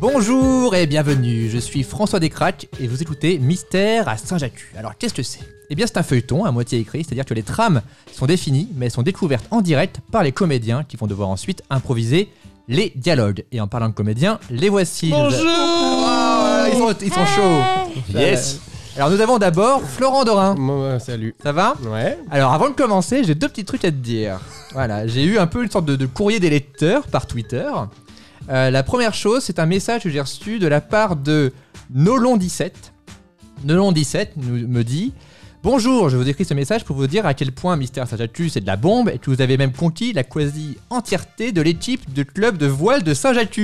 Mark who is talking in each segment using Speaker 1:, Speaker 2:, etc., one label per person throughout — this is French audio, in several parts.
Speaker 1: Bonjour et bienvenue, je suis François Descraques et vous écoutez Mystère à Saint-Jacques. Alors qu'est-ce que c'est Eh bien c'est un feuilleton à moitié écrit, c'est-à-dire que les trames sont définies mais elles sont découvertes en direct par les comédiens qui vont devoir ensuite improviser les dialogues. Et en parlant de comédiens, les voici. Waouh, ils, sont, ils sont chauds
Speaker 2: Yes.
Speaker 1: Alors nous avons d'abord Florent Dorin.
Speaker 2: Bon, bah, salut.
Speaker 1: Ça va
Speaker 2: Ouais.
Speaker 1: Alors avant de commencer, j'ai deux petits trucs à te dire. Voilà, j'ai eu un peu une sorte de, de courrier des lecteurs par Twitter. Euh, la première chose, c'est un message que j'ai reçu de la part de Nolon17. Nolon17 nous, me dit Bonjour, je vous écris ce message pour vous dire à quel point Mystère Saint-Jacques c'est de la bombe et que vous avez même conquis la quasi-entièreté de l'équipe de club de voile de Saint-Jacques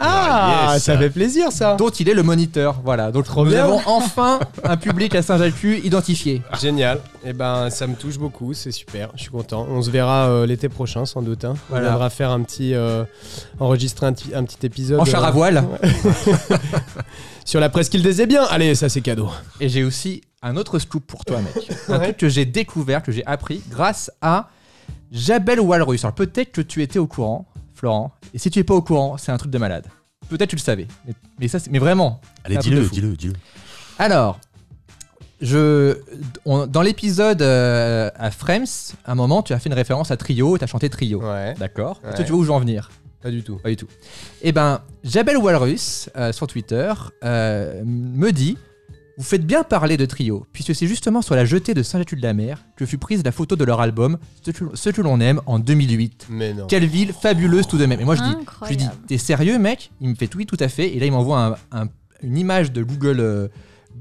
Speaker 2: Ah,
Speaker 3: Ah, yes.
Speaker 2: ça fait plaisir ça.
Speaker 1: dont il est le moniteur. Voilà, donc nous
Speaker 2: bien.
Speaker 1: avons enfin un public à Saint-Jacques identifié.
Speaker 2: Génial. Eh ben, ça me touche beaucoup. C'est super. Je suis content. On se verra euh, l'été prochain, sans doute. hein.
Speaker 1: Voilà.
Speaker 2: On viendra faire un petit, euh, enregistrer un, petit- un petit épisode
Speaker 1: En char à
Speaker 2: euh,
Speaker 1: voile.
Speaker 2: sur la presqu'île des Ébiens. Allez, ça c'est cadeau.
Speaker 1: Et j'ai aussi un autre scoop pour toi, mec. Un truc que j'ai découvert, que j'ai appris grâce à Jabel Walrus. Alors peut-être que tu étais au courant, Florent. Et si tu es pas au courant, c'est un truc de malade. Peut-être tu le savais. Mais, mais ça, c'est- mais vraiment.
Speaker 3: Allez,
Speaker 1: Un truc Ah, de
Speaker 3: dis-le,
Speaker 1: fou.
Speaker 3: dis-le, dis-le.
Speaker 1: Alors, je, on- dans l'épisode euh, à Frems, à un moment, tu as fait une référence à Trio. Tu as chanté Trio.
Speaker 2: Ouais.
Speaker 1: D'accord. Est-ce que
Speaker 2: Ouais.
Speaker 1: tu vois où je veux en venir
Speaker 2: Pas du tout.
Speaker 1: pas du tout. Eh ben, Jabel Walrus, euh, sur Twitter, euh, me dit Vous faites bien parler de Trio, puisque c'est justement sur la jetée de Saint-Jacques-de-la-Mer que fut prise la photo de leur album Ce que, Ce que l'on aime en 2008.
Speaker 2: Mais non.
Speaker 1: Quelle ville fabuleuse tout de même. Et moi, Oh, je dis Je lui dis
Speaker 4: Incroyable.
Speaker 1: T'es sérieux, mec Il me fait oui, tout à fait. Et là, il m'envoie un- un- une image de Google, euh,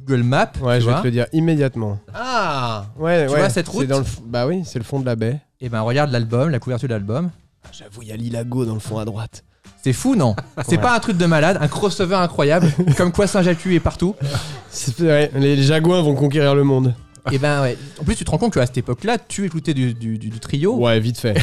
Speaker 1: Google Maps.
Speaker 2: Ouais,
Speaker 1: tu
Speaker 2: je vais
Speaker 1: vois.
Speaker 2: te le dire immédiatement. Ah. Ouais,
Speaker 1: Tu
Speaker 2: ouais.
Speaker 1: vois cette
Speaker 2: C'est
Speaker 1: route
Speaker 2: dans le f- Bah oui, c'est le fond de la baie.
Speaker 1: Et ben, regarde l'album, la couverture de l'album.
Speaker 2: Ah, J'avoue, il y a l'Ilago dans le fond à droite.
Speaker 1: C'est fou, non C'est
Speaker 2: Ouais.
Speaker 1: pas un truc de malade, un crossover incroyable, comme quoi Saint-Jacques est partout.
Speaker 2: C'est- ouais, les Jaguins vont conquérir le monde.
Speaker 1: Et ben ouais. En plus, tu te rends compte qu'à cette époque-là, tu écoutais du, du- du- du trio.
Speaker 2: Ouais, vite fait.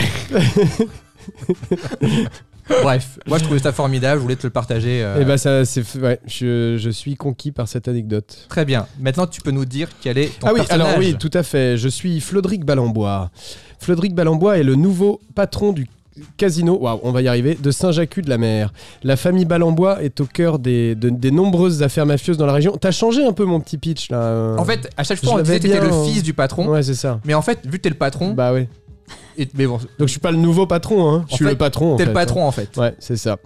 Speaker 1: Bref, moi je trouvais ça formidable, je voulais te le partager. euh,
Speaker 2: Et bah ça, c'est f- ouais. Je, je suis conquis par cette anecdote.
Speaker 1: Très bien. Maintenant, tu peux nous dire quel est ton
Speaker 2: Ah oui,
Speaker 1: personnage.
Speaker 2: alors oui, tout à fait. Je suis Flodric Balambois. Flodric Balambois est le nouveau patron du casino, waouh, on va y arriver, de Saint-Jacques-de-la-Mer. La famille Balambois est au cœur des, de- des nombreuses affaires mafieuses dans la région. T'as changé un peu mon petit pitch là. euh.
Speaker 1: En fait, à chaque
Speaker 2: Je
Speaker 1: fois, on disait
Speaker 2: l'avais
Speaker 1: que t'étais
Speaker 2: bien,
Speaker 1: le
Speaker 2: euh,
Speaker 1: fils du patron.
Speaker 2: Ouais, c'est ça.
Speaker 1: Mais en fait, vu que t'es le patron,
Speaker 2: Bah ouais.
Speaker 1: et- mais bon, t'es
Speaker 2: Donc je suis pas le nouveau patron, hein. Je
Speaker 1: En
Speaker 2: suis
Speaker 1: fait,
Speaker 2: le patron. en
Speaker 1: le
Speaker 2: fait.
Speaker 1: patron en fait.
Speaker 2: Ouais, c'est ça.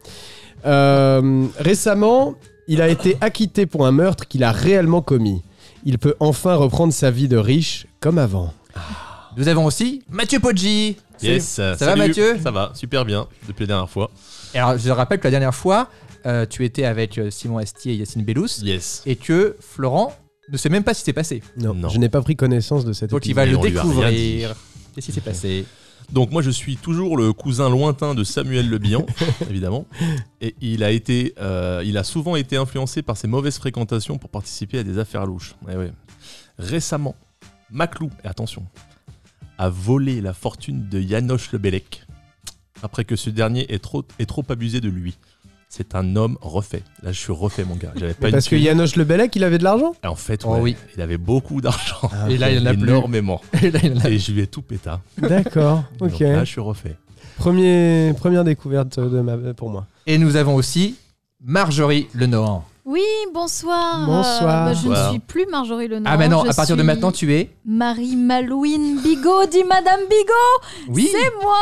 Speaker 2: Euh, récemment, il a été acquitté pour un meurtre qu'il a réellement commis. Il peut enfin reprendre sa vie de riche comme avant.
Speaker 1: Nous avons aussi Mathieu Poggi.
Speaker 3: Yes. euh,
Speaker 1: Ça va, Mathieu
Speaker 3: Ça va, super bien, depuis la dernière fois.
Speaker 1: Et Alors, je rappelle que la dernière fois, euh, tu étais avec euh, Simon Astier et Yacine Bellous,
Speaker 3: Yes.
Speaker 1: et que Florent ne sait même pas ce qui s'est passé.
Speaker 2: Non,
Speaker 3: Non.
Speaker 2: je n'ai pas pris connaissance de cette
Speaker 1: Donc, il va
Speaker 3: Mais
Speaker 1: le
Speaker 3: on lui a rien
Speaker 1: découvrir. Qu'est-ce qui s'est passé
Speaker 3: Donc moi je suis toujours le cousin lointain de Samuel Le Bihan, évidemment. Et il a, été, euh, il a souvent été influencé par ses mauvaises fréquentations pour participer à des affaires louches. Eh ouais. Récemment, Maclou, et attention, a volé la fortune de Yanoche Le Bellec, après que ce dernier ait trop, ait trop abusé de lui. C'est un homme refait. Là je suis refait mon gars. J'avais pas
Speaker 2: Mais
Speaker 3: une
Speaker 2: parce que
Speaker 3: thune.
Speaker 2: Yanoche Le Bellec, il avait de l'argent
Speaker 3: Et En fait,
Speaker 1: Oh
Speaker 3: ouais,
Speaker 1: oui.
Speaker 3: il avait beaucoup d'argent.
Speaker 2: Ah,
Speaker 1: Et là, il y en a plus.
Speaker 3: énormément.
Speaker 1: Et là, il y en a-
Speaker 3: Et je lui ai tout péta.
Speaker 2: D'accord,
Speaker 3: Donc
Speaker 2: ok.
Speaker 3: là, je suis refait.
Speaker 2: Premier, première découverte de ma, pour moi.
Speaker 1: Et nous avons aussi Marjorie Lenohan.
Speaker 4: Oui, bonsoir.
Speaker 2: Bonsoir.
Speaker 4: Euh, bah, je
Speaker 3: Bonsoir.
Speaker 4: ne suis plus Marjorie Lenoir.
Speaker 1: Ah, maintenant,
Speaker 4: je
Speaker 1: à partir de
Speaker 4: suis
Speaker 1: maintenant, tu es.
Speaker 4: Marie Malouine Bigot dit Madame Bigot,
Speaker 1: Oui.
Speaker 4: c'est moi,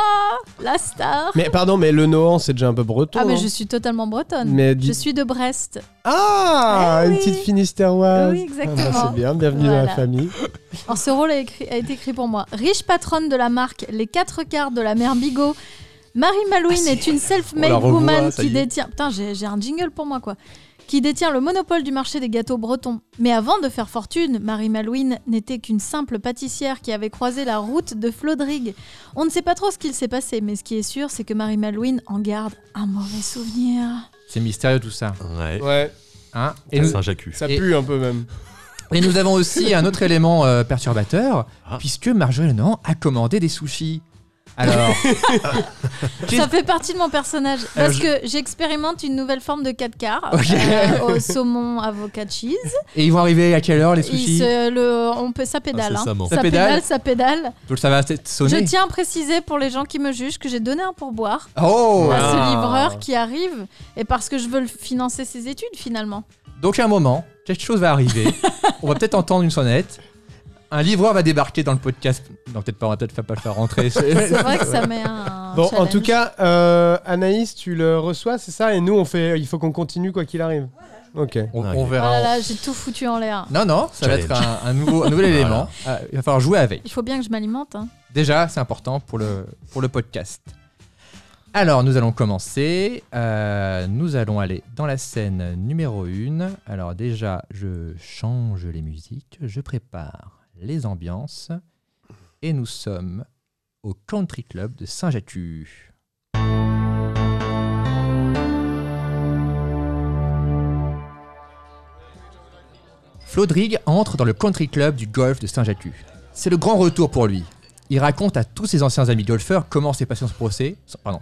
Speaker 4: la star.
Speaker 2: Mais pardon, mais le Nohan, c'est déjà un peu breton.
Speaker 4: Ah, mais
Speaker 2: non
Speaker 4: je suis totalement bretonne.
Speaker 2: hein. Mais
Speaker 4: Je
Speaker 2: dis-
Speaker 4: suis de Brest.
Speaker 2: Ah,
Speaker 4: Eh
Speaker 2: une
Speaker 4: oui.
Speaker 2: petite finistéroise.
Speaker 4: Oui, exactement.
Speaker 2: Ah bah, c'est bien, bienvenue dans la
Speaker 4: Voilà.
Speaker 2: famille.
Speaker 4: Alors, ce rôle a, écrit- a été écrit pour moi. Riche patronne de la marque Les Quatre Quarts de la Mère Bigot, Marie Malouine est une self-made
Speaker 3: Ah, On la revoit,
Speaker 4: woman
Speaker 3: ça
Speaker 4: qui
Speaker 3: y est.
Speaker 4: détient. Putain, j'ai j'ai un jingle pour moi, quoi. Qui détient le monopole du marché des gâteaux bretons. Mais avant de faire fortune, Marie Malouine n'était qu'une simple pâtissière qui avait croisé la route de Flodrig. On ne sait pas trop ce qu'il s'est passé, mais ce qui est sûr, c'est que Marie Malouine en garde un mauvais souvenir.
Speaker 1: C'est mystérieux tout ça.
Speaker 3: Ouais.
Speaker 2: Ouais,
Speaker 1: hein. et,
Speaker 3: Et
Speaker 1: nous,
Speaker 3: Saint-Jacques.
Speaker 2: ça
Speaker 1: Et-
Speaker 2: pue un peu même.
Speaker 1: et nous avons aussi un autre élément euh, perturbateur,
Speaker 3: Ah.
Speaker 1: puisque Marjorie Lenormand a commandé des sushis. Alors,
Speaker 4: Ça fait partie de mon personnage parce
Speaker 1: Euh, je-
Speaker 4: que j'expérimente une nouvelle forme de 4 quarts
Speaker 1: Ok.
Speaker 4: euh, au saumon avocat cheese.
Speaker 1: et ils vont arriver à quelle heure les
Speaker 4: Il
Speaker 1: sushis
Speaker 4: se- le- on peut, ça
Speaker 3: Ah,
Speaker 4: pédale,
Speaker 3: c'est
Speaker 4: hein.
Speaker 3: Saman.
Speaker 1: Ça
Speaker 4: ça
Speaker 1: pédale.
Speaker 4: pédale, ça pédale.
Speaker 1: Ça va peut-être
Speaker 4: Je
Speaker 1: sonner.
Speaker 4: tiens à préciser pour les gens qui me jugent que j'ai donné un pourboire
Speaker 1: Oh
Speaker 4: à ce
Speaker 3: Ah.
Speaker 4: livreur qui arrive et parce que je veux le financer ses études finalement.
Speaker 1: Donc à un moment, quelque chose va arriver. on va peut-être entendre une sonnette. Un livreur va débarquer dans le podcast. Non, peut-être pas, on va peut-être pas le faire rentrer.
Speaker 4: C'est vrai que ça met un.
Speaker 2: Bon, en
Speaker 4: challenge.
Speaker 2: tout cas, euh, Anaïs, tu le reçois, c'est ça Et nous, on fait, il faut qu'on continue quoi qu'il arrive. Ok.
Speaker 1: on,
Speaker 3: Ouais.
Speaker 1: on
Speaker 4: Oh
Speaker 1: verra.
Speaker 4: là là, j'ai tout foutu en l'air.
Speaker 1: Non, non, ça va
Speaker 3: Challenge.
Speaker 1: être un, un nouveau, un nouvel
Speaker 3: Voilà.
Speaker 1: élément. Ah, il va falloir jouer avec.
Speaker 4: Il faut bien que je m'alimente. hein.
Speaker 1: Déjà, c'est important pour le, pour le podcast. Alors, nous allons commencer. Euh, nous allons aller dans la scène numéro 1. Alors déjà, je change les musiques, je prépare les ambiances. Et nous sommes au Country Club de Saint-Jatu. Flodrig entre dans le Country Club du golf de Saint-Jatu. C'est le grand retour pour lui. Il raconte à tous ses anciens amis golfeurs comment s'est passé son procès. son- Pardon.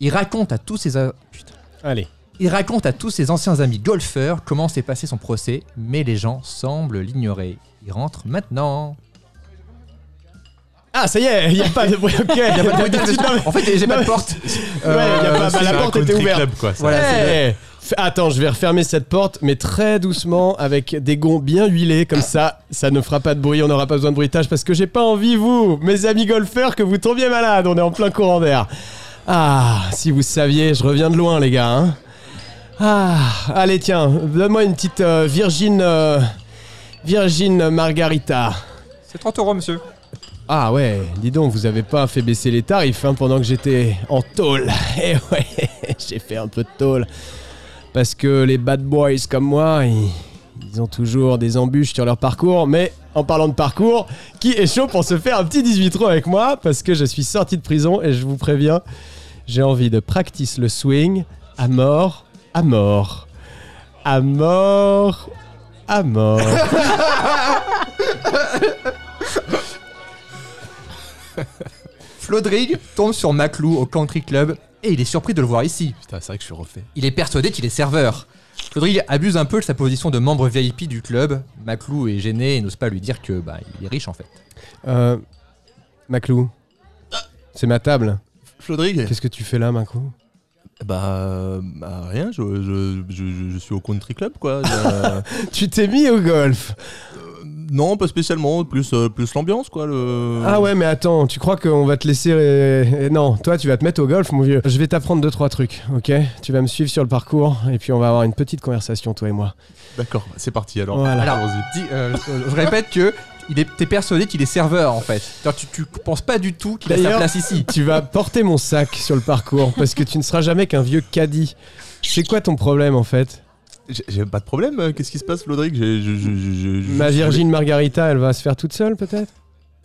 Speaker 1: Il raconte à tous ses a- putain.
Speaker 2: Allez.
Speaker 1: Il raconte à tous ses anciens amis golfeurs comment s'est passé son procès, mais les gens semblent l'ignorer. Il rentre maintenant.
Speaker 2: Ah, ça y est, il n'y a pas de bruit. Ok. Il
Speaker 1: Pas de bruit de- en fait, j'ai pas de porte.
Speaker 2: Ouais, il y a pas- bah,
Speaker 3: euh, C'est
Speaker 2: la
Speaker 3: un
Speaker 2: porte était
Speaker 3: country
Speaker 2: ouverte.
Speaker 3: club, quoi, ça.
Speaker 1: Voilà,
Speaker 2: Hey F- Attends, je vais refermer cette porte, mais très doucement, avec des gonds bien huilés, comme ça, ça ne fera pas de bruit, on n'aura pas besoin de bruitage, parce que j'ai pas envie, vous, mes amis golfeurs, que vous tombiez malade, on est en plein courant d'air. Ah, si vous saviez, je reviens de loin, les gars. hein. Ah, allez, tiens, donne-moi une petite euh, Virgin... euh, Virgin Margarita.
Speaker 1: C'est 30 euros, monsieur.
Speaker 2: Ah ouais, dis donc, vous avez pas fait baisser les tarifs hein, pendant que j'étais en tôle. Eh ouais, j'ai fait un peu de tôle. Parce que les bad boys comme moi, ils, ils ont toujours des embûches sur leur parcours. Mais en parlant de parcours, qui est chaud pour se faire un petit 18 trous avec moi Parce que je suis sorti de prison et je vous préviens, j'ai envie de practice le swing à mort, à mort. À mort, à mort.
Speaker 1: Flodrig tombe sur Maclou au Country Club et il est surpris de le voir ici.
Speaker 3: Putain, c'est vrai que je suis refait.
Speaker 1: Il est persuadé qu'il est serveur. Flodrig abuse un peu de sa position de membre VIP du club. Maclou est gêné et n'ose pas lui dire que bah, il est riche en fait.
Speaker 2: Euh, Maclou, c'est ma table.
Speaker 3: Flodrig
Speaker 2: Qu'est-ce que tu fais là, Maclou
Speaker 3: bah, euh, bah, rien, je, je, je- je- je suis au country club quoi. Euh,
Speaker 2: Tu t'es mis au golf
Speaker 3: non, pas spécialement, plus, euh, plus l'ambiance quoi. Le...
Speaker 2: Ah ouais, mais attends, tu crois qu'on va te laisser... euh, Non, toi, tu vas te mettre au golf, mon vieux. Je vais t'apprendre deux, trois trucs, ok Tu vas me suivre sur le parcours, et puis on va avoir une petite conversation, toi et moi.
Speaker 3: D'accord, c'est parti alors.
Speaker 2: Voilà.
Speaker 1: Alors,
Speaker 3: Allons-y.
Speaker 1: dis- euh, je je répète que il est, t'es persuadé qu'il est serveur en fait. C'est-à-dire, Tu, tu penses pas du tout qu'il a sa
Speaker 2: D'ailleurs-
Speaker 1: place ici.
Speaker 2: Tu vas porter mon sac sur le parcours, parce que tu ne seras jamais qu'un vieux caddie. C'est quoi ton problème, en fait
Speaker 3: J'ai- J'ai pas de problème, euh, qu'est-ce qui se passe Flodrig J'ai- je- je- je- je-
Speaker 2: Ma
Speaker 3: je-
Speaker 2: Virgin Margarita, elle va se faire toute seule, peut-être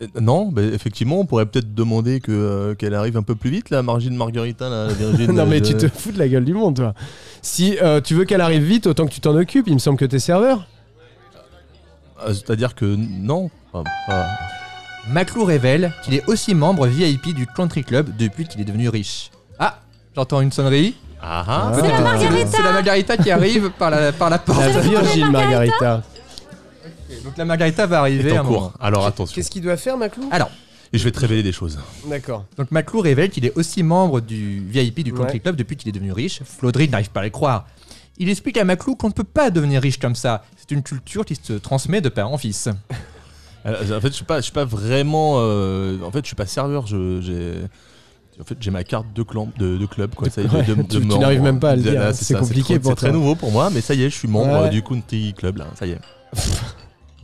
Speaker 3: Euh, Non, bah, effectivement, on pourrait peut-être demander que, euh, qu'elle arrive un peu plus vite, la Margine Margarita, la, la Virgin.
Speaker 2: Non, mais
Speaker 3: euh,
Speaker 2: tu te fous de la gueule du monde, toi. Si euh, tu veux qu'elle arrive vite, autant que tu t'en occupes, il me semble que t'es serveur.
Speaker 3: euh, C'est-à-dire que non. Ah, ah.
Speaker 1: Maclou révèle qu'il est aussi membre VIP du Country Club depuis qu'il est devenu riche. Ah, j'entends une sonnerie. Euh,
Speaker 3: Ah,
Speaker 2: Ah.
Speaker 3: c'est
Speaker 4: C'est la
Speaker 3: peut-être-
Speaker 4: margarita
Speaker 1: C'est la Margarita qui arrive par la, par la porte.
Speaker 2: La
Speaker 4: C'est le
Speaker 2: Virgin Margarita.
Speaker 1: Donc la Margarita va
Speaker 3: est
Speaker 1: arriver à
Speaker 3: en
Speaker 1: un
Speaker 3: cours.
Speaker 1: moment.
Speaker 3: Alors attention.
Speaker 2: qu'il doit faire, Maclou
Speaker 1: Alors,
Speaker 3: Et je vais te révéler des choses.
Speaker 2: D'accord.
Speaker 1: donc Maclou révèle qu'il est aussi membre du VIP du Country
Speaker 2: Ouais.
Speaker 1: Club depuis qu'il est devenu riche. Flodrid n'arrive pas à le croire. Il explique à Maclou qu'on ne peut pas devenir riche comme ça. C'est une culture qui se transmet de père en fils.
Speaker 3: Alors, Euh, en fait, je suis pas, je suis pas vraiment. euh, en fait, je suis pas serveur. Je, j'ai, en fait, j'ai ma carte de, clan, de, de club. Quoi, ça y est, de-
Speaker 2: Ouais,
Speaker 3: de- de
Speaker 2: tu- tu
Speaker 3: membre.
Speaker 2: n'arrives même pas à le dire,
Speaker 3: Là,
Speaker 2: c'est
Speaker 3: ça,
Speaker 2: compliqué
Speaker 3: trop-
Speaker 2: pour
Speaker 3: C'est très
Speaker 2: toi.
Speaker 3: nouveau pour moi, mais ça y est, je suis membre
Speaker 2: Ouais.
Speaker 3: euh, du Country Club. Là, ça y est.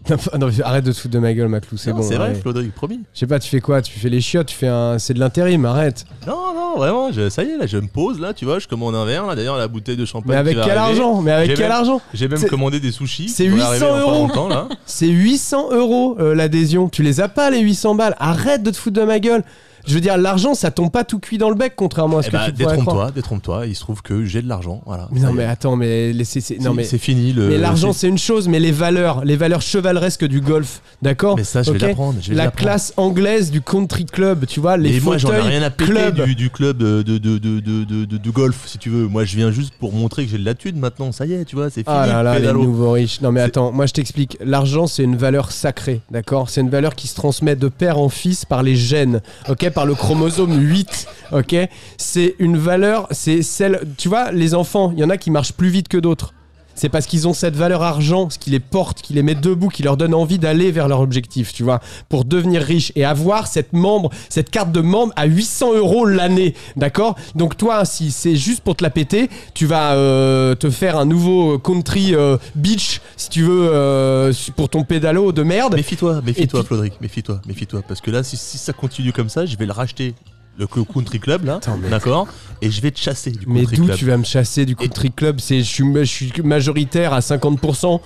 Speaker 2: Non, non, mais arrête de te foutre de ma gueule, Maclou, c'est
Speaker 3: Non,
Speaker 2: bon.
Speaker 3: c'est vrai,
Speaker 2: arrête.
Speaker 3: Flodrig, promis.
Speaker 2: Je sais pas, tu fais quoi Tu fais les chiottes, tu fais un... c'est de l'intérim, arrête.
Speaker 3: Non, non, vraiment, je- ça y est, là, je me pose, là, tu vois, je commande un verre, là, d'ailleurs, la bouteille de champagne.
Speaker 2: Mais avec
Speaker 3: qui va
Speaker 2: quel
Speaker 3: arriver.
Speaker 2: argent Mais avec
Speaker 3: J'ai
Speaker 2: quel
Speaker 3: même-
Speaker 2: argent
Speaker 3: J'ai même
Speaker 2: C'est-
Speaker 3: commandé des sushis.
Speaker 2: c'est
Speaker 3: qui vont arriver
Speaker 2: 800
Speaker 3: dans pas
Speaker 2: euros.
Speaker 3: longtemps, là.
Speaker 2: C'est 800 euros euh, l'adhésion. Tu les as pas les 800 balles. Arrête de te foutre de ma gueule. Je veux dire, l'argent, ça tombe pas tout cuit dans le bec, contrairement à ce
Speaker 3: Eh
Speaker 2: que
Speaker 3: bah,
Speaker 2: tu pourrais croire.
Speaker 3: détrompe-toi, détrompe-toi. Il se trouve que j'ai de l'argent. Voilà.
Speaker 2: Mais
Speaker 3: Ça
Speaker 2: Non
Speaker 3: y
Speaker 2: mais
Speaker 3: est.
Speaker 2: attends, mais les- c'est c'est- non
Speaker 3: C'est-
Speaker 2: mais
Speaker 3: c'est fini. Le,
Speaker 2: mais l'argent
Speaker 3: c'est-
Speaker 2: c'est une chose, mais les valeurs, les valeurs chevaleresques du golf, d'accord
Speaker 3: Mais ça, je
Speaker 2: Ok
Speaker 3: vais l'apprendre. je vais
Speaker 2: La
Speaker 3: l'apprendre.
Speaker 2: classe anglaise du country club, tu vois, les
Speaker 3: Et moi, j'en ai
Speaker 2: fauteuils
Speaker 3: rien à péter
Speaker 2: club.
Speaker 3: Du, du club de, de, de, de, de, de- de- de golf, si tu veux. Moi, je viens juste pour montrer que j'ai de la thune maintenant. Ça y est, tu vois, c'est fini.
Speaker 2: Ah là là, les
Speaker 3: pédalo.
Speaker 2: nouveaux riches. Non mais
Speaker 3: C'est-
Speaker 2: attends, moi je t'explique. L'argent c'est une valeur sacrée, d'accord C'est une valeur qui se transmet de père en fils par les gènes, ok Par le chromosome 8, ok C'est une valeur, c'est celle... Tu vois, les enfants, il y en a qui marchent plus vite que d'autres. C'est parce qu'ils ont cette valeur argent, ce qui les porte, qui les met debout, qui leur donne envie d'aller vers leur objectif, tu vois, pour devenir riche et avoir cette membre, cette carte de membre à 800 euros l'année, d'accord Donc toi, si c'est juste pour te la péter, tu vas euh, te faire un nouveau country euh, beach, si tu veux, euh, pour ton pédalo de merde.
Speaker 3: Méfie-toi, méfie-toi,
Speaker 2: puis-
Speaker 3: Flodric. Méfie-toi, méfie-toi. Parce que là, si, si ça continue comme ça, je vais le racheter, le cl- country club, là.
Speaker 2: Attends, mais-
Speaker 3: D'accord Et je vais te chasser du
Speaker 2: Mais
Speaker 3: country
Speaker 2: d'où
Speaker 3: club.
Speaker 2: tu vas me chasser du country club C'est je suis, je suis majoritaire à 50%.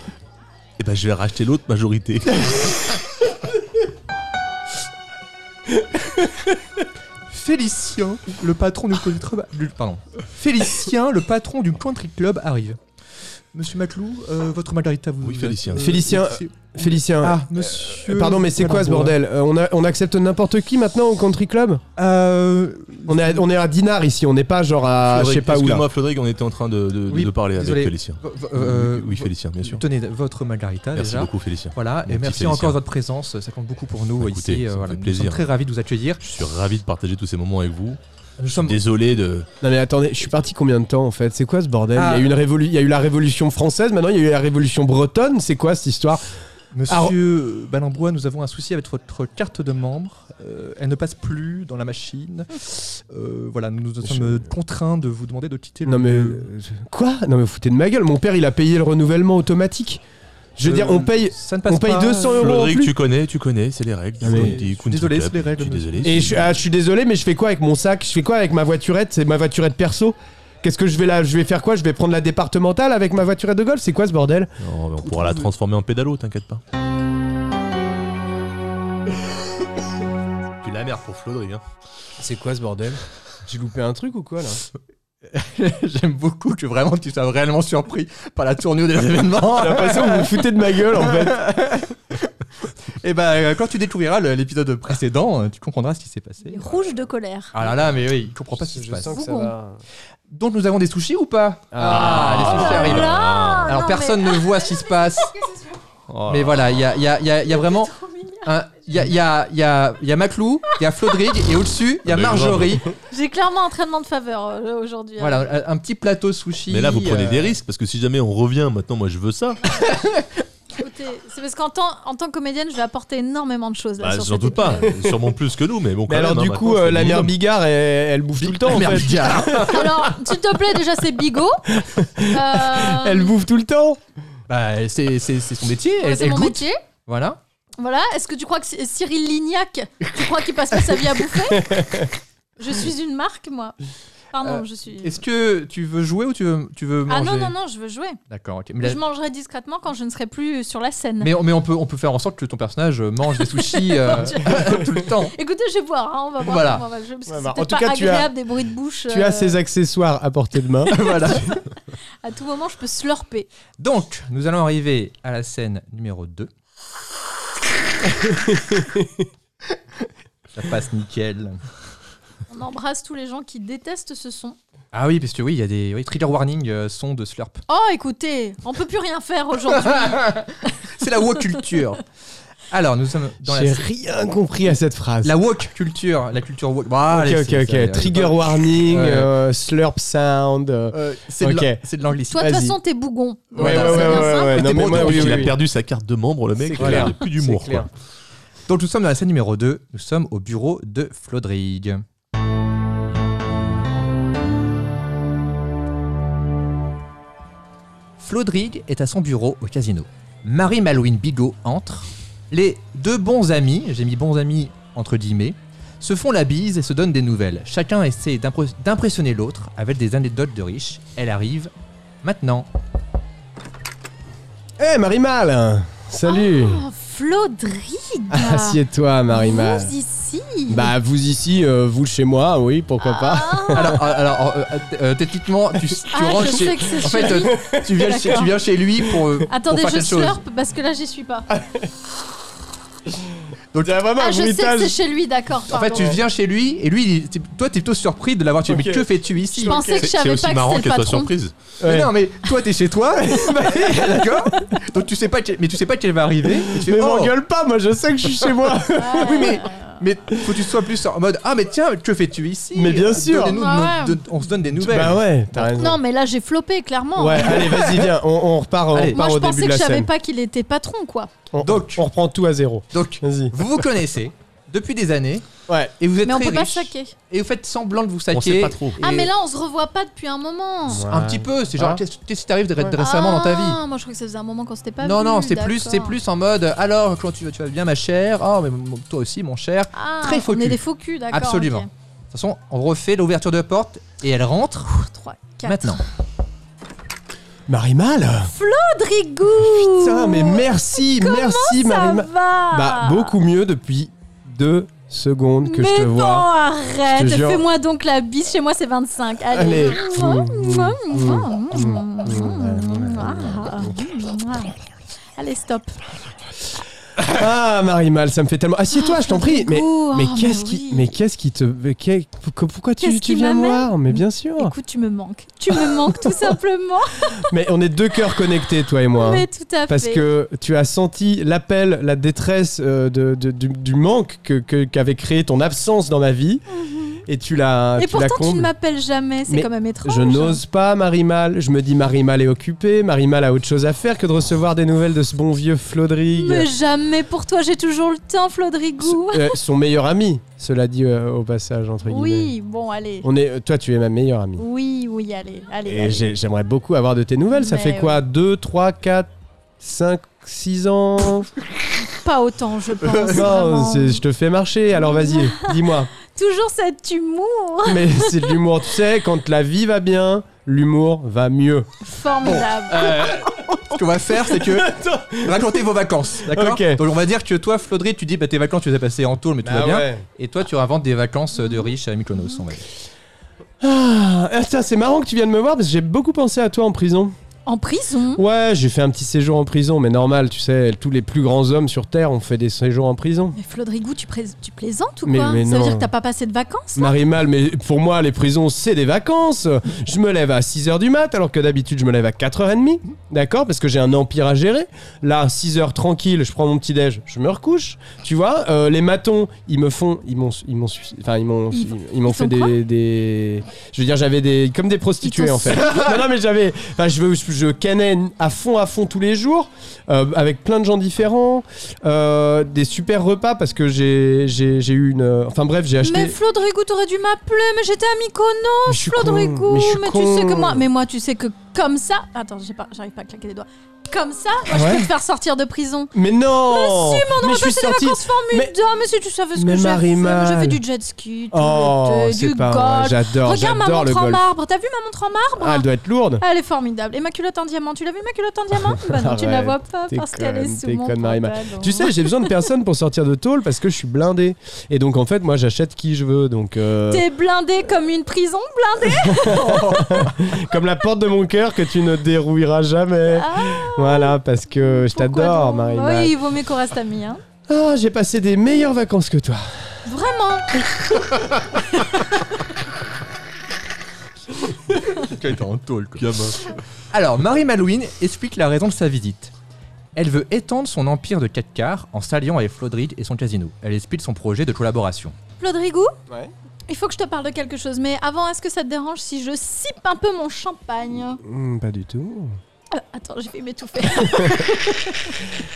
Speaker 3: Et ben, je vais racheter l'autre majorité.
Speaker 1: Félicien, le patron du country club. du- Pardon. Félicien, le patron du country club arrive. Monsieur Maclou, euh, votre margarita vous.
Speaker 3: Oui, Félicien.
Speaker 2: Félicien,
Speaker 1: c'est-
Speaker 2: Félicien. euh,
Speaker 1: Ah, monsieur.
Speaker 2: Pardon, mais c'est quoi ce
Speaker 1: Malambois.
Speaker 2: bordel Euh, on, a- on accepte n'importe qui maintenant au country club
Speaker 1: Euh,
Speaker 2: on est, à, on est à Dinard ici, on n'est pas genre à Ah, je sais pas où là.
Speaker 3: Excuse-moi, Flodric, on était en train de, de-
Speaker 1: Oui,
Speaker 3: de parler
Speaker 1: désolé.
Speaker 3: avec Félicien.
Speaker 1: v- v- euh,
Speaker 3: Oui, oui, Félicien, bien sûr.
Speaker 1: Tenez votre margarita
Speaker 3: Merci
Speaker 1: Ah, déjà.
Speaker 3: beaucoup, Félicien.
Speaker 1: Voilà,
Speaker 3: Mon
Speaker 1: et
Speaker 3: petit
Speaker 1: merci
Speaker 3: Félicien. Bah,
Speaker 1: encore de votre présence, ça compte beaucoup pour nous
Speaker 3: Écoutez,
Speaker 1: ici.
Speaker 3: ça
Speaker 1: euh,
Speaker 3: me
Speaker 1: voilà.
Speaker 3: fait
Speaker 1: Nous
Speaker 3: plaisir.
Speaker 1: sommes très ravis de vous accueillir.
Speaker 3: Je suis ravi de partager tous ces moments avec vous.
Speaker 1: Nous sommes
Speaker 3: Désolé de.
Speaker 2: Non mais attendez, je suis parti combien de temps en fait C'est quoi ce bordel
Speaker 1: Ah.
Speaker 2: il, y a eu une révolu- il y a eu la révolution française, maintenant il y a eu la révolution bretonne, c'est quoi cette histoire Alors-
Speaker 1: Monsieur Balambois, nous avons un souci avec votre carte de membre. Euh, elle ne passe plus dans la machine. Euh, voilà, nous, nous sommes contraints de vous demander de quitter le
Speaker 2: Non mais...
Speaker 1: lieu.
Speaker 2: euh, Quoi Non mais vous foutez de ma gueule, mon père il a payé le renouvellement automatique. Je veux
Speaker 1: Euh,
Speaker 2: dire, on paye...
Speaker 1: Ça ne passe
Speaker 2: on paye
Speaker 1: pas.
Speaker 2: 200 euros. en
Speaker 3: Flodric,
Speaker 2: plus.
Speaker 3: tu connais, tu connais, c'est les règles.
Speaker 2: Ah, mais-
Speaker 3: Du country
Speaker 1: Désolé,
Speaker 3: club.
Speaker 1: c'est les règles.
Speaker 3: Je suis désolé.
Speaker 2: Et je, ah, je suis désolé mais je fais quoi avec mon sac Je fais quoi avec ma voiturette C'est ma voiturette perso Qu'est-ce que je vais là Je vais faire quoi Je vais prendre la départementale avec ma voiturette de golf C'est quoi ce bordel
Speaker 3: Non, mais on pourra la transformer en pédalo, t'inquiète pas. Tu la merde pour Flodry, hein.
Speaker 2: C'est quoi ce bordel J'ai loupé un truc ou quoi là
Speaker 1: J'aime beaucoup que vraiment tu sois réellement surpris par la tournure des événements.
Speaker 2: J'ai l'impression que vous vous foutez de ma gueule en fait.
Speaker 1: et ben, quand tu découvriras le- l'épisode précédent, euh, tu comprendras ce qui s'est passé.
Speaker 4: Il est Rouge de colère.
Speaker 1: Ah là là, mais oui, il comprend pas ce qui se
Speaker 2: Je
Speaker 1: passe.
Speaker 2: sens que ça
Speaker 4: Bougon.
Speaker 2: va.
Speaker 1: Donc nous avons des sushis ou pas
Speaker 2: Ah.
Speaker 1: les sushis
Speaker 4: Oh là
Speaker 1: arrivent.
Speaker 4: là,
Speaker 1: Ah, Alors
Speaker 4: non,
Speaker 1: personne ne voit ce qui se passe.
Speaker 3: Oh,
Speaker 1: Mais voilà, il y a, il y a- il y a- il y a vraiment. un- Il y a, il y a- il y a- il y a Maclou, il y a Flodrig, et au-dessus, il y a
Speaker 3: Mais grave.
Speaker 1: Marjorie.
Speaker 4: mais- J'ai clairement entraînement de faveur euh, aujourd'hui. hein.
Speaker 1: Voilà, un un petit plateau sushi.
Speaker 3: Mais là, vous prenez
Speaker 1: euh,
Speaker 3: des risques parce que si jamais on revient maintenant, moi je veux ça.
Speaker 4: Écoutez, C'est parce qu'en tant, en tant que comédienne, je vais apporter énormément de choses là
Speaker 3: Bah,
Speaker 4: sur
Speaker 3: j'en
Speaker 4: cette
Speaker 3: doute pas, sûrement plus que nous, mais bon,
Speaker 2: Mais
Speaker 3: quand
Speaker 2: alors
Speaker 3: même,
Speaker 2: du
Speaker 3: hein,
Speaker 2: coup,
Speaker 3: maintenant,
Speaker 2: euh,
Speaker 3: c'est
Speaker 2: la
Speaker 3: le
Speaker 2: mère
Speaker 3: minimum.
Speaker 2: Bigard, elle, elle bouffe tout le temps en
Speaker 1: merde,
Speaker 2: fait.
Speaker 1: Bigard.
Speaker 4: Alors, s'il te plaît, déjà, c'est bigot. Euh,
Speaker 2: Elle bouffe tout le temps.
Speaker 1: Bah, c'est c'est- c'est son métier,
Speaker 4: ouais,
Speaker 1: elle,
Speaker 4: c'est
Speaker 1: elle
Speaker 4: mon
Speaker 1: goûte.
Speaker 4: métier.
Speaker 1: Voilà.
Speaker 4: Voilà. Est-ce que tu crois que c'est- Cyril Lignac, tu crois qu'il passe pas sa vie à bouffer Je suis une marque, moi. Pardon,
Speaker 1: Euh,
Speaker 4: je suis.
Speaker 1: Est-ce que tu veux jouer ou tu veux, tu veux manger
Speaker 4: Ah non, non, non, je veux jouer.
Speaker 1: D'accord, ok. Mais, la-
Speaker 4: Je mangerai discrètement quand je ne serai plus sur la scène.
Speaker 1: mais, on- mais on, peut, on peut faire en sorte que ton personnage mange des sushis euh, tout le temps.
Speaker 4: Écoutez, je vais voir, hein, on va voir.
Speaker 1: Voilà.
Speaker 4: comment on va jouer, parce que
Speaker 2: Ouais,
Speaker 4: c'est
Speaker 2: bah, en
Speaker 4: peut-être
Speaker 2: tout
Speaker 4: pas
Speaker 2: cas, tu as-
Speaker 4: agréable des bruits de bouche.
Speaker 2: Tu as
Speaker 4: euh,
Speaker 2: ses accessoires à portée de main.
Speaker 1: voilà.
Speaker 4: À tout moment, je peux slurper.
Speaker 1: Donc, nous allons arriver à la scène numéro 2. Ça passe nickel.
Speaker 4: On embrasse tous les gens qui détestent ce son.
Speaker 1: Ah oui, parce que oui, il y a des oui, trigger warning euh, son de slurp.
Speaker 4: Oh, écoutez, on peut plus rien faire aujourd'hui.
Speaker 1: C'est la woke culture. Alors, nous sommes dans la,
Speaker 2: J'ai rien compris à cette phrase.
Speaker 1: la woke culture, la culture woke. Bon, allez,
Speaker 2: ok, ok,
Speaker 1: c'est-
Speaker 2: ok.
Speaker 1: c'est-
Speaker 2: Trigger warning,
Speaker 1: Ouais.
Speaker 2: euh, slurp sound. euh,
Speaker 1: Euh, c'est de
Speaker 2: Ok.
Speaker 1: l'an- c'est de l'anglicisme.
Speaker 4: Toi, de toute
Speaker 2: Vas-y.
Speaker 4: façon, t'es bougon.
Speaker 2: Ouais,
Speaker 1: Voilà,
Speaker 2: ouais,
Speaker 4: c'est
Speaker 2: ouais,
Speaker 4: bien
Speaker 2: ouais,
Speaker 4: simple.
Speaker 2: ouais. Non,
Speaker 3: Mais t'es
Speaker 2: mais
Speaker 3: breton,
Speaker 2: moi, oui,
Speaker 3: il
Speaker 2: oui,
Speaker 3: a
Speaker 2: oui.
Speaker 3: perdu sa carte de membre, le mec.
Speaker 2: C'est
Speaker 3: il a
Speaker 2: clair.
Speaker 3: plus d'humour.
Speaker 2: C'est clair.
Speaker 3: quoi.
Speaker 1: Donc nous sommes dans la scène numéro 2, nous sommes au bureau de Flodrig. Flodrig est à son bureau au casino. Marie Malouine Bigot entre. Les deux bons amis, j'ai mis bons amis entre guillemets, se font la bise et se donnent des nouvelles. Chacun essaie d'impre- d'impressionner l'autre avec des anecdotes de riches. Elle arrive maintenant.
Speaker 2: Eh, Marie-Mal Salut
Speaker 4: Oh, Flodrig
Speaker 2: Ah, Assieds-toi, Marie-Mal.
Speaker 4: Ah. Vous ici ici
Speaker 2: Bah, vous ici, euh, vous chez moi, oui, pourquoi pas.
Speaker 4: Ah,
Speaker 1: Alors, euh, alors euh, euh, techniquement, tu, tu
Speaker 4: ah,
Speaker 1: rentres
Speaker 4: je
Speaker 1: chez.
Speaker 4: sais que c'est
Speaker 1: En fait,
Speaker 4: chéri.
Speaker 1: euh, tu, viens chez, tu viens chez lui pour, euh, pour
Speaker 4: Attendez,
Speaker 1: faire
Speaker 4: je
Speaker 1: quelque chose. Ah,
Speaker 4: slurpe parce que là, j'y suis pas.
Speaker 2: Donc, il y a vraiment
Speaker 4: Ah,
Speaker 2: un
Speaker 4: je sais que
Speaker 2: bruitage.
Speaker 4: c'est chez lui, d'accord.
Speaker 1: bah, En fait,
Speaker 4: pardon.
Speaker 1: tu viens chez lui et lui, il- t'es- toi, t'es plutôt surpris de l'avoir tué. Mais
Speaker 2: Ok.
Speaker 1: que fais-tu ici
Speaker 4: Je pensais que je
Speaker 3: C'est
Speaker 4: savais
Speaker 3: aussi
Speaker 4: pas que
Speaker 3: marrant
Speaker 4: c'était
Speaker 3: qu'elle
Speaker 4: le
Speaker 3: soit
Speaker 4: patron.
Speaker 3: surprise.
Speaker 1: Mais
Speaker 2: Ouais.
Speaker 1: non, mais toi, t'es chez toi, Bah, d'accord Donc tu sais pas, que- mais tu sais pas qu'elle va arriver. Et tu fais,
Speaker 2: Mais
Speaker 1: oh, ah
Speaker 2: m'engueule pas, moi je sais que je suis chez moi.
Speaker 4: Ouais.
Speaker 1: Oui, mais- mais faut que tu sois plus en mode ah mais tiens que fais-tu ici
Speaker 2: Mais bien
Speaker 1: Euh,
Speaker 2: sûr.
Speaker 1: donnez-nous
Speaker 4: Ah
Speaker 1: de-
Speaker 4: ouais.
Speaker 1: de- on se donne des nouvelles.
Speaker 2: Bah ouais, t'as raison.
Speaker 4: Non, mais là, j'ai floppé, clairement.
Speaker 2: Ouais, allez, vas-y, viens, on, on repart, on
Speaker 1: Allez.
Speaker 4: Moi,
Speaker 2: repart
Speaker 4: je
Speaker 2: au début
Speaker 4: pensais
Speaker 2: de
Speaker 4: que
Speaker 2: la
Speaker 4: je savais
Speaker 2: scène.
Speaker 4: pas qu'il était patron, quoi.
Speaker 2: On,
Speaker 1: Donc-
Speaker 2: on reprend tout à zéro.
Speaker 1: Donc
Speaker 2: Vas-y.
Speaker 1: vous vous connaissez depuis des années
Speaker 2: Ouais.
Speaker 1: et vous êtes
Speaker 4: Mais on
Speaker 1: très
Speaker 4: peut pas
Speaker 1: riches.
Speaker 4: saquer.
Speaker 1: et vous faites semblant de vous saquer.
Speaker 3: On sait pas trop.
Speaker 4: Ah,
Speaker 1: Et-
Speaker 4: mais là, on se revoit pas depuis un moment.
Speaker 1: un petit peu, c'est genre
Speaker 2: Ah.
Speaker 1: qu'est-ce qu'est-ce qui t'arrive de- de récemment dans ta vie
Speaker 4: Ah, moi, je crois que ça faisait un moment qu'on s'était pas
Speaker 1: Non
Speaker 4: vu,
Speaker 1: non, c'est plus
Speaker 4: d'accord.
Speaker 1: c'est plus en mode alors quand tu, vas- tu vas bien ma chère Oh mais mon- toi aussi mon cher. De
Speaker 4: Ah,
Speaker 1: Très faux
Speaker 4: on est
Speaker 1: cul.
Speaker 4: des faux culs, d'accord.
Speaker 1: Absolument.
Speaker 4: ok.
Speaker 1: toute façon, on refait l'ouverture de porte et elle rentre
Speaker 4: Pour trois, quatre.
Speaker 1: maintenant.
Speaker 2: Marimal
Speaker 4: Rodrigo
Speaker 2: Putain, mais merci, merci
Speaker 4: Ça
Speaker 2: Marimal.
Speaker 4: va
Speaker 2: Bah, beaucoup mieux depuis deux secondes que
Speaker 4: mais
Speaker 2: je te
Speaker 4: non,
Speaker 2: vois. Je
Speaker 4: arrête,
Speaker 2: te jure.
Speaker 4: fais-moi donc la bise, chez moi c'est 25. Allez.
Speaker 2: Allez.
Speaker 4: Mouah,
Speaker 2: Mm,
Speaker 4: mouah,
Speaker 2: mm,
Speaker 4: mouah,
Speaker 2: mm,
Speaker 4: mouah,
Speaker 2: mm,
Speaker 4: mouah, mouah. Ah, Allez, stop.
Speaker 2: Ah, Marimal, ça me fait tellement. Assieds-toi, je t'en prie. Mais,
Speaker 4: Rodrigo,
Speaker 2: mais
Speaker 4: oh,
Speaker 2: qu'est-ce
Speaker 4: mais
Speaker 2: qui,
Speaker 4: oui.
Speaker 2: mais qu'est-ce qui te, mais qu'est- pourquoi- pourquoi tu,
Speaker 4: Qu'est-ce
Speaker 2: tu
Speaker 4: qui
Speaker 2: viens me
Speaker 4: m'amène
Speaker 2: voir Mais bien sûr.
Speaker 4: Écoute, tu me manques. Tu me manques tout simplement.
Speaker 2: Mais on est deux cœurs connectés, toi et moi. hein.
Speaker 4: Mais tout à fait.
Speaker 2: Parce que tu as senti l'appel, la détresse euh, de, de- du, du manque que, que- qu'avait créé ton absence dans ma vie. Et tu l'as
Speaker 4: Mm-hmm. Et
Speaker 2: euh, tu la
Speaker 4: pourtant, tu ne
Speaker 2: combles.
Speaker 4: m'appelles jamais, c'est
Speaker 2: Mais
Speaker 4: quand même étrange.
Speaker 2: Je n'ose pas, Marie-Mal. Je me dis, Marie-Mal est occupée. Marie-Mal a autre chose à faire que de recevoir des nouvelles de ce bon vieux Flodrig. euh,
Speaker 4: Mais jamais pour toi, j'ai toujours le temps, Flodrigou.
Speaker 2: Ce- euh, son meilleur ami, cela dit euh, au passage, entre guillemets.
Speaker 4: Oui, bon, allez.
Speaker 2: On est, euh, toi, tu es ma meilleure amie.
Speaker 4: Oui, oui, allez. allez,
Speaker 2: Et
Speaker 4: allez.
Speaker 2: j'ai- j'aimerais beaucoup avoir de tes nouvelles. Ça
Speaker 4: Mais
Speaker 2: fait quoi 2, 3, 4, 5, 6 ans
Speaker 4: Pas autant, je pense.
Speaker 2: Non,
Speaker 4: vraiment.
Speaker 2: c'est- je te fais marcher, alors vas-y, dis-moi.
Speaker 4: Toujours cet humour
Speaker 2: Mais c'est de l'humour, tu sais, quand la vie va bien, l'humour va mieux.
Speaker 4: formidable.
Speaker 1: Ce qu'on va faire, c'est que racontez vos vacances, d'accord
Speaker 2: Ok. Bah
Speaker 1: Donc on va dire que toi, Flaudry, tu dis bah tes vacances, tu les as passées en tôle, mais tout va bien. Et toi, tu inventes des vacances euh, de riches à Mykonos, on va dire.
Speaker 2: Ah, ah, tiens, c'est marrant que tu viennes me voir parce que j'ai beaucoup pensé à toi en prison.
Speaker 4: En prison
Speaker 2: Ouais, j'ai fait un petit séjour en prison, mais normal, tu sais, tous les plus grands hommes sur Terre ont fait des séjours en prison.
Speaker 4: Mais Flodrigou, tu, pré- tu plaisantes ou
Speaker 2: Mais-
Speaker 4: quoi
Speaker 2: mais
Speaker 4: Ça veut
Speaker 2: non.
Speaker 4: dire que t'as pas passé de vacances là
Speaker 2: Marie-Mal, mais pour moi, les prisons, c'est des vacances. Je me lève à 6h du mat, alors que d'habitude, je me lève à 4h30. D'accord Parce que j'ai un empire à gérer. Là, 6h tranquille, je prends mon petit-déj, je me recouche. Tu vois Euh, Les matons, ils me font. Ils m'ont. Ils m'ont. su- Enfin, ils m'ont.
Speaker 4: Ils-
Speaker 2: Ils, ils m'ont
Speaker 4: ils
Speaker 2: fait
Speaker 4: font quoi
Speaker 2: des, des- Je veux dire, j'avais des. Comme des prostituées,
Speaker 4: Ils t'ont
Speaker 2: en fait. non, non, mais j'avais. Enfin, je, je, je canais à fond, à fond tous les jours, euh, avec plein de gens différents. euh, des super repas, parce que j'ai j'ai- j'ai eu une. Enfin, bref, j'ai acheté.
Speaker 4: Mais Flodrigou, t'aurais dû m'appeler, mais j'étais à Mykonos,
Speaker 2: Mais je suis con,
Speaker 4: Flodrigou,
Speaker 2: je suis
Speaker 4: Oh, mais, tu
Speaker 2: con.
Speaker 4: sais que moi, mais moi, tu sais que comme ça, attends, j'ai pas, j'arrive pas à claquer les doigts. Comme ça, moi, je
Speaker 2: Ouais.
Speaker 4: peux te faire sortir de prison.
Speaker 2: Mais non Mais je suis
Speaker 4: C'est des
Speaker 2: sorti.
Speaker 4: vacances
Speaker 2: Mais-
Speaker 4: formidables, mais... si tu savais ce
Speaker 2: Mais
Speaker 4: que j'ai fait, moi,
Speaker 2: Marie-Mal.
Speaker 4: j'ai fait du jet ski, tout
Speaker 2: Oh,
Speaker 4: l'été,
Speaker 2: c'est
Speaker 4: du
Speaker 2: pas vrai,
Speaker 4: golf.
Speaker 2: J'adore,
Speaker 4: Regarde ma
Speaker 2: j'adore le
Speaker 4: montre en
Speaker 2: golf.
Speaker 4: marbre, t'as vu ma montre en marbre
Speaker 2: Ah, elle doit être lourde.
Speaker 4: Elle est formidable. Et ma culotte en diamant, tu l'as vu ma culotte en diamant Bah non, tu ne la
Speaker 2: Arrête,
Speaker 4: vois pas
Speaker 2: t'es
Speaker 4: parce qu'elle
Speaker 2: conne,
Speaker 4: est sous
Speaker 2: t'es
Speaker 4: mon
Speaker 2: conne, Marie-Ma.
Speaker 4: pantalon.
Speaker 2: Tu sais, j'ai besoin de personne pour sortir de tôle parce que je suis blindé. Et donc, en fait, moi, j'achète qui je veux. Donc, euh,
Speaker 4: T'es blindé comme une prison blindée
Speaker 2: comme la porte de mon cœur que tu ne dérouilleras jamais.
Speaker 4: Ah,
Speaker 2: Voilà, parce que je
Speaker 4: pourquoi
Speaker 2: t'adore,
Speaker 4: donc
Speaker 2: marie
Speaker 4: Oui, il vaut mieux qu'on reste amis. Hein.
Speaker 2: Ah, j'ai passé des meilleures vacances que toi.
Speaker 4: Vraiment
Speaker 3: en tôle,
Speaker 1: Alors, Marie Malouine explique la raison de sa visite. Elle veut étendre son empire de 4 quarts en s'alliant avec Flaudry et son casino. Elle explique son projet de collaboration.
Speaker 4: Flodrigou
Speaker 2: Ouais.
Speaker 4: Il faut que je te parle de quelque chose, mais avant, est-ce que ça te dérange si je sipe un peu mon champagne
Speaker 2: Hmm, pas du tout.
Speaker 4: Euh, Attends, je vais m'étouffer.
Speaker 2: Ah,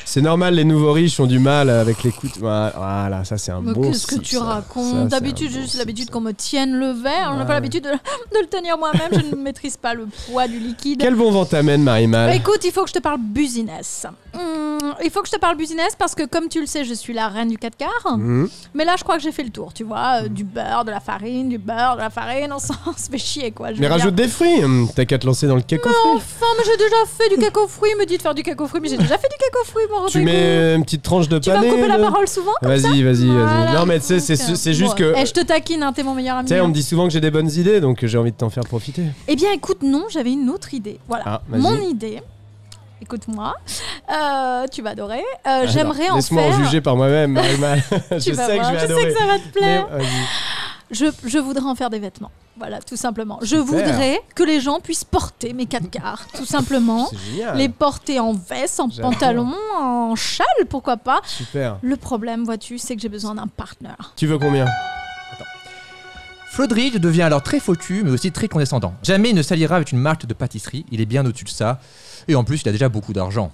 Speaker 2: C'est normal, les nouveaux riches ont du mal avec les coups. de- Voilà, ça, c'est un
Speaker 4: Mais
Speaker 2: bon
Speaker 4: qu'est-ce que
Speaker 2: sip,
Speaker 4: tu
Speaker 2: ça. Ça, c'est un
Speaker 4: racontes D'habitude,
Speaker 2: bon
Speaker 4: j'ai juste
Speaker 2: sip,
Speaker 4: l'habitude
Speaker 2: ça.
Speaker 4: qu'on me tienne le verre. On
Speaker 2: Ouais,
Speaker 4: n'a pas
Speaker 2: ouais.
Speaker 4: l'habitude de, de le tenir moi-même. Je ne maîtrise pas le poids du liquide. Bah,
Speaker 2: Quel bon vent t'amène, Marie-Mal
Speaker 4: Écoute, il faut que je te parle business. Hum, il faut que je te parle business parce que, comme tu le sais, je suis la reine du 4 quarts.
Speaker 2: Mhm.
Speaker 4: Mais là, je crois que j'ai fait le tour, tu vois. euh,
Speaker 2: Hmm.
Speaker 4: Du beurre, de la farine, du beurre, de la farine. On s'en- on se fait chier, quoi. je
Speaker 2: Mais
Speaker 4: veux dire.
Speaker 2: rajoute des fruits. hum, T'as qu'à te lancer dans le cake aux fruits.
Speaker 4: Enfin, mais j'ai déjà fait du cacao fruit. Il me dit de faire du cacao fruit, mais j'ai déjà fait du cacao fruit, mon
Speaker 2: Tu
Speaker 4: Rodrigo.
Speaker 2: mets euh, une petite tranche de
Speaker 4: Tu vas me
Speaker 2: panais.
Speaker 4: couper la
Speaker 2: là.
Speaker 4: parole souvent
Speaker 2: Vas-y, vas-y,
Speaker 4: Voilà.
Speaker 2: vas-y. Non, mais tu sais, c'est
Speaker 4: Donc, euh,
Speaker 2: c'est juste
Speaker 4: bon,
Speaker 2: que.
Speaker 4: eh, je te taquine, hein, t'es mon meilleur ami.
Speaker 2: Tu sais, on
Speaker 4: hein.
Speaker 2: me dit souvent que j'ai des bonnes idées, donc euh, j'ai envie de t'en faire profiter.
Speaker 4: Eh bien, écoute, non, j'avais une autre idée. Voilà.
Speaker 2: Ah, vas-y.
Speaker 4: Mon idée, écoute-moi, euh, tu vas adorer. Euh, J'aimerais en
Speaker 2: Ah, Laisse-moi en
Speaker 4: faire.
Speaker 2: juger par moi-même, Marie-Mal. je
Speaker 4: tu
Speaker 2: sais
Speaker 4: vas
Speaker 2: que
Speaker 4: voir,
Speaker 2: je vais
Speaker 4: je sais
Speaker 2: adorer.
Speaker 4: que ça va te
Speaker 2: Mais,
Speaker 4: plaire.
Speaker 2: vas-y.
Speaker 4: Je, je voudrais en faire des vêtements. Voilà, tout simplement. Je
Speaker 2: Super.
Speaker 4: voudrais que les gens puissent porter mes quatre quarts, tout simplement.
Speaker 2: C'est génial.
Speaker 4: Hein Les porter en veste, en
Speaker 2: J'adore.
Speaker 4: pantalon, en châle, pourquoi pas.
Speaker 2: Super.
Speaker 4: Le problème, vois-tu, c'est que j'ai besoin d'un partenaire.
Speaker 2: Tu veux combien
Speaker 1: Flodrig devient alors très focus, mais aussi très condescendant. Jamais il ne s'alliera avec une marque de pâtisserie, il est bien au-dessus de ça, et en plus il a déjà beaucoup d'argent.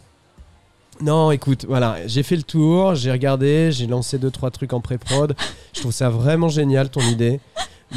Speaker 2: Non, écoute, voilà, j'ai fait le tour, j'ai regardé, j'ai lancé deux trois trucs en pré-prod. je trouve ça vraiment génial ton idée,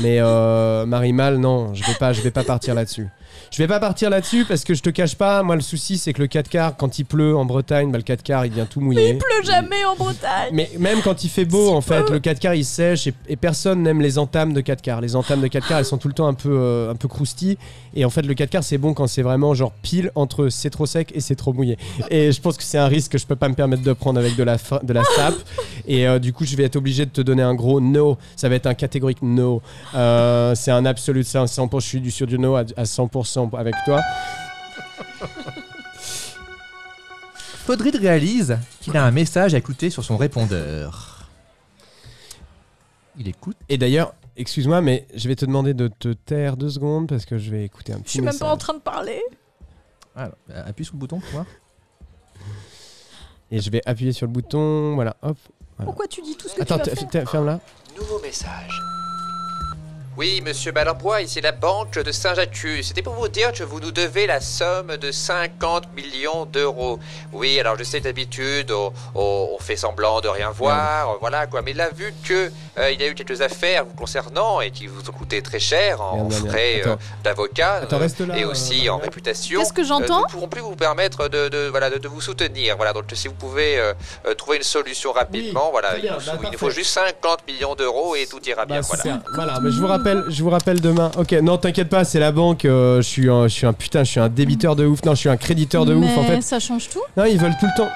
Speaker 2: mais euh, Marie Mal, non, je vais pas, je vais pas partir là-dessus. Je vais pas partir là-dessus parce que je te cache pas, moi le souci c'est que le 4 quarts quand il pleut en Bretagne, bah, le 4 quarts il vient tout mouillé.
Speaker 4: Il pleut jamais en Bretagne.
Speaker 2: Mais même quand il fait beau, en fait, le 4 quarts il sèche et, et personne n'aime les entames de 4 quarts. Les entames de 4 quarts elles sont tout le temps un peu, euh, un peu croustilles. Et en fait, le 4 quarts c'est bon quand c'est vraiment genre pile entre c'est trop sec et c'est trop mouillé. Et je pense que c'est un risque que je peux pas me permettre de prendre avec de la, fa- de la sape. Et euh, du coup, je vais être obligé de te donner un gros no. Ça va être un catégorique no. Euh, c'est un absolu, c'est un 100%. Je suis du- sur du no à, à 100% avec toi.
Speaker 1: Flodrig réalise qu'il a un message à écouter sur son répondeur. Il écoute.
Speaker 2: Et d'ailleurs, excuse-moi, mais je vais te demander de te taire deux secondes parce que je vais écouter un petit
Speaker 4: Je suis même
Speaker 2: message.
Speaker 4: pas en train de parler.
Speaker 1: Ah, euh, appuie sur le bouton pour voir.
Speaker 2: Et je vais appuyer sur le bouton, voilà, hop.
Speaker 4: Pourquoi tu dis tout ce que
Speaker 2: Attends,
Speaker 4: tu vas
Speaker 2: t-
Speaker 4: faire
Speaker 2: t- ferme là.
Speaker 5: Nouveau message. Oui, monsieur Malambois, ici la banque de Saint-Jacques. C'était pour vous dire que vous nous devez la somme de 50 millions d'euros. Oui, alors je sais d'habitude, on, on- on fait semblant de rien voir, euh, voilà quoi. Mais là, vu que euh, il y a eu quelques affaires vous concernant et qui vous ont coûté très cher en
Speaker 2: Merde, merde,
Speaker 5: frais
Speaker 2: merde.
Speaker 5: euh, d'avocat
Speaker 2: Attends,
Speaker 5: euh,
Speaker 2: reste là,
Speaker 5: et
Speaker 2: euh,
Speaker 5: aussi
Speaker 2: Marie-Laure.
Speaker 5: en réputation,
Speaker 4: Qu'est-ce que
Speaker 5: euh,
Speaker 4: j'entends
Speaker 5: nous ne pourrons plus vous permettre de, de- voilà, de, de vous soutenir. Voilà, donc si vous pouvez euh, euh, trouver une solution rapidement, voilà,
Speaker 2: très bien,
Speaker 5: il,
Speaker 2: bah,
Speaker 5: nous- il nous
Speaker 2: parfait.
Speaker 5: faut juste 50 millions d'euros et tout ira Ah, bien.
Speaker 2: Bah,
Speaker 5: voilà.
Speaker 2: super. Voilà, mais je vous rappelle, je vous rappelle demain. Ok, non, t'inquiète pas, c'est la banque. euh, je suis, un, je suis un putain, je suis un débiteur de ouf. Non, je suis un créditeur de ouf en
Speaker 4: Mais
Speaker 2: fait. Ah
Speaker 4: ça change tout.
Speaker 2: Non, ils veulent tout le temps.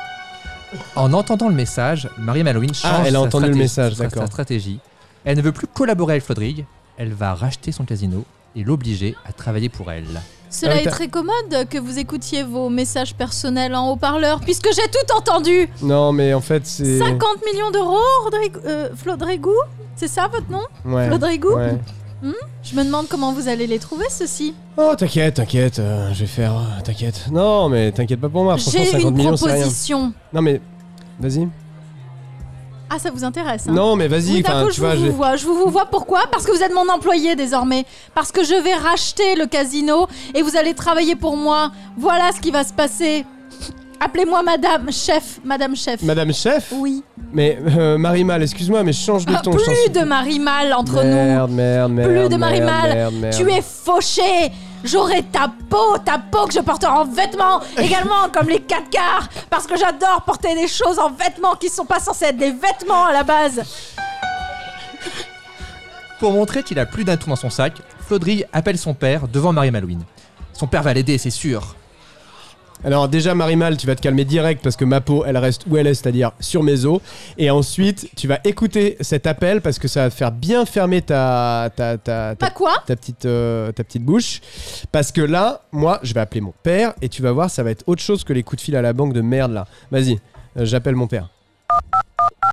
Speaker 1: En entendant le message, Marie Malouine change
Speaker 2: Ah, elle a
Speaker 1: sa
Speaker 2: entendu le
Speaker 1: stratégie-
Speaker 2: message,
Speaker 1: sa-
Speaker 2: d'accord.
Speaker 1: sa stratégie. Elle ne veut plus collaborer avec Flodrig, elle va racheter son casino et l'obliger à travailler pour elle.
Speaker 4: Cela
Speaker 2: Ah oui,
Speaker 4: est
Speaker 2: t'as-
Speaker 4: très commode que vous écoutiez vos messages personnels en haut-parleur, puisque j'ai tout entendu.
Speaker 2: Non, mais en fait, c'est.
Speaker 4: 50 millions d'euros, Rodrigo, euh, Flodrigou C'est ça votre nom
Speaker 2: Ouais.
Speaker 4: Flodrigou
Speaker 2: ouais.
Speaker 4: Je me demande comment vous allez les trouver, ceux-ci.
Speaker 2: Oh, t'inquiète, t'inquiète, euh, je vais faire. euh, t'inquiète. Non, mais t'inquiète pas pour moi. Ah, Franchement,
Speaker 4: J'ai
Speaker 2: 50
Speaker 4: une
Speaker 2: millions, c'est rien.
Speaker 4: proposition.
Speaker 2: Non, mais. Vas-y.
Speaker 4: Ah, ça vous intéresse hein
Speaker 2: Non, mais vas-y.
Speaker 4: Oui, d'un
Speaker 2: Enfin,
Speaker 4: coup,
Speaker 2: tu
Speaker 4: je
Speaker 2: vois,
Speaker 4: vous,
Speaker 2: j'ai-
Speaker 4: vous vois. Je vous, vous vois pourquoi Parce que vous êtes mon employé désormais. Parce que je vais racheter le casino et vous allez travailler pour moi. Voilà ce qui va se passer. Appelez-moi Madame Chef. Madame Chef.
Speaker 2: Madame Chef.
Speaker 4: Oui.
Speaker 2: Mais euh, Marie-Mal, excuse-moi, mais change de
Speaker 4: Ah,
Speaker 2: ton. je t'en
Speaker 4: plus
Speaker 2: supplie.
Speaker 4: de mari mal entre nous.
Speaker 2: Merde, merde, merde.
Speaker 4: Plus de Marie
Speaker 2: merde,
Speaker 4: Mal.
Speaker 2: merde, merde.
Speaker 4: Tu es fauché. J'aurai ta peau, ta peau que je porterai en vêtements également, comme les quatre quarts, parce que j'adore porter des choses en vêtements qui sont pas censées être des vêtements à la base.
Speaker 1: Pour montrer qu'il a plus d'un tour dans son sac, Flodrig appelle son père devant Marie Malouine. Son père va l'aider, c'est sûr.
Speaker 2: Alors déjà Marie-Mal, tu vas te calmer direct parce que ma peau, elle reste où elle est, c'est-à-dire sur mes os. Et ensuite, tu vas écouter cet appel parce que ça va te faire bien fermer ta ta ta, ta,
Speaker 4: Pas quoi
Speaker 2: ta petite euh, ta petite bouche parce que là, moi, je vais appeler mon père et tu vas voir, ça va être autre chose que les coups de fil à la banque de merde là. Vas-y, euh, j'appelle mon père.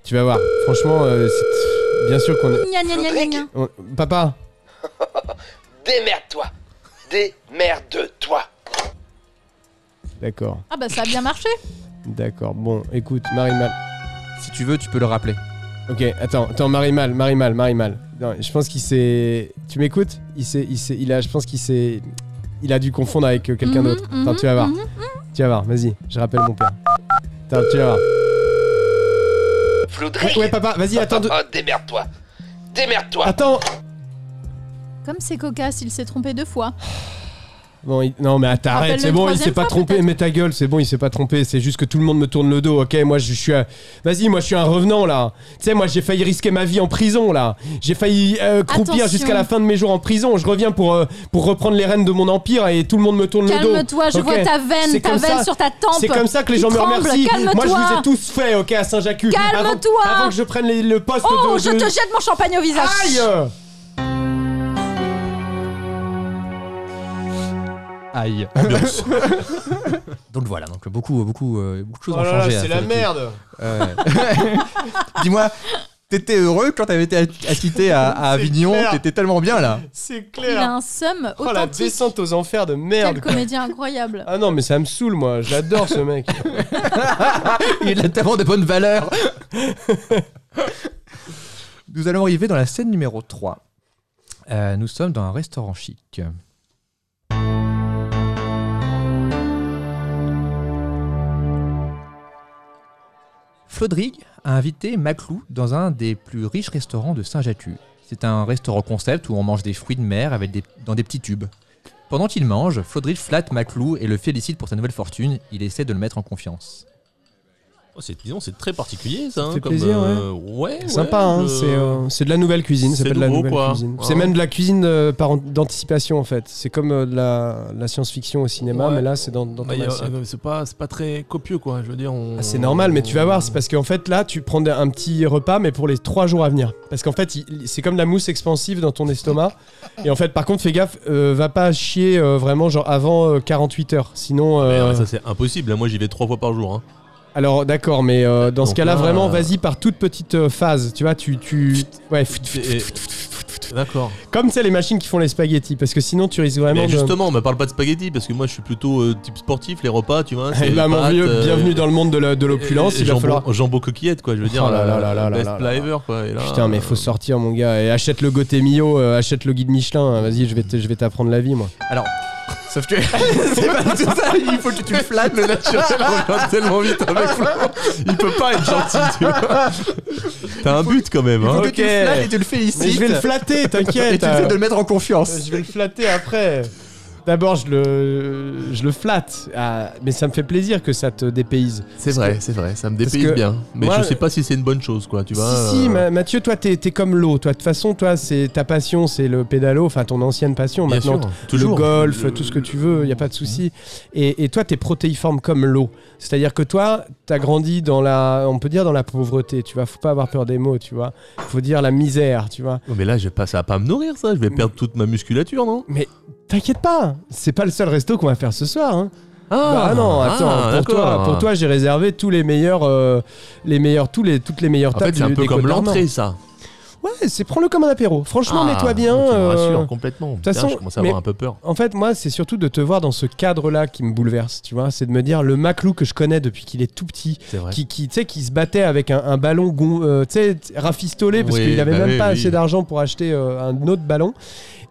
Speaker 2: Tu vas voir. Franchement, euh, c'est- bien sûr qu'on est.
Speaker 4: Gna gna gna gna gna.
Speaker 2: on- Papa,
Speaker 6: Démerde-toi Démerde-toi
Speaker 2: d'accord,
Speaker 4: Ah bah ça a bien marché.
Speaker 2: d'accord. Bon, écoute, Marie-Mal.
Speaker 1: Si tu veux, tu peux le rappeler.
Speaker 2: Ok, attends, attends, Marie-Mal, Marie-Mal, Marie-Mal. Non, je pense qu'il s'est. Tu m'écoutes Il s'est, il s'est, il a, je pense qu'il s'est, il a dû confondre avec euh, quelqu'un
Speaker 4: Mhm,
Speaker 2: d'autre. Attends, tu vas voir,
Speaker 4: mhm, mhm.
Speaker 2: tu vas voir. Vas-y, je rappelle mon père. Attends, tu vas voir.
Speaker 6: Flodrig
Speaker 2: Ouais, ouais, papa, vas-y, attends. deux-
Speaker 6: Oh, démerde-toi Démerde-toi
Speaker 2: Attends.
Speaker 4: Comme c'est cocasse, il s'est trompé deux fois.
Speaker 2: Bon, il- Non, mais attends,
Speaker 4: Rappelle-le
Speaker 2: arrête, c'est
Speaker 4: une
Speaker 2: bon, il
Speaker 4: troisième
Speaker 2: s'est pas
Speaker 4: fois,
Speaker 2: trompé,
Speaker 4: peut-être.
Speaker 2: mets ta gueule, c'est bon, il s'est pas trompé, c'est juste que tout le monde me tourne le dos, ok Moi, je, suis un... Vas-y, moi, je suis un revenant, là. Tu sais, moi, j'ai failli risquer ma vie en prison, là. J'ai failli euh, croupir
Speaker 4: Attention.
Speaker 2: jusqu'à la fin de mes jours en prison. Je reviens pour, euh, pour reprendre les rênes de mon empire et tout le monde me tourne le dos.
Speaker 4: Calme-toi, je
Speaker 2: Ok.
Speaker 4: vois ta veine,
Speaker 2: C'est
Speaker 4: ta
Speaker 2: comme
Speaker 4: veine
Speaker 2: ça.
Speaker 4: sur ta tempe.
Speaker 2: C'est comme ça que les
Speaker 4: qui
Speaker 2: gens me
Speaker 4: tremble.
Speaker 2: remercient. Moi, je
Speaker 4: Calme-toi.
Speaker 2: vous ai tous fait, ok, à Saint-Jacques. Avant,
Speaker 4: Calme-toi.
Speaker 2: avant que je prenne les- le poste
Speaker 4: Oh,
Speaker 2: de...
Speaker 4: je
Speaker 2: de-
Speaker 4: te jette mon champagne au visage.
Speaker 2: Aïe
Speaker 1: Aïe.
Speaker 3: Ambiance.
Speaker 1: Donc voilà, donc beaucoup, beaucoup, euh, beaucoup de choses
Speaker 2: Oh
Speaker 1: ont
Speaker 2: là là,
Speaker 1: changé. à
Speaker 2: c'est la
Speaker 1: Fabrique.
Speaker 2: merde
Speaker 1: Ouais. Dis-moi, t'étais heureux quand t'avais été acquitté à, à
Speaker 2: C'est
Speaker 1: Avignon,
Speaker 2: clair.
Speaker 1: t'étais tellement bien là.
Speaker 2: C'est
Speaker 4: Il a
Speaker 2: clair
Speaker 4: un seum
Speaker 2: Oh, la
Speaker 4: authentique.
Speaker 2: descente aux enfers de merde
Speaker 4: Quel
Speaker 2: quoi.
Speaker 4: comédien incroyable.
Speaker 2: Ah non, mais ça me saoule, moi. J'adore ce mec.
Speaker 1: Il a tellement de bonnes valeurs. nous allons arriver dans la scène numéro 3. Euh, nous sommes dans un restaurant chic. Flodrig a invité Maclou dans un des plus riches restaurants de Saint-Jatu. C'est un restaurant concept où on mange des fruits de mer avec des- dans des petits tubes. Pendant qu'il mange, Flodrig flatte Maclou et le félicite pour sa nouvelle fortune. Il essaie de le mettre en confiance.
Speaker 3: Oh, c'est, disons, c'est très particulier ça.
Speaker 2: Ça
Speaker 3: hein,
Speaker 2: fait
Speaker 3: comme,
Speaker 2: plaisir,
Speaker 3: euh, ouais. ouais,
Speaker 2: Sympa, hein.
Speaker 3: je-
Speaker 2: C'est, euh, c'est de la nouvelle cuisine. Ça
Speaker 3: c'est
Speaker 2: s'appelle de la
Speaker 3: nouveau,
Speaker 2: nouvelle
Speaker 3: quoi.
Speaker 2: cuisine.
Speaker 3: Ouais.
Speaker 2: C'est même de la cuisine euh, par an- d'anticipation, en fait. C'est comme euh, de la, de la science-fiction au cinéma,
Speaker 3: Ouais.
Speaker 2: mais là, c'est dans, dans ton
Speaker 3: Bah, il y a-
Speaker 2: assiette.
Speaker 3: euh, c'est, pas, c'est pas très copieux quoi. Je veux dire, on-
Speaker 2: Ah, c'est normal, mais tu vas voir, c'est parce qu'en fait là, tu prends un petit repas, mais pour les trois jours à venir. Parce qu'en fait, il- il- c'est comme la mousse expansive dans ton estomac. Et en fait, par contre, fais gaffe, euh, va pas chier euh, vraiment genre avant euh, 48 heures. Sinon,
Speaker 3: Mais,
Speaker 2: euh,
Speaker 3: ouais, ça c'est impossible. hein. Moi j'y vais trois fois par jour. hein.
Speaker 2: alors d'accord, mais euh, dans ce
Speaker 3: Donc
Speaker 2: cas-là,
Speaker 3: là,
Speaker 2: vraiment,
Speaker 3: euh,
Speaker 2: vas-y par toute petite euh, phase. Tu vois, tu, tu, ouais, fut- fut-
Speaker 3: Et- D'accord.
Speaker 2: comme c'est les machines qui font les spaghettis, parce que sinon, tu risques vraiment
Speaker 3: Mais
Speaker 2: de.
Speaker 3: justement, on me parle pas de spaghettis parce que moi je suis plutôt euh, type sportif, les repas, tu vois.
Speaker 2: Eh
Speaker 3: c'est
Speaker 2: ben, mon
Speaker 3: pâtes,
Speaker 2: vieux,
Speaker 3: euh,
Speaker 2: bienvenue dans le monde de la- de l'opulence.
Speaker 3: et- et
Speaker 2: Il va
Speaker 3: jambon-
Speaker 2: falloir.
Speaker 3: Jambon coquillette, quoi. Je veux dire,
Speaker 2: Oh là là
Speaker 3: euh,
Speaker 2: là là là
Speaker 3: best
Speaker 2: là
Speaker 3: plat
Speaker 2: là.
Speaker 3: ever, quoi. Et là,
Speaker 2: Putain, mais faut
Speaker 3: euh,
Speaker 2: sortir, mon gars. Et achète le Gotemio, euh, achète le guide Michelin. Vas-y, je vais te- je vais t'apprendre la vie, moi.
Speaker 1: Alors, sauf que Eh ben, c'est pas tout ça, il faut que tu le flattes le
Speaker 3: Churchill revient tellement vite avec Florent. Il peut pas être gentil, tu vois. T'as un but quand même,
Speaker 1: Il faut
Speaker 3: hein.
Speaker 1: que tu le
Speaker 2: Ok.
Speaker 1: flattes et tu le félicites.
Speaker 2: Mais je vais le flatter,
Speaker 1: Et
Speaker 2: t'inquiète.
Speaker 1: tu essaies de
Speaker 2: Euh,
Speaker 1: le mettre en confiance.
Speaker 2: Je vais le flatter après. D'abord, je le, je le flatte. Ah, mais ça me fait plaisir que ça te dépayse.
Speaker 3: C'est vrai, c'est vrai, ça me
Speaker 2: Parce
Speaker 3: dépayse
Speaker 2: que
Speaker 3: bien. Mais
Speaker 2: moi,
Speaker 3: je sais pas si c'est une bonne chose, quoi, tu vois.
Speaker 2: si, si,
Speaker 3: euh,
Speaker 2: Ma- Mathieu, toi, t'es t'es comme l'eau. Toi, de toute façon, toi, c'est ta passion, c'est le pédalo, enfin ton ancienne passion
Speaker 3: bien
Speaker 2: maintenant.
Speaker 3: sûr, hein.
Speaker 2: Le
Speaker 3: toujours.
Speaker 2: golf,
Speaker 3: Le-
Speaker 2: tout ce que tu veux, il n'y a pas de souci. Et, et toi, t'es protéiforme comme l'eau. C'est-à-dire que toi, t'as grandi dans la, on peut dire dans la pauvreté, tu vois. Faut pas avoir peur des mots, tu vois. Faut dire la misère, tu vois.
Speaker 3: Oh, Mais là, je vais pas, ça va pas me nourrir, ça. Je
Speaker 2: Mm.
Speaker 3: vais perdre toute ma musculature, non
Speaker 2: T'inquiète pas, c'est pas le seul resto qu'on va faire ce soir. Hein. Ah, non, attends,
Speaker 3: Oh. ah,
Speaker 2: pour, toi,
Speaker 3: d'accord.
Speaker 2: pour toi, j'ai réservé tous les meilleurs, euh, les meilleurs, tous les, toutes les meilleures
Speaker 3: En
Speaker 2: tables.
Speaker 3: fait, c'est un
Speaker 2: du-
Speaker 3: peu
Speaker 2: des
Speaker 3: comme
Speaker 2: Côtes d'Armor.
Speaker 3: l'entrée, ça.
Speaker 2: Ouais, c'est prends-le comme un apéro. Franchement,
Speaker 3: Ah,
Speaker 2: mets-toi bien.
Speaker 3: Tu me rassures
Speaker 2: euh,
Speaker 3: complètement.
Speaker 2: toute
Speaker 3: Putain,
Speaker 2: façon,
Speaker 3: je commence à
Speaker 2: mais-
Speaker 3: avoir un peu peur.
Speaker 2: En fait, moi, c'est surtout de te voir dans ce cadre-là qui me bouleverse, tu vois. C'est de me dire, le Maclou que je connais depuis qu'il est tout petit,
Speaker 3: C'est vrai.
Speaker 2: qui, qui, tu sais, qui se battait avec un, un ballon gon- euh, tu sais, t- rafistolé parce
Speaker 3: Oui,
Speaker 2: qu'il n'avait
Speaker 3: bah
Speaker 2: même
Speaker 3: oui,
Speaker 2: pas
Speaker 3: oui.
Speaker 2: assez d'argent pour acheter euh, un autre ballon,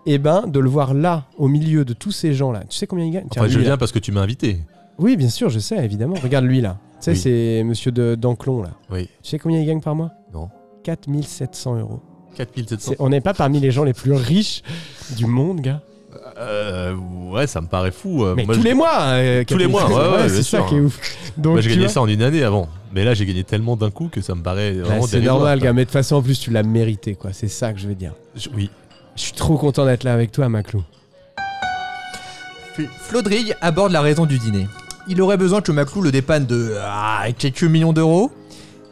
Speaker 2: et ben de le voir là, au milieu de tous ces gens-là. Tu sais combien il gagne Tiens,
Speaker 3: Enfin, je
Speaker 2: lui, là.
Speaker 3: viens parce que tu m'as invité.
Speaker 2: Oui, bien sûr, je sais, évidemment. Regarde lui là. Tu sais,
Speaker 3: Oui.
Speaker 2: c'est monsieur de- d'Anclon là.
Speaker 3: Oui.
Speaker 2: Tu sais combien il gagne par mois
Speaker 3: Non.
Speaker 2: 4700 euros.
Speaker 3: 4700.
Speaker 2: C'est- On n'est pas parmi les gens les plus riches du monde, gars.
Speaker 3: Euh, ouais, ça me paraît fou. euh,
Speaker 2: Mais
Speaker 3: moi,
Speaker 2: tous
Speaker 3: je-
Speaker 2: les mois euh,
Speaker 3: Tous les
Speaker 2: 4700,
Speaker 3: mois, ouais, ouais, bien
Speaker 2: c'est ça
Speaker 3: sûr. hein.
Speaker 2: qui est ouf. Donc,
Speaker 3: Moi, j'ai
Speaker 2: tu
Speaker 3: gagné
Speaker 2: vois,
Speaker 3: ça en une année avant. Mais là, j'ai gagné tellement d'un coup que ça me paraît
Speaker 2: bah,
Speaker 3: vraiment
Speaker 2: c'est
Speaker 3: dérisoire.
Speaker 2: normal, gars. Mais de toute façon, en plus, tu l'as mérité, quoi. C'est ça que je veux dire.
Speaker 3: Je- Oui.
Speaker 2: Je suis trop content d'être là avec toi, Maclou.
Speaker 1: Flodrig aborde la raison du dîner. Il aurait besoin que Maclou le dépanne de ah, quelques millions d'euros.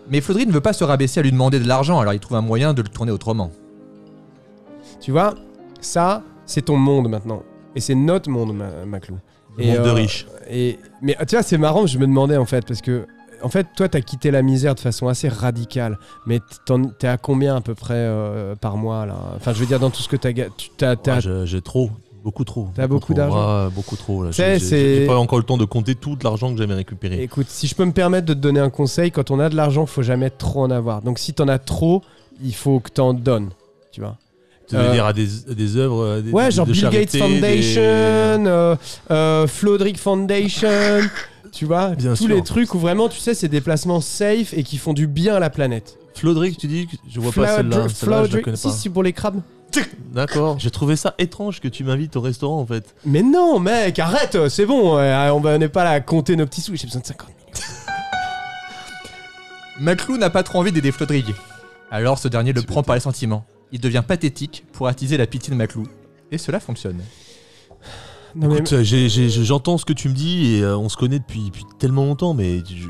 Speaker 1: Mais Flodrig ne veut pas se rabaisser à lui demander de l'argent, alors il trouve un moyen de le tourner autrement.
Speaker 2: Tu vois, ça, c'est ton monde maintenant. Et c'est notre monde, Ma- Maclou. Et,
Speaker 3: Monde de
Speaker 2: euh,
Speaker 3: riches.
Speaker 2: Et mais tu vois, c'est marrant, je me demandais en fait parce que en fait, toi, t'as quitté la misère de façon assez radicale. Mais t'en- t'es à combien à peu près euh, par mois là Enfin, je veux dire dans tout ce que t'as, ga- tu t'as, t'as-
Speaker 3: Ouais, je- j'ai trop. Beaucoup trop.
Speaker 2: T'as beaucoup
Speaker 3: trop.
Speaker 2: d'argent
Speaker 3: Ouais, Beaucoup trop. là.
Speaker 2: Tu sais,
Speaker 3: J'ai
Speaker 2: c'est-
Speaker 3: j'ai- j'ai pas encore le temps de compter tout l'argent que j'avais récupéré.
Speaker 2: Écoute, si je peux me permettre de te donner un conseil, quand on a de l'argent, faut jamais trop en avoir. Donc, si t'en as trop, il faut que t'en donnes. Tu vois
Speaker 3: Tu
Speaker 2: euh,
Speaker 3: veux dire à des, à des œuvres. euh, des-
Speaker 2: Ouais,
Speaker 3: de
Speaker 2: genre Bill
Speaker 3: charité,
Speaker 2: Gates Foundation,
Speaker 3: des-
Speaker 2: euh, euh, Flodrick Foundation, tu vois,
Speaker 3: Bien
Speaker 2: tous
Speaker 3: sûr.
Speaker 2: les trucs où vraiment, tu sais, c'est des placements safe et qui font du bien à la planète.
Speaker 3: Flodrick, tu dis que Je vois pas
Speaker 2: Flodrick-
Speaker 3: celle-là. Celle-là, je la
Speaker 2: Flodrick-
Speaker 3: connais
Speaker 2: si,
Speaker 3: pas.
Speaker 2: c'est pour les crabes.
Speaker 3: D'accord. J'ai trouvé ça étrange que tu m'invites au restaurant en fait.
Speaker 2: Mais non, mec, arrête, c'est bon, euh, on va- on n'est pas là à compter nos petits sous, j'ai besoin de 50 000.
Speaker 1: Maclou n'a pas trop envie d'aider Flodrig. Alors ce dernier le prend par les sentiments. Il devient pathétique pour attiser la pitié de Maclou. Et cela fonctionne.
Speaker 2: Non, mais,
Speaker 3: Écoute, euh, j'ai- j'ai- j'ai- j'entends ce que tu me dis et euh, on se connaît depuis, depuis tellement longtemps, mais il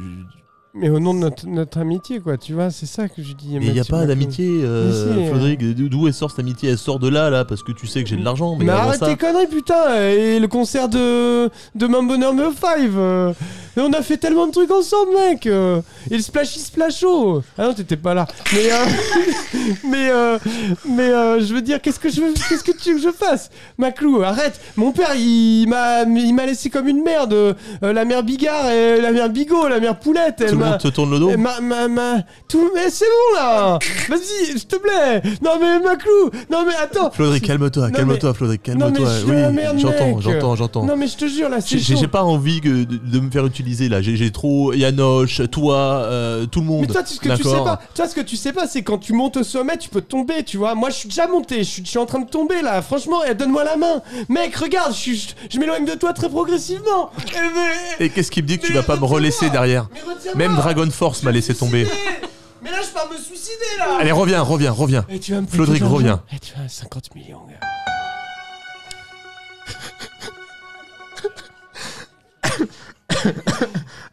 Speaker 2: mais au nom de notre, notre amitié, quoi, tu vois, c'est ça que je dis.
Speaker 3: n'y a
Speaker 2: Mathieu
Speaker 3: pas
Speaker 2: Macron.
Speaker 3: d'amitié, euh,
Speaker 2: Mais si, euh.
Speaker 3: Flodrig. D'où- D'où elle sort cette amitié Elle sort de là, là, parce que tu sais que j'ai de l'argent. Mais,
Speaker 2: Mais
Speaker 3: avant
Speaker 2: arrête
Speaker 3: ça,
Speaker 2: tes conneries, putain, euh, et le concert de, de Mambo Number 5. euh, et on a fait tellement de trucs ensemble, mec. euh, et le splashy splasho. Ah non, t'étais pas là. Mais, euh, mais, euh, mais euh, je veux dire, qu'est-ce que je veux, qu'est-ce que tu veux que je fasse Maclou, arrête. Mon père, il m'a, il m'a laissé comme une merde. euh, la mère Bigard, et la mère Bigot, la mère Poulette. elle
Speaker 3: tout le
Speaker 2: m'a-
Speaker 3: monde te tourne le dos.
Speaker 2: eh, ma, ma, ma, tout, mais c'est bon là! Vas-y, s'il te plaît! Non mais Maclou! Non mais attends!
Speaker 3: Flodrig, calme-toi,
Speaker 2: Non,
Speaker 3: calme-toi, Flodrig,
Speaker 2: Non, mais
Speaker 3: calme-toi.
Speaker 2: je suis la merde,
Speaker 3: Oui, j'entends,
Speaker 2: mec.
Speaker 3: j'entends, j'entends.
Speaker 2: Non mais je te jure là, c'est
Speaker 3: J'ai- J'ai
Speaker 2: chaud.
Speaker 3: j'ai pas envie que de, de me faire utiliser là. J'ai j'ai trop Yanoche, toi, euh, tout le monde.
Speaker 2: Mais toi, tu- ce que tu sais
Speaker 3: D'accord
Speaker 2: pas, toi, ce que tu sais pas, c'est quand tu montes au sommet, tu peux tomber, tu vois. Moi, je suis déjà monté, je suis, je suis en train de tomber là. Franchement, eh, donne-moi la main, mec. Regarde, je, suis- je- je m'éloigne de toi très progressivement. Eh, mais,
Speaker 3: Et qu'est-ce qui me dit que tu
Speaker 2: Mais
Speaker 3: vas pas me relaisser
Speaker 2: retiens-moi.
Speaker 3: derrière
Speaker 2: mais retiens-moi.
Speaker 3: Même Dragon Force
Speaker 2: Je
Speaker 3: m'a
Speaker 2: vais
Speaker 3: laissé
Speaker 2: me
Speaker 3: tomber.
Speaker 2: suicider. Mais là, je pars me suicider là.
Speaker 3: Allez, reviens, reviens, reviens.
Speaker 2: Et tu vas me foutre
Speaker 3: Flodric,
Speaker 2: de l'argent.
Speaker 3: reviens.
Speaker 2: Eh, tu vas à 50 millions. gars.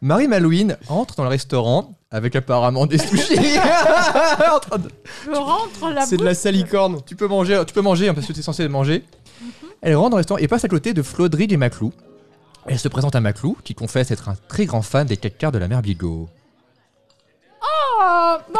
Speaker 1: Marie Malouine entre dans le restaurant avec apparemment des sushis. En train de-
Speaker 4: Je rentre la
Speaker 2: C'est de la salicorne.
Speaker 1: tu peux manger, tu peux manger hein, parce que tu es censé manger. Elle rentre dans le restaurant et passe à côté de Flodrig et Maclou. Elle se présente à Maclou qui confesse être un très grand fan des quatre quarts de la mère Bigot.
Speaker 4: Ah, bah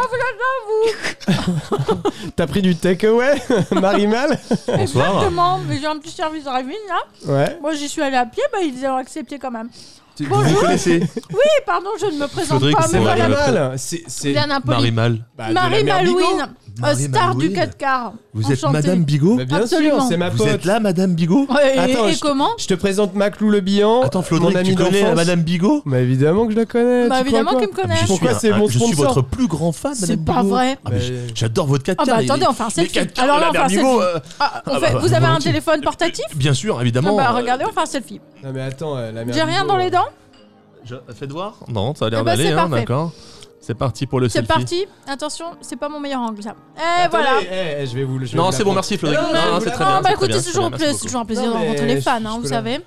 Speaker 4: voilà,
Speaker 2: T'as pris du takeaway, Marie-Mal
Speaker 3: Bonsoir.
Speaker 4: exactement. Mais j'ai un petit service à Ravine,
Speaker 2: hein.
Speaker 4: là.
Speaker 2: Ouais.
Speaker 4: Moi, j'y suis allée à pied, bah ils ont accepté quand même.
Speaker 3: Tu- Vous vous connaissez
Speaker 4: Eh, pardon, je ne me présente
Speaker 3: Faudrait
Speaker 4: pas,
Speaker 3: que
Speaker 4: mais
Speaker 3: c'est
Speaker 4: voilà.
Speaker 3: Marie-
Speaker 2: Marie-Mal, c'est. c'est-
Speaker 4: Bien impoli.
Speaker 3: Marie Mal.
Speaker 2: bah, de la
Speaker 4: Marie
Speaker 2: mère Bigot.
Speaker 4: Malouine, euh,
Speaker 3: Marie
Speaker 4: star du
Speaker 3: Malouine.
Speaker 4: 4 quarts.
Speaker 3: Vous êtes
Speaker 4: Enchantée.
Speaker 3: Madame Bigot
Speaker 2: Mais Bah, bien
Speaker 4: Absolument.
Speaker 2: sûr, c'est ma
Speaker 3: Vous
Speaker 2: pote.
Speaker 3: êtes là, Madame Bigot
Speaker 4: Ouais, et-
Speaker 2: Attends,
Speaker 4: et comment
Speaker 2: Je te présente Maclou Le Bihan,
Speaker 3: Attends,
Speaker 2: Oh, mon
Speaker 3: Flodrig,
Speaker 2: ami
Speaker 3: tu connais la
Speaker 2: d'enfance.
Speaker 3: Madame Bigot
Speaker 2: Mais évidemment que je la connais.
Speaker 4: Bah
Speaker 2: tu crois
Speaker 4: évidemment
Speaker 2: quoi
Speaker 4: qu'elle me connaît.
Speaker 2: suis- Pourquoi
Speaker 3: un- ah,
Speaker 2: c'est mon
Speaker 3: Je suis
Speaker 2: sponsor
Speaker 3: votre plus grand fan,
Speaker 4: C'est
Speaker 3: Madame
Speaker 4: pas
Speaker 3: Bigot.
Speaker 4: vrai.
Speaker 3: Ah, mais
Speaker 2: Mais-
Speaker 3: J'adore votre 4
Speaker 4: Ah bah attendez, on fait un selfie. Alors là, on fait un selfie. Ah, on
Speaker 3: Ah
Speaker 4: fait-
Speaker 3: bah,
Speaker 4: vous avez un
Speaker 3: volontiers.
Speaker 4: téléphone portatif
Speaker 3: Bien sûr,
Speaker 4: Ah
Speaker 3: évidemment.
Speaker 4: bah
Speaker 3: euh,
Speaker 4: regardez, on fait un selfie.
Speaker 2: Non mais attends, euh, la mère
Speaker 4: J'ai rien
Speaker 2: Bigot,
Speaker 4: dans les dents
Speaker 3: Euh, Je... Faites voir Non, ça a
Speaker 4: Eh
Speaker 3: l'air
Speaker 4: bah,
Speaker 3: d'aller,
Speaker 4: c'est
Speaker 3: hein,
Speaker 4: parfait.
Speaker 3: d'accord. C'est parti pour le
Speaker 4: C'est
Speaker 3: selfie.
Speaker 4: parti. Attention, c'est pas mon meilleur angle ça. Eh
Speaker 2: Attendez,
Speaker 4: voilà.
Speaker 2: eh, eh, je vais vous le. je vais
Speaker 3: Non,
Speaker 2: vous la
Speaker 3: c'est bon,
Speaker 2: prendre.
Speaker 3: merci Flodrig.
Speaker 2: Non,
Speaker 3: Non,
Speaker 2: mais
Speaker 3: non,
Speaker 2: vous
Speaker 3: c'est
Speaker 2: la-
Speaker 3: très
Speaker 4: Non,
Speaker 3: bien.
Speaker 4: bah
Speaker 3: c'est très
Speaker 4: écoutez,
Speaker 3: bien,
Speaker 4: c'est toujours, un
Speaker 3: très bien,
Speaker 4: pla-
Speaker 3: merci
Speaker 4: c'est toujours un plaisir
Speaker 2: Non,
Speaker 4: de
Speaker 2: mais
Speaker 4: rencontrer les
Speaker 2: je-
Speaker 4: fans,
Speaker 2: je
Speaker 4: hein, vous
Speaker 2: peux la-
Speaker 4: savez.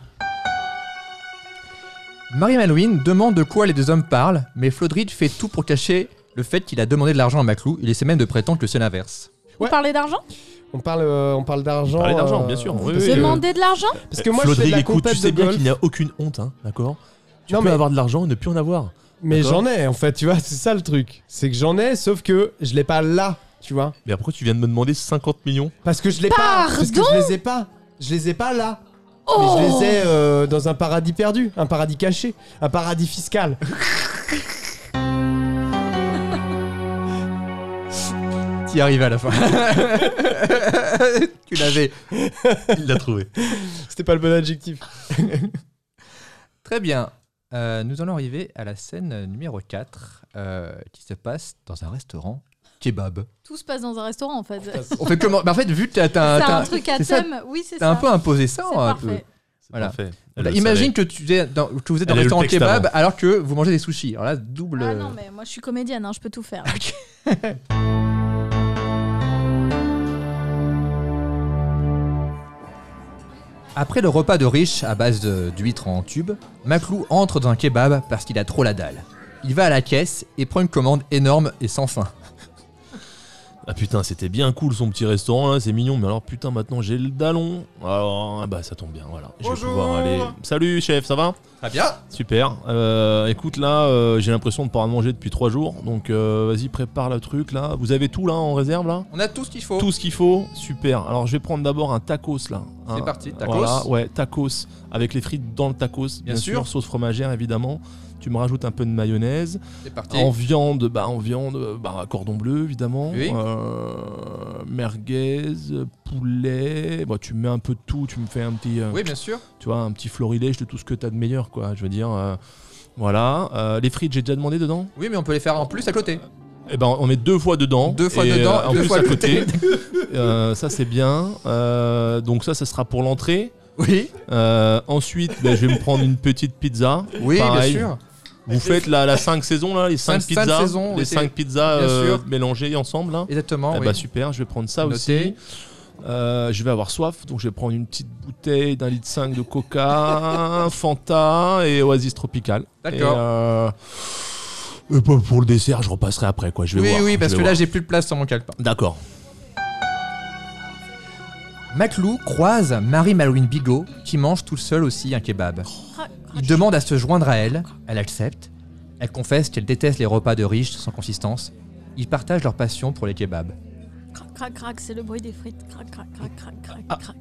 Speaker 1: Marie Malouine demande de quoi les deux hommes parlent, mais Flodrig fait tout pour cacher le fait qu'il a demandé de l'argent à Maclou. Il essaie même de prétendre que c'est l'inverse.
Speaker 4: Vous
Speaker 2: Ouais.
Speaker 4: parlez d'argent
Speaker 2: On parle, euh, on parle d'argent.
Speaker 3: On parlait d'argent,
Speaker 2: euh,
Speaker 3: bien sûr, oui,
Speaker 2: parce
Speaker 3: oui,
Speaker 2: que-
Speaker 3: oui. Demande-
Speaker 4: Demandez de l'argent
Speaker 2: Parce que moi, je fais de
Speaker 3: Flodrig,
Speaker 2: la
Speaker 3: écoute, tu
Speaker 2: compète de
Speaker 3: sais bien
Speaker 2: golf.
Speaker 3: qu'il n'y a aucune honte, hein, d'accord Tu
Speaker 2: Non,
Speaker 3: peux
Speaker 2: mais-
Speaker 3: avoir de l'argent et ne plus en avoir.
Speaker 2: Mais
Speaker 3: D'accord.
Speaker 2: j'en ai, en fait, tu vois, c'est ça le truc. C'est que j'en ai, sauf que je l'ai pas là, tu vois.
Speaker 3: Mais pourquoi tu viens de me demander 50 millions
Speaker 2: Parce que je l'ai pas. Parce que je les ai pas. Je les ai pas là. Mais je les
Speaker 4: Oh
Speaker 2: ai euh, dans un paradis perdu, un paradis caché, un paradis fiscal.
Speaker 1: T'y arrives à la fin. tu l'avais.
Speaker 3: Il l'a trouvé.
Speaker 2: C'était pas le bon adjectif.
Speaker 1: Très bien. Euh, nous allons arriver à la scène numéro 4 euh, qui se passe dans un restaurant kebab.
Speaker 4: Tout se passe dans un restaurant en fait. C'est
Speaker 1: On fait comment bah, En fait, vu que t'as t'as-
Speaker 4: un
Speaker 1: t'as-
Speaker 4: truc à
Speaker 1: c'est ça,
Speaker 4: thème, oui c'est
Speaker 1: t'as
Speaker 4: ça.
Speaker 1: un peu imposé ça. hein,
Speaker 4: C'est
Speaker 1: un
Speaker 4: parfait.
Speaker 1: Voilà.
Speaker 3: Parfait.
Speaker 2: Bah,
Speaker 1: peu.
Speaker 3: Elle le
Speaker 1: Imagine que, tu es dans, que vous êtes dans
Speaker 3: Elle
Speaker 1: un
Speaker 3: a eu le
Speaker 1: restaurant
Speaker 3: texte
Speaker 1: kebab
Speaker 3: avant.
Speaker 1: alors que vous mangez des sushis. Alors là, double.
Speaker 4: Ah non mais moi je suis comédienne, hein, je peux tout faire.
Speaker 1: Après le repas de riche à base de- d'huîtres en tube, Maclou entre dans un kebab parce qu'il a trop la dalle. Il va à la caisse et prend une commande énorme et sans fin.
Speaker 3: savait. Ah putain, c'était bien cool son petit restaurant là, c'est mignon, mais alors putain, maintenant j'ai le dallon. Alors, ah bah ça tombe bien, voilà. Je vais pouvoir aller. Salut chef, ça va
Speaker 1: Très bien
Speaker 3: Super. Euh, écoute, là, euh, j'ai l'impression de pas en manger depuis 3 jours, donc euh, vas-y, prépare le truc là. Vous avez tout là en réserve là
Speaker 1: On a tout ce qu'il faut.
Speaker 3: Tout ce qu'il faut, super. Alors je vais prendre d'abord un tacos là.
Speaker 1: C'est
Speaker 3: Un-
Speaker 1: parti, tacos.
Speaker 3: Voilà, ouais, tacos. Avec les frites dans le tacos, bien,
Speaker 1: sûr.
Speaker 3: sûr. Sauce fromagère évidemment. Tu me rajoutes un peu de mayonnaise.
Speaker 1: C'est parti.
Speaker 3: En viande, bah en viande, euh, bah cordon bleu évidemment.
Speaker 1: Oui.
Speaker 3: Euh, merguez, euh, poulet. Bah, tu mets un peu de tout, tu me fais un petit, euh,
Speaker 1: Oui, bien sûr.
Speaker 3: tu vois, un petit florilège de tout ce que t'as de meilleur quoi. Je veux dire, euh, voilà. Euh, les frites, j'ai déjà demandé dedans.
Speaker 1: Oui, mais on peut les faire en plus à côté.
Speaker 3: Eh ben, on est deux fois dedans.
Speaker 1: Deux fois
Speaker 3: et,
Speaker 1: dedans,
Speaker 3: euh, en
Speaker 1: deux
Speaker 3: plus
Speaker 1: fois
Speaker 3: à
Speaker 1: de
Speaker 3: côté. Euh, ça, c'est bien. Euh, donc, ça, ça sera pour l'entrée.
Speaker 1: Oui,
Speaker 3: Euh, ensuite, ben, je vais me prendre une petite pizza.
Speaker 1: oui,
Speaker 3: Pareil.
Speaker 1: bien sûr.
Speaker 3: Vous faites la, la 5 saisons, là, les 5
Speaker 1: Cinq-
Speaker 3: pizzas,
Speaker 1: cinq saisons,
Speaker 3: les
Speaker 1: oui,
Speaker 3: 5 pizzas
Speaker 1: bien
Speaker 3: euh,
Speaker 1: sûr.
Speaker 3: mélangées ensemble. Là.
Speaker 1: Exactement.
Speaker 4: Ah
Speaker 3: Eh
Speaker 1: oui.
Speaker 3: ben, super, je vais prendre ça
Speaker 1: Noté.
Speaker 3: aussi. Euh, je vais avoir soif, donc je vais prendre une petite bouteille d'un litre 5 de coca, Fanta et Oasis Tropical.
Speaker 1: D'accord.
Speaker 3: Et, euh, et pas pour le dessert, je repasserai après, quoi. Je vais
Speaker 1: oui,
Speaker 3: voir,
Speaker 1: oui,
Speaker 3: je
Speaker 1: parce
Speaker 3: vais
Speaker 1: que là,
Speaker 3: voir.
Speaker 1: j'ai plus de place sur mon calepin.
Speaker 3: D'accord.
Speaker 1: Maclou croise Marie Malouine Bigot, qui mange tout seul aussi un kebab. Il demande à se joindre à elle, elle accepte. Elle confesse qu'elle déteste les repas de riches sans consistance. Ils partagent leur passion pour les kebabs.
Speaker 4: Crac, crac, crac, c'est le bruit des frites. Crac, crac, crac, crac, crac,
Speaker 3: Ah.
Speaker 4: crac.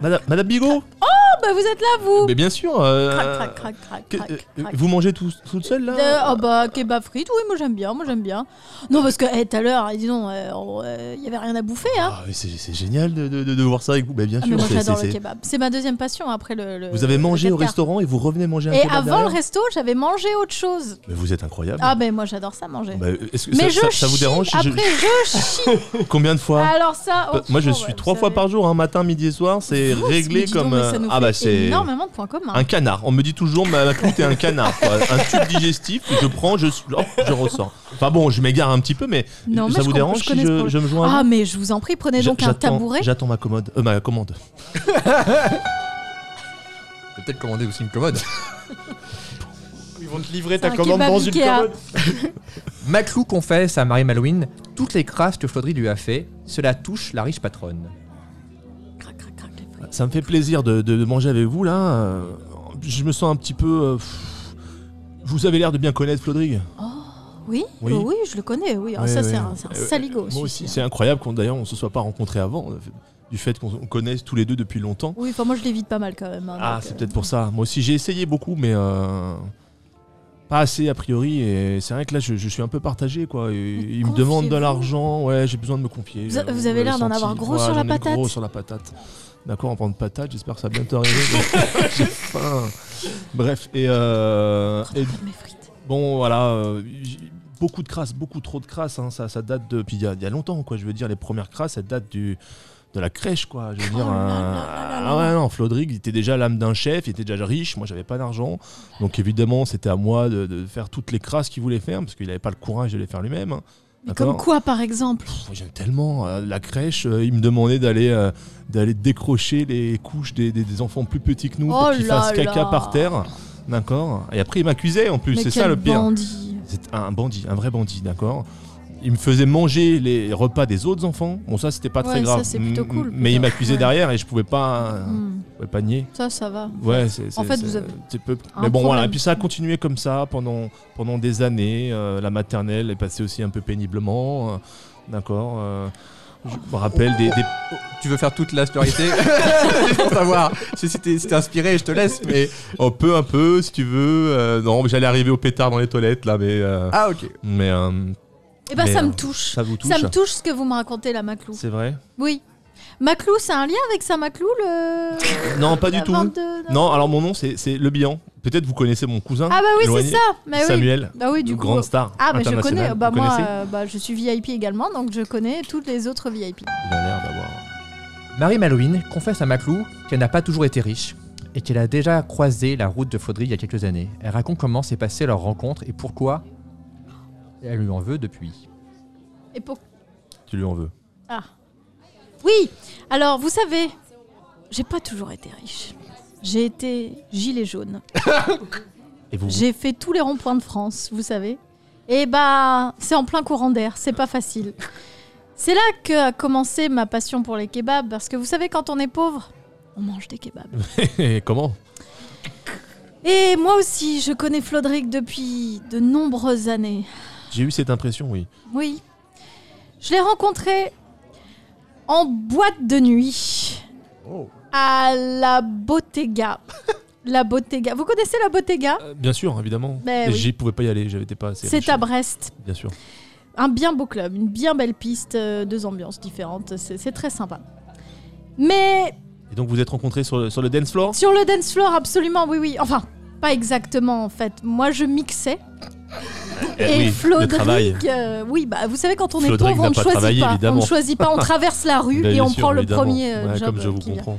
Speaker 3: Madame, Madame Bigot
Speaker 4: Oh, bah vous êtes là, vous
Speaker 3: Mais bien sûr. euh,
Speaker 4: Crac, crac, crac, crac,
Speaker 3: que-
Speaker 4: crac,
Speaker 3: euh,
Speaker 4: crac.
Speaker 3: vous mangez tout, toute seule là
Speaker 4: Euh, oh bah kebab frites, oui moi j'aime bien, moi j'ime bien. Non parce que eh, tout à l'heure, eh, dis donc, euh, on, euh, il y avait rien à bouffer hein.
Speaker 3: Ah, mais c'est, c'est génial de, de- de- de voir ça avec vous. Bah, bien
Speaker 4: Ah,
Speaker 3: sûr.
Speaker 4: mais moi
Speaker 3: c'est-
Speaker 4: j'adore
Speaker 3: c'est-
Speaker 4: le
Speaker 3: c'est-
Speaker 4: kebab. C'est ma deuxième passion après le. le-
Speaker 3: Vous avez
Speaker 4: le
Speaker 3: mangé au
Speaker 4: tartare.
Speaker 3: restaurant et vous revenez manger un
Speaker 4: Et
Speaker 3: kebab
Speaker 4: avant
Speaker 3: derrière
Speaker 4: le resto, j'avais mangé autre chose.
Speaker 3: Mais vous êtes incroyable.
Speaker 4: Ah ben moi j'adore ça manger.
Speaker 3: Bah, est-ce que ça,
Speaker 4: mais je
Speaker 3: ça- ça vous
Speaker 4: chie,
Speaker 3: dérange si je-
Speaker 4: Après je chie.
Speaker 3: Combien de fois
Speaker 4: Alors ça. oh,
Speaker 3: Bah, Moi, je
Speaker 4: ouais,
Speaker 3: suis
Speaker 4: vous
Speaker 3: trois fois
Speaker 4: savez.
Speaker 3: par jour, hein, matin, midi et soir. C'est
Speaker 4: Fou,
Speaker 3: réglé
Speaker 4: mais dis donc,
Speaker 3: comme.
Speaker 4: mais
Speaker 3: euh,
Speaker 4: ça nous
Speaker 3: ah, bah,
Speaker 4: fait
Speaker 3: c'est.
Speaker 4: énormément de points communs.
Speaker 3: Un canard. On me dit toujours, ma, ma cloute est un canard. quoi. Un tube digestif, je prends, je, hop, je ressors. Enfin bon, je m'égare un petit peu, mais
Speaker 4: Non, mais
Speaker 3: ça
Speaker 4: je
Speaker 3: vous
Speaker 4: comprends,
Speaker 3: dérange
Speaker 4: je
Speaker 3: si
Speaker 4: connais ce
Speaker 3: je,
Speaker 4: problème.
Speaker 3: je me joins à vous
Speaker 4: Ah mais je vous en prie, prenez
Speaker 3: J'a-
Speaker 4: donc un
Speaker 3: j'attends-
Speaker 4: tabouret.
Speaker 3: J'attends ma commode. Euh, ma commande.
Speaker 1: Peut-être commander aussi une commode.
Speaker 7: Ils vont te livrer
Speaker 4: C'est
Speaker 7: ta
Speaker 4: un
Speaker 7: commande
Speaker 4: kebab
Speaker 7: dans une
Speaker 4: Ikea.
Speaker 7: commode.
Speaker 1: Maclou confesse à Marie Malouine toutes les crasses que Flaudry lui a fait. Cela touche la riche patronne.
Speaker 4: Crac, crac, crac, les frites.
Speaker 3: Ça me fait plaisir de, de- de manger avec vous là. Euh, Je me sens un petit peu. euh, pff. Vous avez l'air de bien connaître Flodrig.
Speaker 4: Oui,
Speaker 3: Oui.
Speaker 4: oui, je le connais. Oui, Ah,
Speaker 3: Ouais, ouais.
Speaker 4: ça c'est un, c'est un
Speaker 3: Euh,
Speaker 4: saligo.
Speaker 3: Moi aussi,
Speaker 4: celui-ci. hein.
Speaker 3: c'est incroyable qu'on d'ailleurs on se soit pas rencontrés avant, euh, du fait qu'on on connaisse tous les deux depuis longtemps.
Speaker 4: Oui, enfin moi je l'évite pas mal quand même. hein,
Speaker 3: Ah,
Speaker 4: donc,
Speaker 3: c'est
Speaker 4: euh,
Speaker 3: peut-être pour ça. Moi aussi, j'ai essayé beaucoup, mais euh, pas assez a priori. Et c'est vrai que là, je, je suis un peu partagé, quoi. Et
Speaker 4: Mais
Speaker 3: ils me demandent de
Speaker 4: confiez-vous.
Speaker 3: l'argent. Ouais, j'ai besoin de me confier.
Speaker 4: Vous a-
Speaker 3: Euh,
Speaker 4: vous
Speaker 3: l'avez
Speaker 4: avez l'air d'en
Speaker 3: senti.
Speaker 4: avoir gros
Speaker 3: Ouais,
Speaker 4: sur la
Speaker 3: j'en ai
Speaker 4: patate.
Speaker 3: Gros sur la patate. D'accord, on parle de patate. J'espère que ça va bientôt arriver. mais j'ai faim. Bref, et, euh,
Speaker 4: crac,
Speaker 3: et
Speaker 4: crac, mes frites.
Speaker 3: Bon, voilà, euh, j- beaucoup de crasses, beaucoup trop de crasses. hein, ça, ça date de. Puis il y, a- il y a longtemps, quoi. Je veux dire, les premières crasses, elles datent du, de la crèche, quoi. Je veux dire.
Speaker 4: Oh là
Speaker 3: un-
Speaker 4: là là là
Speaker 3: ah
Speaker 4: là.
Speaker 3: ouais, non, Flodrig, il était déjà l'âme d'un chef, il était déjà riche. Moi, j'avais pas d'argent. Donc, évidemment, c'était à moi de, de faire toutes les crasses qu'il voulait faire, parce qu'il avait pas le courage de les faire lui-même. hein.
Speaker 4: Mais
Speaker 3: D'accord.
Speaker 4: comme quoi par exemple
Speaker 3: Pff, J'aime tellement. euh, la crèche, euh, il me demandait d'aller. euh, d'aller décrocher les couches des, des- des enfants plus petits que nous pour
Speaker 4: Oh
Speaker 3: qu'ils
Speaker 4: là
Speaker 3: fassent caca
Speaker 4: là.
Speaker 3: par terre. D'accord Et après, il m'accusait en plus,
Speaker 4: Mais
Speaker 3: c'est ça
Speaker 4: quel
Speaker 3: le pire.
Speaker 4: bandit.
Speaker 3: C'est un bandit, un vrai bandit, d'accord Il me faisait manger les repas des autres enfants. Bon, ça, c'était pas très
Speaker 4: Ouais, ça,
Speaker 3: grave.
Speaker 4: c'est plutôt
Speaker 3: M-
Speaker 4: cool,
Speaker 3: Mais il
Speaker 4: plutôt.
Speaker 3: m'accusait
Speaker 4: Ouais.
Speaker 3: derrière et je pouvais pas,
Speaker 4: Hmm,
Speaker 3: je pouvais pas nier.
Speaker 4: Ça, ça va.
Speaker 3: Ah. Ouais, c'est, c'est-
Speaker 4: En fait,
Speaker 3: c'est
Speaker 4: vous avez
Speaker 3: un petit peu- Mais
Speaker 4: un
Speaker 3: bon,
Speaker 4: problème.
Speaker 3: voilà. Et puis ça a continué comme ça pendant, pendant des années. Euh, la maternelle est passée aussi un peu péniblement. euh, d'accord euh, Je me rappelle des. des-
Speaker 1: Oh, Tu veux faire toute la scolarité Juste pour savoir. Si t'es si t'es inspiré, je te laisse, mais.
Speaker 3: Oh, peu, un peu, si tu veux. Euh, non, mais j'allais arriver au pétard dans les toilettes, là, mais. euh,
Speaker 1: Ah, ok.
Speaker 3: Mais euh,
Speaker 4: Eh ben
Speaker 3: Mais,
Speaker 4: ça
Speaker 3: euh,
Speaker 4: me touche.
Speaker 3: ça vous touche
Speaker 4: Ça me touche ce que vous me racontez là, Maclou.
Speaker 3: C'est vrai
Speaker 4: Oui. Maclou, c'est un lien avec ça, Maclou le.
Speaker 3: Non, pas du
Speaker 4: la
Speaker 3: tout.
Speaker 4: vente de-
Speaker 3: Non, alors mon nom c'est c'est Le Bihan. Peut-être vous connaissez mon cousin.
Speaker 4: Ah bah oui,
Speaker 3: éloigné,
Speaker 4: c'est ça. Bah oui.
Speaker 3: Samuel,
Speaker 4: Bah oui, du coup.
Speaker 3: grande star.
Speaker 4: Ah mais je
Speaker 3: internationale.
Speaker 4: connais. Bah
Speaker 3: Vous
Speaker 4: moi,
Speaker 3: connaissez
Speaker 4: euh, bah, je suis VIP également, donc je connais toutes les autres VIP.
Speaker 3: Il a l'air d'avoir.
Speaker 1: Marie Malouine confesse à Maclou qu'elle n'a pas toujours été riche et qu'elle a déjà croisé la route de Faudry il y a quelques années. Elle raconte comment s'est passée leur rencontre et pourquoi elle lui en veut depuis.
Speaker 4: Et pour
Speaker 3: Tu lui en veux.
Speaker 4: Ah. Oui, alors vous savez, j'ai pas toujours été riche. J'ai été gilet jaune.
Speaker 3: Et vous
Speaker 4: J'ai fait tous les ronds-points de France, vous savez. Et bah, c'est en plein courant d'air, c'est pas facile. C'est là que a commencé ma passion pour les kebabs, parce que vous savez, quand on est pauvre, on mange des kebabs.
Speaker 3: Et Comment
Speaker 4: Et moi aussi, je connais Flodric depuis de nombreuses années.
Speaker 3: J'ai eu cette impression, oui.
Speaker 4: Oui. Je l'ai rencontré en boîte de nuit.
Speaker 3: Oh.
Speaker 4: À la Bottega. la Bottega. Vous connaissez la Bottega
Speaker 3: Euh, bien sûr, évidemment.
Speaker 4: Ben
Speaker 3: Et
Speaker 4: oui.
Speaker 3: J'y pouvais pas y aller, j'avais été pas assez. riche.
Speaker 4: C'est à Brest.
Speaker 3: Bien sûr.
Speaker 4: Un bien beau club, une bien belle piste, euh, deux ambiances différentes. C'est c'est très sympa. Mais
Speaker 3: Et donc vous êtes rencontrés sur le, sur le dance floor
Speaker 4: sur le dance floor, absolument, oui, oui. Enfin, pas exactement en fait. Moi, je mixais.
Speaker 3: Eh
Speaker 4: Et
Speaker 3: oui, le travail.
Speaker 4: Flodric, euh, oui, bah, vous savez, quand on est
Speaker 3: Flodric
Speaker 4: pauvre,
Speaker 3: n'a
Speaker 4: on ne
Speaker 3: pas
Speaker 4: choisit
Speaker 3: travaillé,
Speaker 4: pas. On
Speaker 3: évidemment.
Speaker 4: ne choisit pas, on traverse la rue
Speaker 3: Bah,
Speaker 4: et
Speaker 3: bien
Speaker 4: on
Speaker 3: sûr,
Speaker 4: prend le
Speaker 3: évidemment.
Speaker 4: premier euh,
Speaker 3: Ouais,
Speaker 4: job
Speaker 3: Comme je
Speaker 4: euh,
Speaker 3: vous
Speaker 4: qui vient.
Speaker 3: comprends.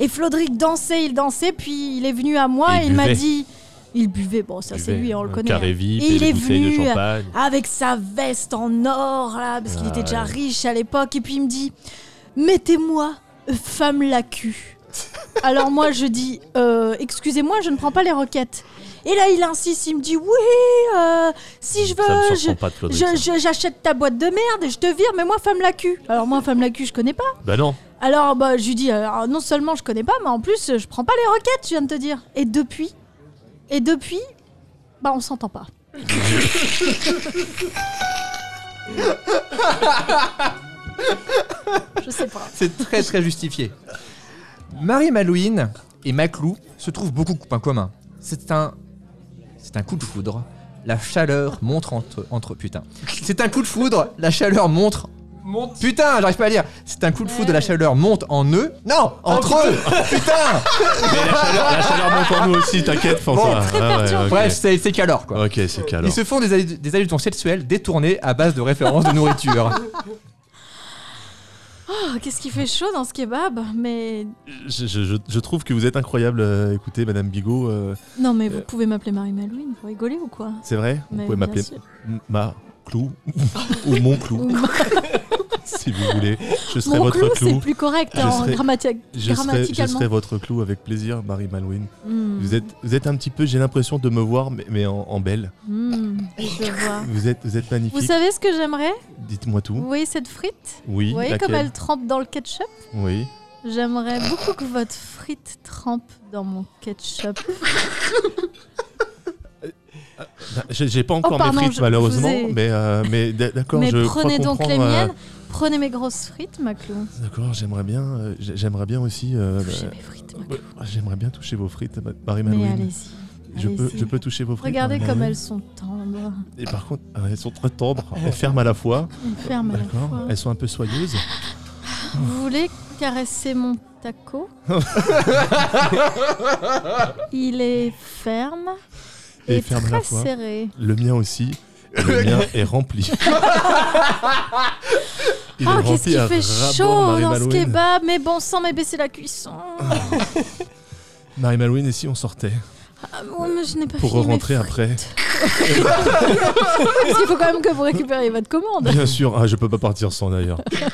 Speaker 4: Et Flodric dansait, il dansait, puis il est venu à moi
Speaker 3: Et
Speaker 4: et
Speaker 3: il
Speaker 4: il m'a
Speaker 3: buvait.
Speaker 4: dit. Il buvait, bon, ça c'est
Speaker 3: Buvez
Speaker 4: lui, on le
Speaker 3: un
Speaker 4: connaît.
Speaker 3: Carré
Speaker 4: hein.
Speaker 3: VIP,
Speaker 4: Et
Speaker 3: et
Speaker 4: il
Speaker 3: les
Speaker 4: est
Speaker 3: bouteilles de
Speaker 4: venu, euh,
Speaker 3: champagne.
Speaker 4: Avec sa veste en or, là, parce qu'il
Speaker 3: Ah
Speaker 4: était déjà
Speaker 3: ouais.
Speaker 4: riche à l'époque. Et puis il me dit Mettez-moi euh, femme la cul. Alors moi je dis Euh, Excusez-moi, je ne prends pas les requêtes. Et là il insiste, il me dit Oui, euh, si je
Speaker 3: Ça me
Speaker 4: veux, je-
Speaker 3: surprend pas de Flodric.
Speaker 4: je- je- j'achète ta boîte de merde et je te vire, mais moi femme la cul. Alors moi femme la cul, je connais pas.
Speaker 3: Bah non.
Speaker 4: Alors bah je lui dis alors, non seulement je connais pas mais en plus je prends pas les requêtes je viens de te dire et depuis et depuis bah on s'entend pas. je sais pas.
Speaker 1: C'est très très justifié. Marie Malouine et Maclou se trouvent beaucoup en commun. C'est un c'est un coup de foudre. La chaleur montre entre, entre putain. C'est un coup de foudre. La chaleur montre monte. Putain, j'arrive pas à lire. C'est un coup de foudre. La chaleur monte en eux. Non, entre eux. Putain.
Speaker 3: Mais la chaleur, la chaleur monte en nous aussi, t'inquiète, François.
Speaker 4: très
Speaker 3: Ah ouais,
Speaker 4: perturbant.
Speaker 3: ok.
Speaker 1: Bref, c'est c'est calor quoi.
Speaker 3: Ok, c'est calme.
Speaker 1: Ils se font des, allu- des allusions sexuelles détournées à base de références de nourriture.
Speaker 4: Oh, Qu'est-ce qui fait chaud dans ce kebab mais
Speaker 3: Je, je- je- je trouve que vous êtes incroyable. euh, écoutez, Madame Bigot, euh,
Speaker 4: non mais vous pouvez m'appeler Marie Malouine vous rigolez ou quoi
Speaker 3: c'est vrai Vous
Speaker 4: Mais
Speaker 3: pouvez
Speaker 4: bien
Speaker 3: m'appeler
Speaker 4: sûr.
Speaker 3: M- ma clou ou mon clou,
Speaker 4: Ou ma-
Speaker 3: si vous voulez. Je serai
Speaker 4: Mon
Speaker 3: votre
Speaker 4: clou
Speaker 3: clou.
Speaker 4: c'est plus correct
Speaker 3: Je
Speaker 4: en
Speaker 3: serai-
Speaker 4: grammatia-
Speaker 3: Je serai, je
Speaker 4: grammaticalement.
Speaker 3: serai votre clou avec plaisir, Marie Malouine.
Speaker 4: Hmm,
Speaker 3: Vous, êtes, vous êtes un petit peu, j'ai l'impression de me voir, mais, mais en, en belle.
Speaker 4: hmm, je vois.
Speaker 3: Vous êtes, vous êtes magnifique.
Speaker 4: Vous savez ce que j'aimerais
Speaker 3: Dites-moi
Speaker 4: Vous
Speaker 3: tout.
Speaker 4: voyez cette frite
Speaker 3: Oui,
Speaker 4: Vous voyez
Speaker 3: laquelle
Speaker 4: comme elle trempe dans le ketchup
Speaker 3: Oui.
Speaker 4: J'aimerais beaucoup que votre frite trempe dans mon ketchup.
Speaker 3: Ah, J'ai j'ai pas encore
Speaker 4: Oh, pardon,
Speaker 3: mes frites,
Speaker 4: je-
Speaker 3: malheureusement,
Speaker 4: je vous ai-
Speaker 3: mais, euh, mais d- d'accord,
Speaker 4: Mais
Speaker 3: je crois
Speaker 4: prenez donc les
Speaker 3: comprendre, euh,
Speaker 4: miennes, prenez mes grosses frites, Maclou.
Speaker 3: D'accord, j'aimerais bien, euh, j'ai- j'aimerais bien aussi. euh,
Speaker 4: Touchez
Speaker 3: bah,
Speaker 4: mes frites,
Speaker 3: bah,
Speaker 4: Maclou.
Speaker 3: j'aimerais bien toucher vos frites, ma- Marie
Speaker 4: Mais
Speaker 3: Malouine.
Speaker 4: allez-y.
Speaker 3: Je peux,
Speaker 4: allez-y.
Speaker 3: je peux toucher vos frites.
Speaker 4: Regardez
Speaker 3: Marie
Speaker 4: comme
Speaker 3: Malouine
Speaker 4: elles sont tendres.
Speaker 3: Et par contre, euh, elles sont très tendres, elles ferment à la fois.
Speaker 4: On ferme à la
Speaker 3: D'accord,
Speaker 4: fois.
Speaker 3: elles sont un peu soyeuses.
Speaker 4: Vous voulez caresser mon taco Il est ferme
Speaker 3: Et
Speaker 4: et,
Speaker 3: ferme à la
Speaker 4: très
Speaker 3: fois.
Speaker 4: serré.
Speaker 3: Le mien aussi. Le mien est rempli. Il
Speaker 4: oh, qu'est-ce qui
Speaker 3: à
Speaker 4: fait
Speaker 3: rabord,
Speaker 4: chaud
Speaker 3: Marie
Speaker 4: dans ce
Speaker 3: Malouine.
Speaker 4: kebab Mais bon sang, mais baissez la cuisson
Speaker 3: Marie Malouine, et si on sortait
Speaker 4: Ah bon, mais je n'ai pas
Speaker 3: Pour
Speaker 4: fini mes
Speaker 3: rentrer
Speaker 4: frites.
Speaker 3: après
Speaker 4: Parce qu'il faut quand même que vous récupériez votre commande.
Speaker 3: Bien sûr, ah, je peux pas partir sans d'ailleurs.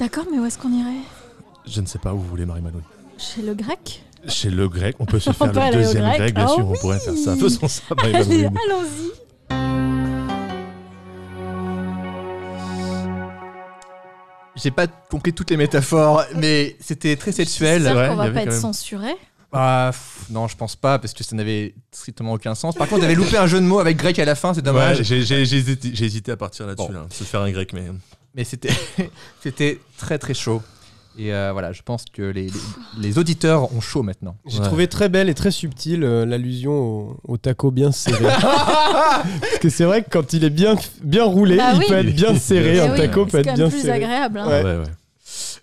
Speaker 4: D'accord, mais où est-ce qu'on irait
Speaker 3: Je ne sais pas où vous voulez, Marie Malouine.
Speaker 4: Chez le grec
Speaker 3: Chez le grec, on peut se
Speaker 4: On
Speaker 3: faire
Speaker 4: peut
Speaker 3: le
Speaker 4: aller au
Speaker 3: deuxième grec,
Speaker 4: grec.
Speaker 3: bien
Speaker 4: Ah
Speaker 3: sûr,
Speaker 4: oui
Speaker 3: on pourrait faire ça. Faisons ça, Marie
Speaker 4: Allez,
Speaker 3: Malouine.
Speaker 4: allons-y.
Speaker 1: J'ai pas compris toutes les métaphores, mais c'était très sexuel.
Speaker 4: J'espère
Speaker 3: ouais,
Speaker 4: qu'on
Speaker 3: il
Speaker 4: va
Speaker 3: y
Speaker 4: pas
Speaker 3: avait
Speaker 4: être
Speaker 3: quand même.
Speaker 4: censuré.
Speaker 1: Ah, pff, non, je pense pas, parce que ça n'avait strictement aucun sens. Par contre, j'avais loupé un jeu de mots avec grec à la fin, c'est
Speaker 3: Ouais,
Speaker 1: dommage.
Speaker 3: j'ai- j'ai j'ai hésité, j'ai hésité à partir là-dessus,
Speaker 1: Bon.
Speaker 3: là, se faire un grec, mais.
Speaker 1: mais c'était, c'était très très chaud. Et euh, voilà, je pense que les, les, les auditeurs ont chaud maintenant.
Speaker 2: J'ai
Speaker 3: Ouais.
Speaker 2: trouvé très belle et très subtile euh, l'allusion au, au taco bien serré. Parce que c'est vrai que quand il est bien, bien roulé,
Speaker 4: Bah
Speaker 2: il
Speaker 4: oui.
Speaker 2: peut être bien serré.
Speaker 4: Eh
Speaker 2: Un
Speaker 4: oui,
Speaker 2: taco peut
Speaker 4: c'est
Speaker 2: être
Speaker 4: quand
Speaker 2: bien
Speaker 4: même plus
Speaker 2: serré.
Speaker 4: agréable. hein.
Speaker 2: Ouais.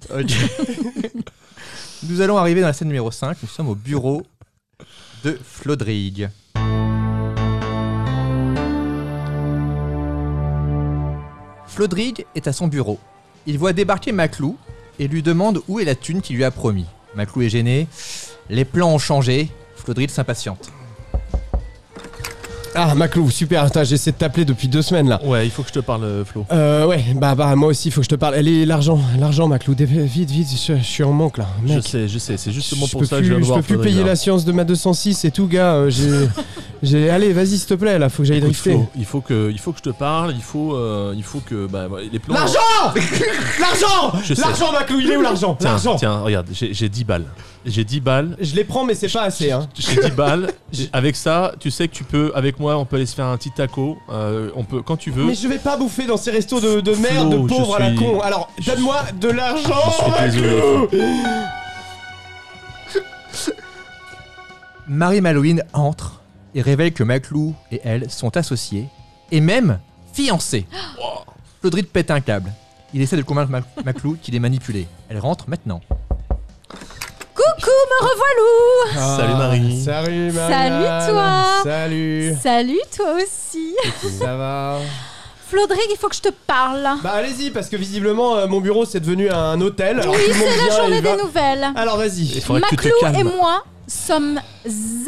Speaker 3: Ah ouais, ouais.
Speaker 1: Nous allons arriver dans la scène numéro 5. Nous sommes au bureau de Flodrig. Flodrig est à son bureau. Il voit débarquer Maclou et lui demande où est la thune qu'il lui a promis. Maclou est gêné. Les plans ont changé. Flodrig s'impatiente.
Speaker 2: Ah, Maclou, super. Attends, j'essaie de t'appeler depuis deux semaines là.
Speaker 3: Ouais, il faut que je te parle, euh, Flo.
Speaker 2: Euh, ouais, bah, bah, moi aussi, faut que je te parle. Allez, l'argent, l'argent, Maclou. dé- Vite, vite, je, je suis en manque là.
Speaker 3: Je
Speaker 2: Mec,
Speaker 3: sais, je sais, c'est justement
Speaker 2: je
Speaker 3: pour
Speaker 2: peux
Speaker 3: ça
Speaker 2: plus,
Speaker 3: que je viens de
Speaker 2: je
Speaker 3: voir
Speaker 2: peux plus
Speaker 3: Frédéric,
Speaker 2: payer
Speaker 3: là.
Speaker 2: la science de ma 206 et tout, gars. euh, j'ai, j'ai- Allez, vas-y, s'il te plaît, là, faut que j'aille
Speaker 3: hein. Écoute,
Speaker 2: drifter.
Speaker 3: Flo, il faut que, il faut que je te parle. Il faut, euh, il faut que, bah, bah, les plans.
Speaker 2: L'argent L'argent
Speaker 3: Je sais.
Speaker 2: L'argent, Maclou, il est où l'argent
Speaker 3: hein. Tiens,
Speaker 2: L'argent
Speaker 3: Tiens, regarde, j'ai j'ai 10 balles. J'ai 10 balles.
Speaker 2: Je les prends, mais c'est pas assez, hein.
Speaker 3: J'ai 10 balles. Avec ça, tu sais que tu peux, avec moi, on peut aller se faire un petit taco. Euh, on peut, quand tu veux.
Speaker 2: Mais je vais pas bouffer dans ces restos de, de merde,
Speaker 3: Flo,
Speaker 2: de pauvres
Speaker 3: je
Speaker 2: à la
Speaker 3: suis-
Speaker 2: con. Alors,
Speaker 3: je
Speaker 2: donne-moi de l'argent,
Speaker 3: Je suis désolé,
Speaker 2: Maclou
Speaker 1: Marie Malouine entre et révèle que Maclou et elle sont associés et même fiancés. Flodrig pète un câble. Il essaie de convaincre Mac- Maclou qu'il est manipulé. Elle rentre maintenant.
Speaker 4: Quoi Revoilou
Speaker 3: Salut, Marie.
Speaker 2: Ah, Salut
Speaker 4: Salut, toi.
Speaker 2: Salut
Speaker 4: Salut toi aussi
Speaker 2: Ça va
Speaker 4: Flodrig, il faut que je te parle.
Speaker 2: Bah allez-y parce que visiblement euh, mon bureau c'est devenu un hôtel. Alors,
Speaker 4: oui,
Speaker 2: tout le monde
Speaker 4: c'est la
Speaker 2: vient et
Speaker 4: journée
Speaker 2: il va-
Speaker 4: des nouvelles.
Speaker 2: Alors vas-y.
Speaker 3: Il faudrait que tu te
Speaker 4: Maclou et
Speaker 3: calmes.
Speaker 4: moi sommes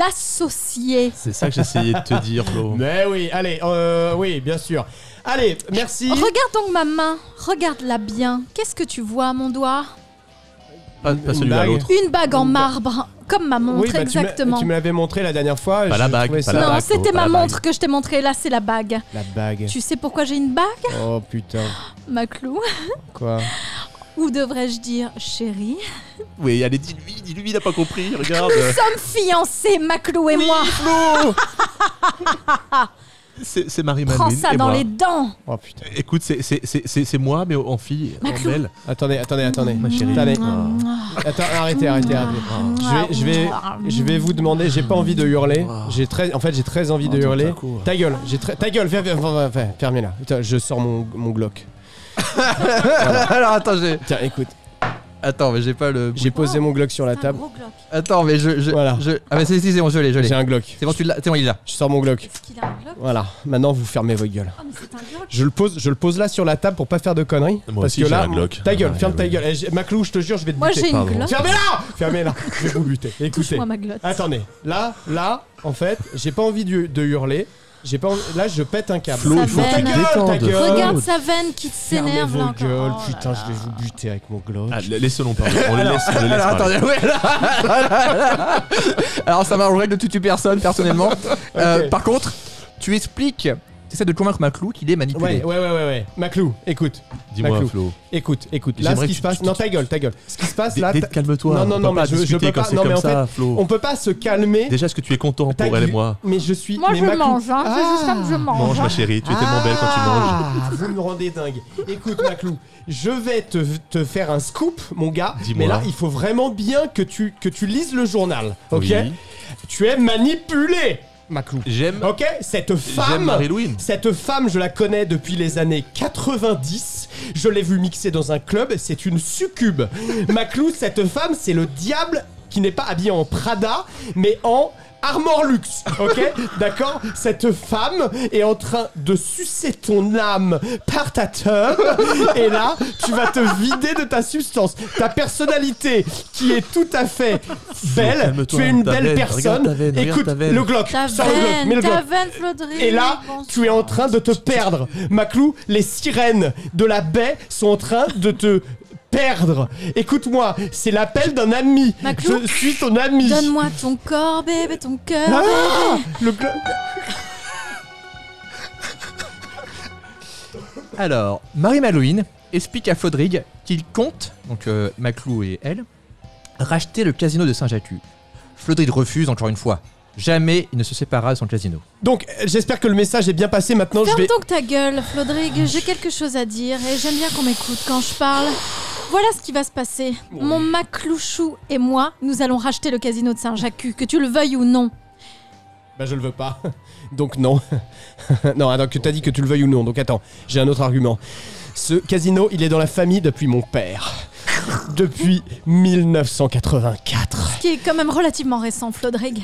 Speaker 4: associés.
Speaker 3: C'est ça que j'essayais de te dire, Flo.
Speaker 2: Mais oui, allez, euh, oui, bien sûr. Allez, merci.
Speaker 4: Regarde donc ma main, regarde-la bien. Qu'est-ce que tu vois à mon doigt
Speaker 3: Pas, pas celui à
Speaker 2: Une
Speaker 3: l'autre.
Speaker 4: Une bague en marbre, comme ma montre
Speaker 2: Oui, bah, tu m'as-
Speaker 4: exactement.
Speaker 2: Tu me l'avais montré la dernière fois.
Speaker 3: Pas
Speaker 2: je
Speaker 3: la bague,
Speaker 2: trouvais
Speaker 3: pas
Speaker 2: ça-
Speaker 3: la
Speaker 4: non,
Speaker 3: bague,
Speaker 4: c'était
Speaker 3: faut pas
Speaker 4: ma
Speaker 3: la
Speaker 4: montre que je t'ai montrée, là c'est la bague.
Speaker 2: La bague.
Speaker 4: Tu sais pourquoi j'ai une bague,
Speaker 2: Oh putain,
Speaker 4: Maclou
Speaker 2: quoi
Speaker 4: Ou devrais-je dire chérie
Speaker 3: Oui, allez, dis-lui, dis-lui, il a pas compris, regarde.
Speaker 4: Nous sommes fiancés, Maclou et
Speaker 3: Oui,
Speaker 4: moi.
Speaker 3: Flo C'est c'est Marie
Speaker 4: Prends
Speaker 3: Manuel
Speaker 4: ça
Speaker 3: et
Speaker 4: dans
Speaker 3: moi.
Speaker 4: les dents.
Speaker 2: Oh putain.
Speaker 3: Écoute, c'est- c'est- c'est c'est- c'est moi, mais en fille, en
Speaker 4: Maclou.
Speaker 3: belle.
Speaker 2: Attendez, attendez, attendez.
Speaker 3: Ma chérie.
Speaker 2: Attendez.
Speaker 3: Ah.
Speaker 2: Attends, arrêtez, arrêtez,
Speaker 4: Ah.
Speaker 2: arrêtez. Je vais, je vais, je vais vous demander. J'ai pas envie de hurler.
Speaker 4: Ah.
Speaker 2: J'ai très, en fait, j'ai très envie de
Speaker 3: Attends,
Speaker 2: hurler.
Speaker 3: d'un coup.
Speaker 2: Ta gueule, j'ai très, ta gueule, ferme, ferme, ferme, fermez-la. Putain, je sors mon, mon Glock.
Speaker 1: Alors attends, j'ai.
Speaker 2: Tiens, écoute,
Speaker 1: Attends, mais j'ai pas le.
Speaker 2: j'ai posé mon Glock sur la
Speaker 4: Oh, C'est un
Speaker 2: table.
Speaker 4: gros Glock.
Speaker 1: Attends, mais je. je-
Speaker 2: Voilà.
Speaker 1: je- Ah, mais c'est c'est- c'est bon, je l'ai, je l'ai.
Speaker 2: J'ai un Glock.
Speaker 1: C'est bon, tu l'as. C'est bon, il est là.
Speaker 2: Je sors mon Glock.
Speaker 4: Est-ce qu'il a un Glock
Speaker 2: Voilà. Maintenant, vous fermez vos gueules.
Speaker 4: Oh, mais c'est un Glock.
Speaker 2: Je le pose, je le pose là sur la table pour pas faire de conneries.
Speaker 3: Moi
Speaker 2: parce
Speaker 3: aussi,
Speaker 2: que
Speaker 3: j'ai
Speaker 2: là,
Speaker 3: un Glock.
Speaker 2: ta gueule,
Speaker 3: Ah,
Speaker 2: ferme ta
Speaker 3: oui.
Speaker 2: gueule. Eh, j'ai- Maclou, je te jure, je vais te
Speaker 4: Moi
Speaker 2: buter.
Speaker 4: j'ai une
Speaker 3: pardon.
Speaker 4: Glock.
Speaker 2: Fermez-la, fermez-la. Je vais vous buter. Écoutez.
Speaker 4: Touche-moi ma glotte.
Speaker 2: Attendez, là, là, en fait, j'ai pas envie de, de hurler. J'ai pas envie- Là, je pète un câble.
Speaker 3: Flo, il faut que
Speaker 4: Ça
Speaker 3: tu
Speaker 4: va.
Speaker 3: te détendes.
Speaker 2: Ta gueule.
Speaker 4: Regarde sa veine qui
Speaker 2: Fermez
Speaker 4: s'énerve
Speaker 2: vos
Speaker 4: là encore.
Speaker 2: gueules,
Speaker 4: Oh là
Speaker 2: putain,
Speaker 4: là.
Speaker 2: je vais vous buter avec mon Glock.
Speaker 3: Ah, la- Laisse-le en parler. On le laisse. on le laisse
Speaker 1: Alors,
Speaker 3: parler.
Speaker 1: attendez, ouais, là, là, là, là. Alors, ça m'arrangerait de tuer personne, personnellement. Euh, par contre, tu expliques, tu essaies de convaincre Maclou qu'il est manipulé.
Speaker 2: Ouais, ouais, ouais, ouais, ouais. Maclou, écoute,
Speaker 3: Dis-moi,
Speaker 2: Maclou.
Speaker 3: Flo.
Speaker 2: écoute, écoute. Là, ce
Speaker 3: J'aimerais
Speaker 2: qui
Speaker 3: que
Speaker 2: se
Speaker 3: tu-
Speaker 2: passe.
Speaker 3: tu-
Speaker 2: Non, ta gueule, ta gueule. Ce qui se passe là.
Speaker 3: Dé-
Speaker 2: ta-
Speaker 3: Calme-toi.
Speaker 2: Non, non,
Speaker 3: on peut
Speaker 2: non,
Speaker 3: pas
Speaker 2: mais je- je
Speaker 3: discuter
Speaker 2: peux
Speaker 3: quand
Speaker 2: pas-
Speaker 3: c'est
Speaker 2: non, mais
Speaker 3: comme
Speaker 2: en
Speaker 3: ça, Flo.
Speaker 2: On peut pas se calmer.
Speaker 3: Déjà, est-ce que tu es content
Speaker 2: Ta
Speaker 3: pour elle et
Speaker 2: gueule.
Speaker 3: moi
Speaker 2: Mais je suis.
Speaker 4: Moi
Speaker 2: mais Ah.
Speaker 4: je
Speaker 2: Maclou-
Speaker 4: mange, hein. c'est juste ça que je mange. hein.
Speaker 3: Mange, ma chérie. Tu es tellement belle quand tu manges.
Speaker 2: Ah, Vous me rendez dingue. Écoute, Maclou, je vais te, te faire un scoop, mon gars.
Speaker 3: Dis-moi.
Speaker 2: Mais là, il faut vraiment bien que tu, que tu lises le journal. Ok
Speaker 3: Oui.
Speaker 2: Tu es manipulé, Maclou.
Speaker 3: J'aime
Speaker 2: Ok Cette
Speaker 3: j'aime
Speaker 2: femme.
Speaker 3: Marie-Louine.
Speaker 2: Cette femme, je la connais depuis les années 90. Je l'ai vue mixer dans un club. C'est une succube. Maclou, cette femme, c'est le diable qui n'est pas habillé en Prada, mais en Armor Luxe. Ok D'accord Cette femme est en train de sucer ton âme par ta teub. Et là, tu vas te vider de ta substance. Ta personnalité, qui est tout à fait belle.
Speaker 3: calme-toi,
Speaker 2: Tu es une
Speaker 3: ta
Speaker 2: belle
Speaker 3: veine, regarde
Speaker 2: personne.
Speaker 3: ta veine, regarde
Speaker 2: Écoute,
Speaker 3: ta veine.
Speaker 2: le Glock.
Speaker 4: Ta
Speaker 2: sors le Glock, mets
Speaker 4: veine,
Speaker 2: le
Speaker 4: ta
Speaker 2: Glock.
Speaker 4: veine, Flodrig.
Speaker 2: Et là, tu es en train de te perdre. Maclou, les sirènes de la baie sont en train de te perdre. Écoute-moi, c'est l'appel d'un ami.
Speaker 4: Maclou,
Speaker 2: Je suis ton ami.
Speaker 4: Donne-moi ton corps, bébé, ton cœur.
Speaker 2: Ah Le glo-
Speaker 1: Alors, Marie Malouine explique à Flodrig qu'il compte, donc euh, Maclou et elle, racheter le casino de Saint-Jatu. Flodrig refuse encore une fois. Jamais il ne se séparera de son casino.
Speaker 2: Donc, euh, j'espère que le message est bien passé. Maintenant, je
Speaker 4: Ferme
Speaker 2: vais. Oh,
Speaker 4: donc ta gueule, Flodrig. J'ai quelque chose à dire et j'aime bien qu'on m'écoute quand je parle. Voilà ce qui va se passer. Mon Maclouchou et moi, nous allons racheter le casino de Saint-Jacques, que tu le veuilles ou non.
Speaker 2: Bah, je le veux pas. Donc, non. non, attends, que t'as dit que tu le veuilles ou non. Donc, attends, j'ai un autre argument. Ce casino, il est dans la famille depuis mon père. Depuis 1984.
Speaker 4: Ce qui est quand même relativement récent, Flodrig.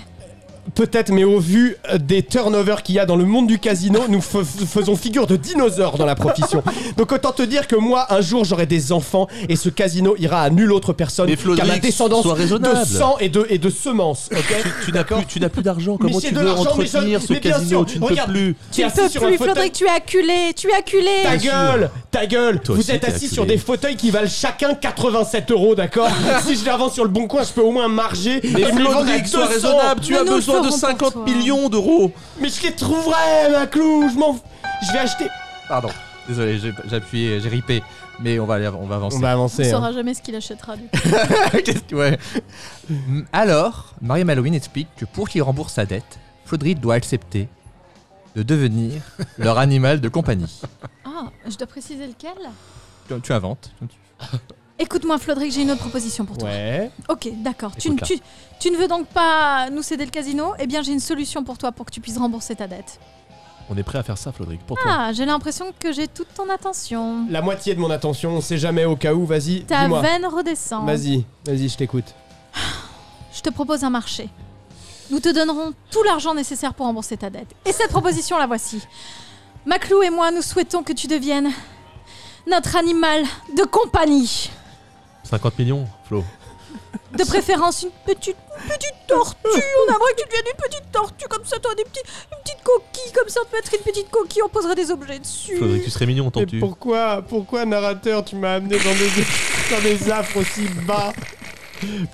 Speaker 2: Peut-être, mais au vu euh, des turnovers qu'il y a dans le monde du casino, nous f- faisons figure de dinosaures dans la profession. Donc autant te dire que moi, un jour, j'aurai des enfants et ce casino ira à nulle autre personne.
Speaker 3: Mais Flodric,
Speaker 2: car la descendance
Speaker 3: sois raisonnable.
Speaker 2: de sang et de, et de semences. ok
Speaker 3: Tu n'as plus, tu n'as plus d'argent.
Speaker 2: Mais
Speaker 3: Comment
Speaker 2: c'est
Speaker 3: tu
Speaker 2: de
Speaker 3: veux
Speaker 2: l'argent, mais je-
Speaker 3: entretenir ce
Speaker 2: mais bien
Speaker 3: casino
Speaker 2: sûr,
Speaker 3: Tu ne peux
Speaker 2: regarde,
Speaker 3: plus.
Speaker 2: T'es
Speaker 4: Tu ne
Speaker 2: assis
Speaker 4: peux
Speaker 2: sur un
Speaker 4: plus,
Speaker 2: fauteuil.
Speaker 4: Flodrig, tu es acculé, tu es acculé.
Speaker 2: Ta gueule, ta gueule.
Speaker 3: Toi
Speaker 2: Vous
Speaker 3: aussi,
Speaker 2: êtes
Speaker 3: t'es
Speaker 2: assis
Speaker 3: acculé.
Speaker 2: sur des fauteuils qui valent chacun 87 euros, d'accord Si je les revends sur le bon coin, je peux au moins marger. et
Speaker 3: Mais
Speaker 2: me les vendre à
Speaker 3: Flodric, sois
Speaker 2: 200.
Speaker 3: raisonnable. Tu
Speaker 4: Mais
Speaker 3: as
Speaker 4: nous le
Speaker 3: besoin de
Speaker 4: ferons pour
Speaker 3: 50
Speaker 4: toi.
Speaker 3: millions d'euros.
Speaker 2: Mais je les trouverai, ma clou. Je m'en. f- Je vais acheter.
Speaker 1: Pardon, désolé, j'ai j'ai appuyé, j'ai ripé, mais on va, aller- on va avancer.
Speaker 4: On
Speaker 2: avancer. hein.
Speaker 4: saura jamais ce qu'il achètera du coup.
Speaker 1: Qu'est-ce que- ouais. Mm, Alors, Marie Malouine explique que pour qu'il rembourse sa dette, Flodrig doit accepter de devenir leur animal de compagnie.
Speaker 4: Ah, je dois préciser lequel
Speaker 1: Tu, tu inventes.
Speaker 4: Écoute-moi, Flodric, j'ai une autre proposition pour toi.
Speaker 2: Ouais.
Speaker 4: Ok, d'accord. Tu, ne-
Speaker 1: Écoute-la.
Speaker 4: tu, tu ne veux donc pas nous céder le casino Eh bien, j'ai une solution pour toi pour que tu puisses rembourser ta dette.
Speaker 3: On est prêt à faire ça, Flodric. Pour toi.
Speaker 4: Ah, j'ai l'impression que j'ai toute ton attention.
Speaker 2: La moitié de mon attention, on sait jamais au cas où, vas-y,
Speaker 4: Ta
Speaker 2: dis-moi.
Speaker 4: veine redescend.
Speaker 2: Vas-y, vas-y, je t'écoute.
Speaker 4: te propose un marché. Nous te donnerons tout l'argent nécessaire pour rembourser ta dette. Et cette proposition, la voici. Maclou et moi, nous souhaitons que tu deviennes notre animal de compagnie.
Speaker 3: 50 millions, Flo.
Speaker 4: De préférence, une petite, une petite tortue. On aimerait que tu deviennes une petite tortue comme ça. Toi, des petits, une petite coquille comme ça. On te mettrait une petite coquille. On poserait des objets dessus.
Speaker 3: Flo, tu serais mignon,
Speaker 2: Mais
Speaker 3: t'entends-tu
Speaker 2: pourquoi, pourquoi, narrateur, tu m'as amené dans des, dans des affres aussi bas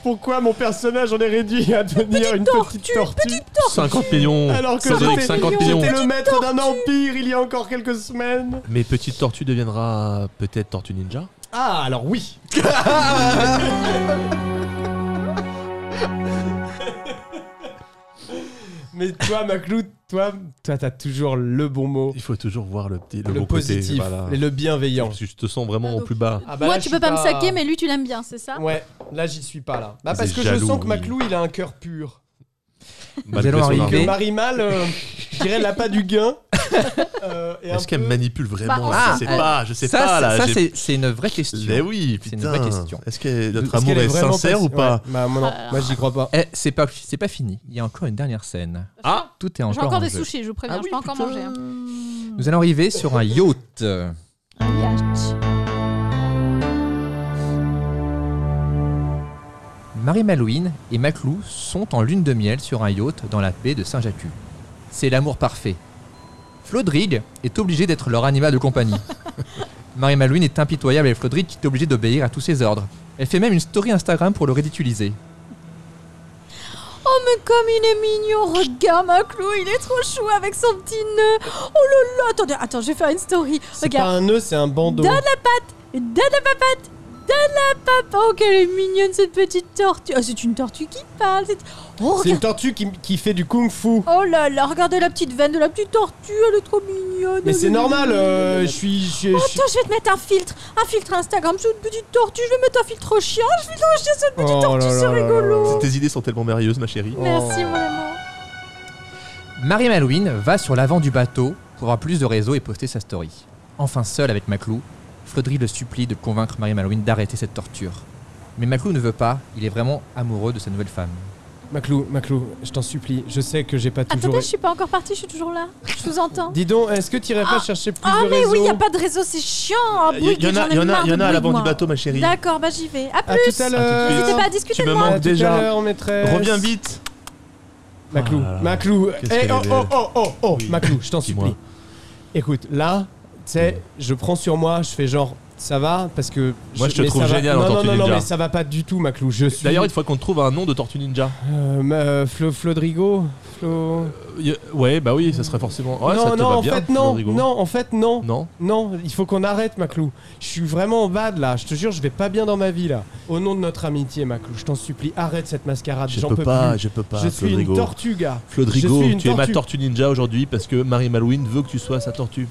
Speaker 2: Pourquoi mon personnage en est réduit à devenir une petite
Speaker 4: tortue,
Speaker 2: tortue
Speaker 3: 50 millions
Speaker 2: Alors que
Speaker 3: Oh, Ça donne
Speaker 2: j'étais
Speaker 3: 50
Speaker 2: j'étais
Speaker 3: millions
Speaker 2: le maître d'un empire il y a encore quelques semaines
Speaker 3: Mais Petite Tortue deviendra peut-être Tortue Ninja
Speaker 2: Ah, alors oui Mais toi, Maclou, toi, toi, t'as toujours le bon mot,
Speaker 3: Il faut toujours voir le petit, le,
Speaker 2: le,
Speaker 3: bon
Speaker 2: positif
Speaker 3: côté. voilà.
Speaker 2: et le bienveillant.
Speaker 3: Parce que Je te sens vraiment au plus bas.
Speaker 2: Ah bah
Speaker 4: moi,
Speaker 2: là,
Speaker 4: tu
Speaker 2: je
Speaker 4: peux
Speaker 2: suis
Speaker 4: pas me saquer, mais lui, tu l'aimes bien, c'est ça
Speaker 2: Ouais, là j'y suis pas là. Bah
Speaker 3: Vous
Speaker 2: parce
Speaker 3: êtes
Speaker 2: que je
Speaker 3: jaloux,
Speaker 2: sens que
Speaker 3: oui.
Speaker 2: Maclou il a un cœur pur.
Speaker 3: Malgré
Speaker 1: allons
Speaker 3: son
Speaker 1: arriver.
Speaker 2: Que
Speaker 1: Et-
Speaker 3: argent.
Speaker 2: Marie Mal, euh, je dirais elle a pas du gain. Euh, et un
Speaker 3: Est-ce qu'elle
Speaker 2: peu-
Speaker 3: manipule vraiment
Speaker 1: Bah,
Speaker 3: Je sais
Speaker 1: ah,
Speaker 3: pas, je sais
Speaker 1: ça,
Speaker 3: pas
Speaker 1: c'est-
Speaker 3: là.
Speaker 1: ça,
Speaker 3: j'ai-
Speaker 1: c'est c'est une vraie question.
Speaker 3: Mais oui,
Speaker 1: C'est une
Speaker 3: putain.
Speaker 1: vraie question.
Speaker 3: Est-ce que notre
Speaker 2: Est-ce
Speaker 3: amour
Speaker 2: qu'elle
Speaker 3: est,
Speaker 2: vraiment
Speaker 3: sincère
Speaker 2: pas-
Speaker 3: ou pas
Speaker 2: Ouais, bah, moi, non.
Speaker 4: Ah,
Speaker 2: moi j'y crois pas.
Speaker 1: Eh, c'est pas, c'est pas fini. Il y a encore une dernière scène.
Speaker 3: Ah
Speaker 1: Tout est
Speaker 4: J'ai
Speaker 1: encore.
Speaker 4: encore
Speaker 1: en
Speaker 4: des
Speaker 1: jeu.
Speaker 4: sushis, je vous préviens.
Speaker 3: Ah oui,
Speaker 4: je peux encore
Speaker 3: putain.
Speaker 4: manger. hein.
Speaker 1: Nous allons arriver sur un yacht.
Speaker 4: Un yacht.
Speaker 1: Marie Malouine et Maclou sont en lune de miel sur un yacht dans la baie de Saint-Jacques. C'est l'amour parfait. Flodrig est obligé d'être leur animal de compagnie. Marie Malouine est impitoyable et Flodrig est obligé d'obéir à tous ses ordres. Elle fait même une story Instagram pour le ridiculiser.
Speaker 4: Oh, mais comme il est mignon, regarde Maclou, il est trop chou avec son petit nœud. Oh là là, attendez, attends, je vais faire une story.
Speaker 2: C'est pas
Speaker 4: Regarde,
Speaker 2: un nœud, c'est un bandeau.
Speaker 4: Donne donne la papate, donne la papa. Oh, qu'elle est mignonne cette petite tortue. Ah, c'est une tortue qui parle. c'est- Oh,
Speaker 2: C'est une
Speaker 4: regarde.
Speaker 2: tortue qui, qui fait du kung-fu.
Speaker 4: Oh là là, regardez la petite veine de la petite tortue, elle est trop mignonne.
Speaker 2: Mais c'est normal, euh, je suis. je- je-
Speaker 4: Attends, je vais te mettre un filtre, un filtre Instagram sur une petite tortue, je vais mettre un filtre au chien, je vais mettre un chien sur une petite
Speaker 2: Oh
Speaker 4: tortue,
Speaker 2: là
Speaker 4: c'est
Speaker 2: là là
Speaker 4: rigolo.
Speaker 2: là là.
Speaker 3: Tes idées sont tellement merveilleuses, ma chérie.
Speaker 2: Oh.
Speaker 4: Merci mon amour.
Speaker 1: Marie Malouine va sur l'avant du bateau pour avoir plus de réseau et poster sa story. Enfin seul avec Maclou, Flodrig le supplie de convaincre Marie Malouine d'arrêter cette torture. Mais Maclou ne veut pas, il est vraiment amoureux de sa nouvelle femme.
Speaker 2: Maclou, Maclou, je t'en supplie, je sais que j'ai pas toujours.
Speaker 4: Attendez, je suis Ah, pas encore partie, je suis toujours là. Je vous entends.
Speaker 2: Dis donc, est-ce que t'irais pas chercher plus
Speaker 4: Ah
Speaker 2: de
Speaker 4: mais
Speaker 2: réseau
Speaker 4: oui, y a pas de réseau, c'est chiant. Ah,
Speaker 3: Il y,
Speaker 4: Bouygues,
Speaker 3: en a,
Speaker 4: j'en ai
Speaker 3: il y en a,
Speaker 4: marre
Speaker 3: il y en
Speaker 4: de
Speaker 3: a à l'avant
Speaker 4: Bouygues,
Speaker 3: du
Speaker 4: moi.
Speaker 3: bateau, ma chérie.
Speaker 4: D'accord, bah j'y vais. À
Speaker 2: À
Speaker 4: plus.
Speaker 3: Ah,
Speaker 2: tout à l'heure.
Speaker 4: N'hésitez pas à discuter
Speaker 3: Tu
Speaker 4: de
Speaker 3: me
Speaker 4: moi.
Speaker 2: À
Speaker 3: manques
Speaker 2: Ah, tout à
Speaker 3: déjà.
Speaker 2: l'heure, maîtresse.
Speaker 3: Reviens vite.
Speaker 2: Maclou,
Speaker 3: Ah là là.
Speaker 2: Maclou,
Speaker 3: Qu'est-ce
Speaker 2: eh,
Speaker 3: qu'elle
Speaker 2: oh,
Speaker 3: est
Speaker 2: oh,
Speaker 3: belle.
Speaker 2: oh, oh, oh,
Speaker 3: Oui.
Speaker 2: Maclou, je t'en
Speaker 3: Dis-moi.
Speaker 2: supplie. Écoute, là, tu sais, je prends sur moi, je fais genre, ça va, parce que.
Speaker 3: Moi, je te
Speaker 2: mais
Speaker 3: trouve
Speaker 2: ça va-
Speaker 3: génial en
Speaker 2: Non, non,
Speaker 3: Tortue
Speaker 2: non, non,
Speaker 3: Ninja.
Speaker 2: mais ça va pas du tout, Maclou, je suis.
Speaker 3: D'ailleurs, il faut qu'on trouve un nom de Tortue Ninja.
Speaker 2: Euh, ma- euh, Flo, Flodrigo Flo.
Speaker 3: Y- Ouais, bah oui, ça serait forcément. Ouais, ça
Speaker 2: non,
Speaker 3: te
Speaker 2: non,
Speaker 3: va
Speaker 2: en
Speaker 3: bien,
Speaker 2: fait, non,
Speaker 3: Rodrigo.
Speaker 2: non, en fait, non.
Speaker 3: Non
Speaker 2: Non, il faut qu'on arrête, Maclou. Je suis vraiment en bad là. Je te jure, je vais pas bien dans ma vie là. Au nom de notre amitié, Maclou, je t'en supplie, arrête cette mascarade.
Speaker 3: Je
Speaker 2: Ah, J'en
Speaker 3: peux
Speaker 2: peux
Speaker 3: pas,
Speaker 2: plus.
Speaker 3: je peux pas.
Speaker 2: je suis
Speaker 3: Rodrigo.
Speaker 2: une tortue, gars.
Speaker 3: Flodrigo,
Speaker 2: Je suis une
Speaker 3: tu es ma
Speaker 2: tortue.
Speaker 3: tortue ninja aujourd'hui parce que Marie Malouine veut que tu sois sa tortue.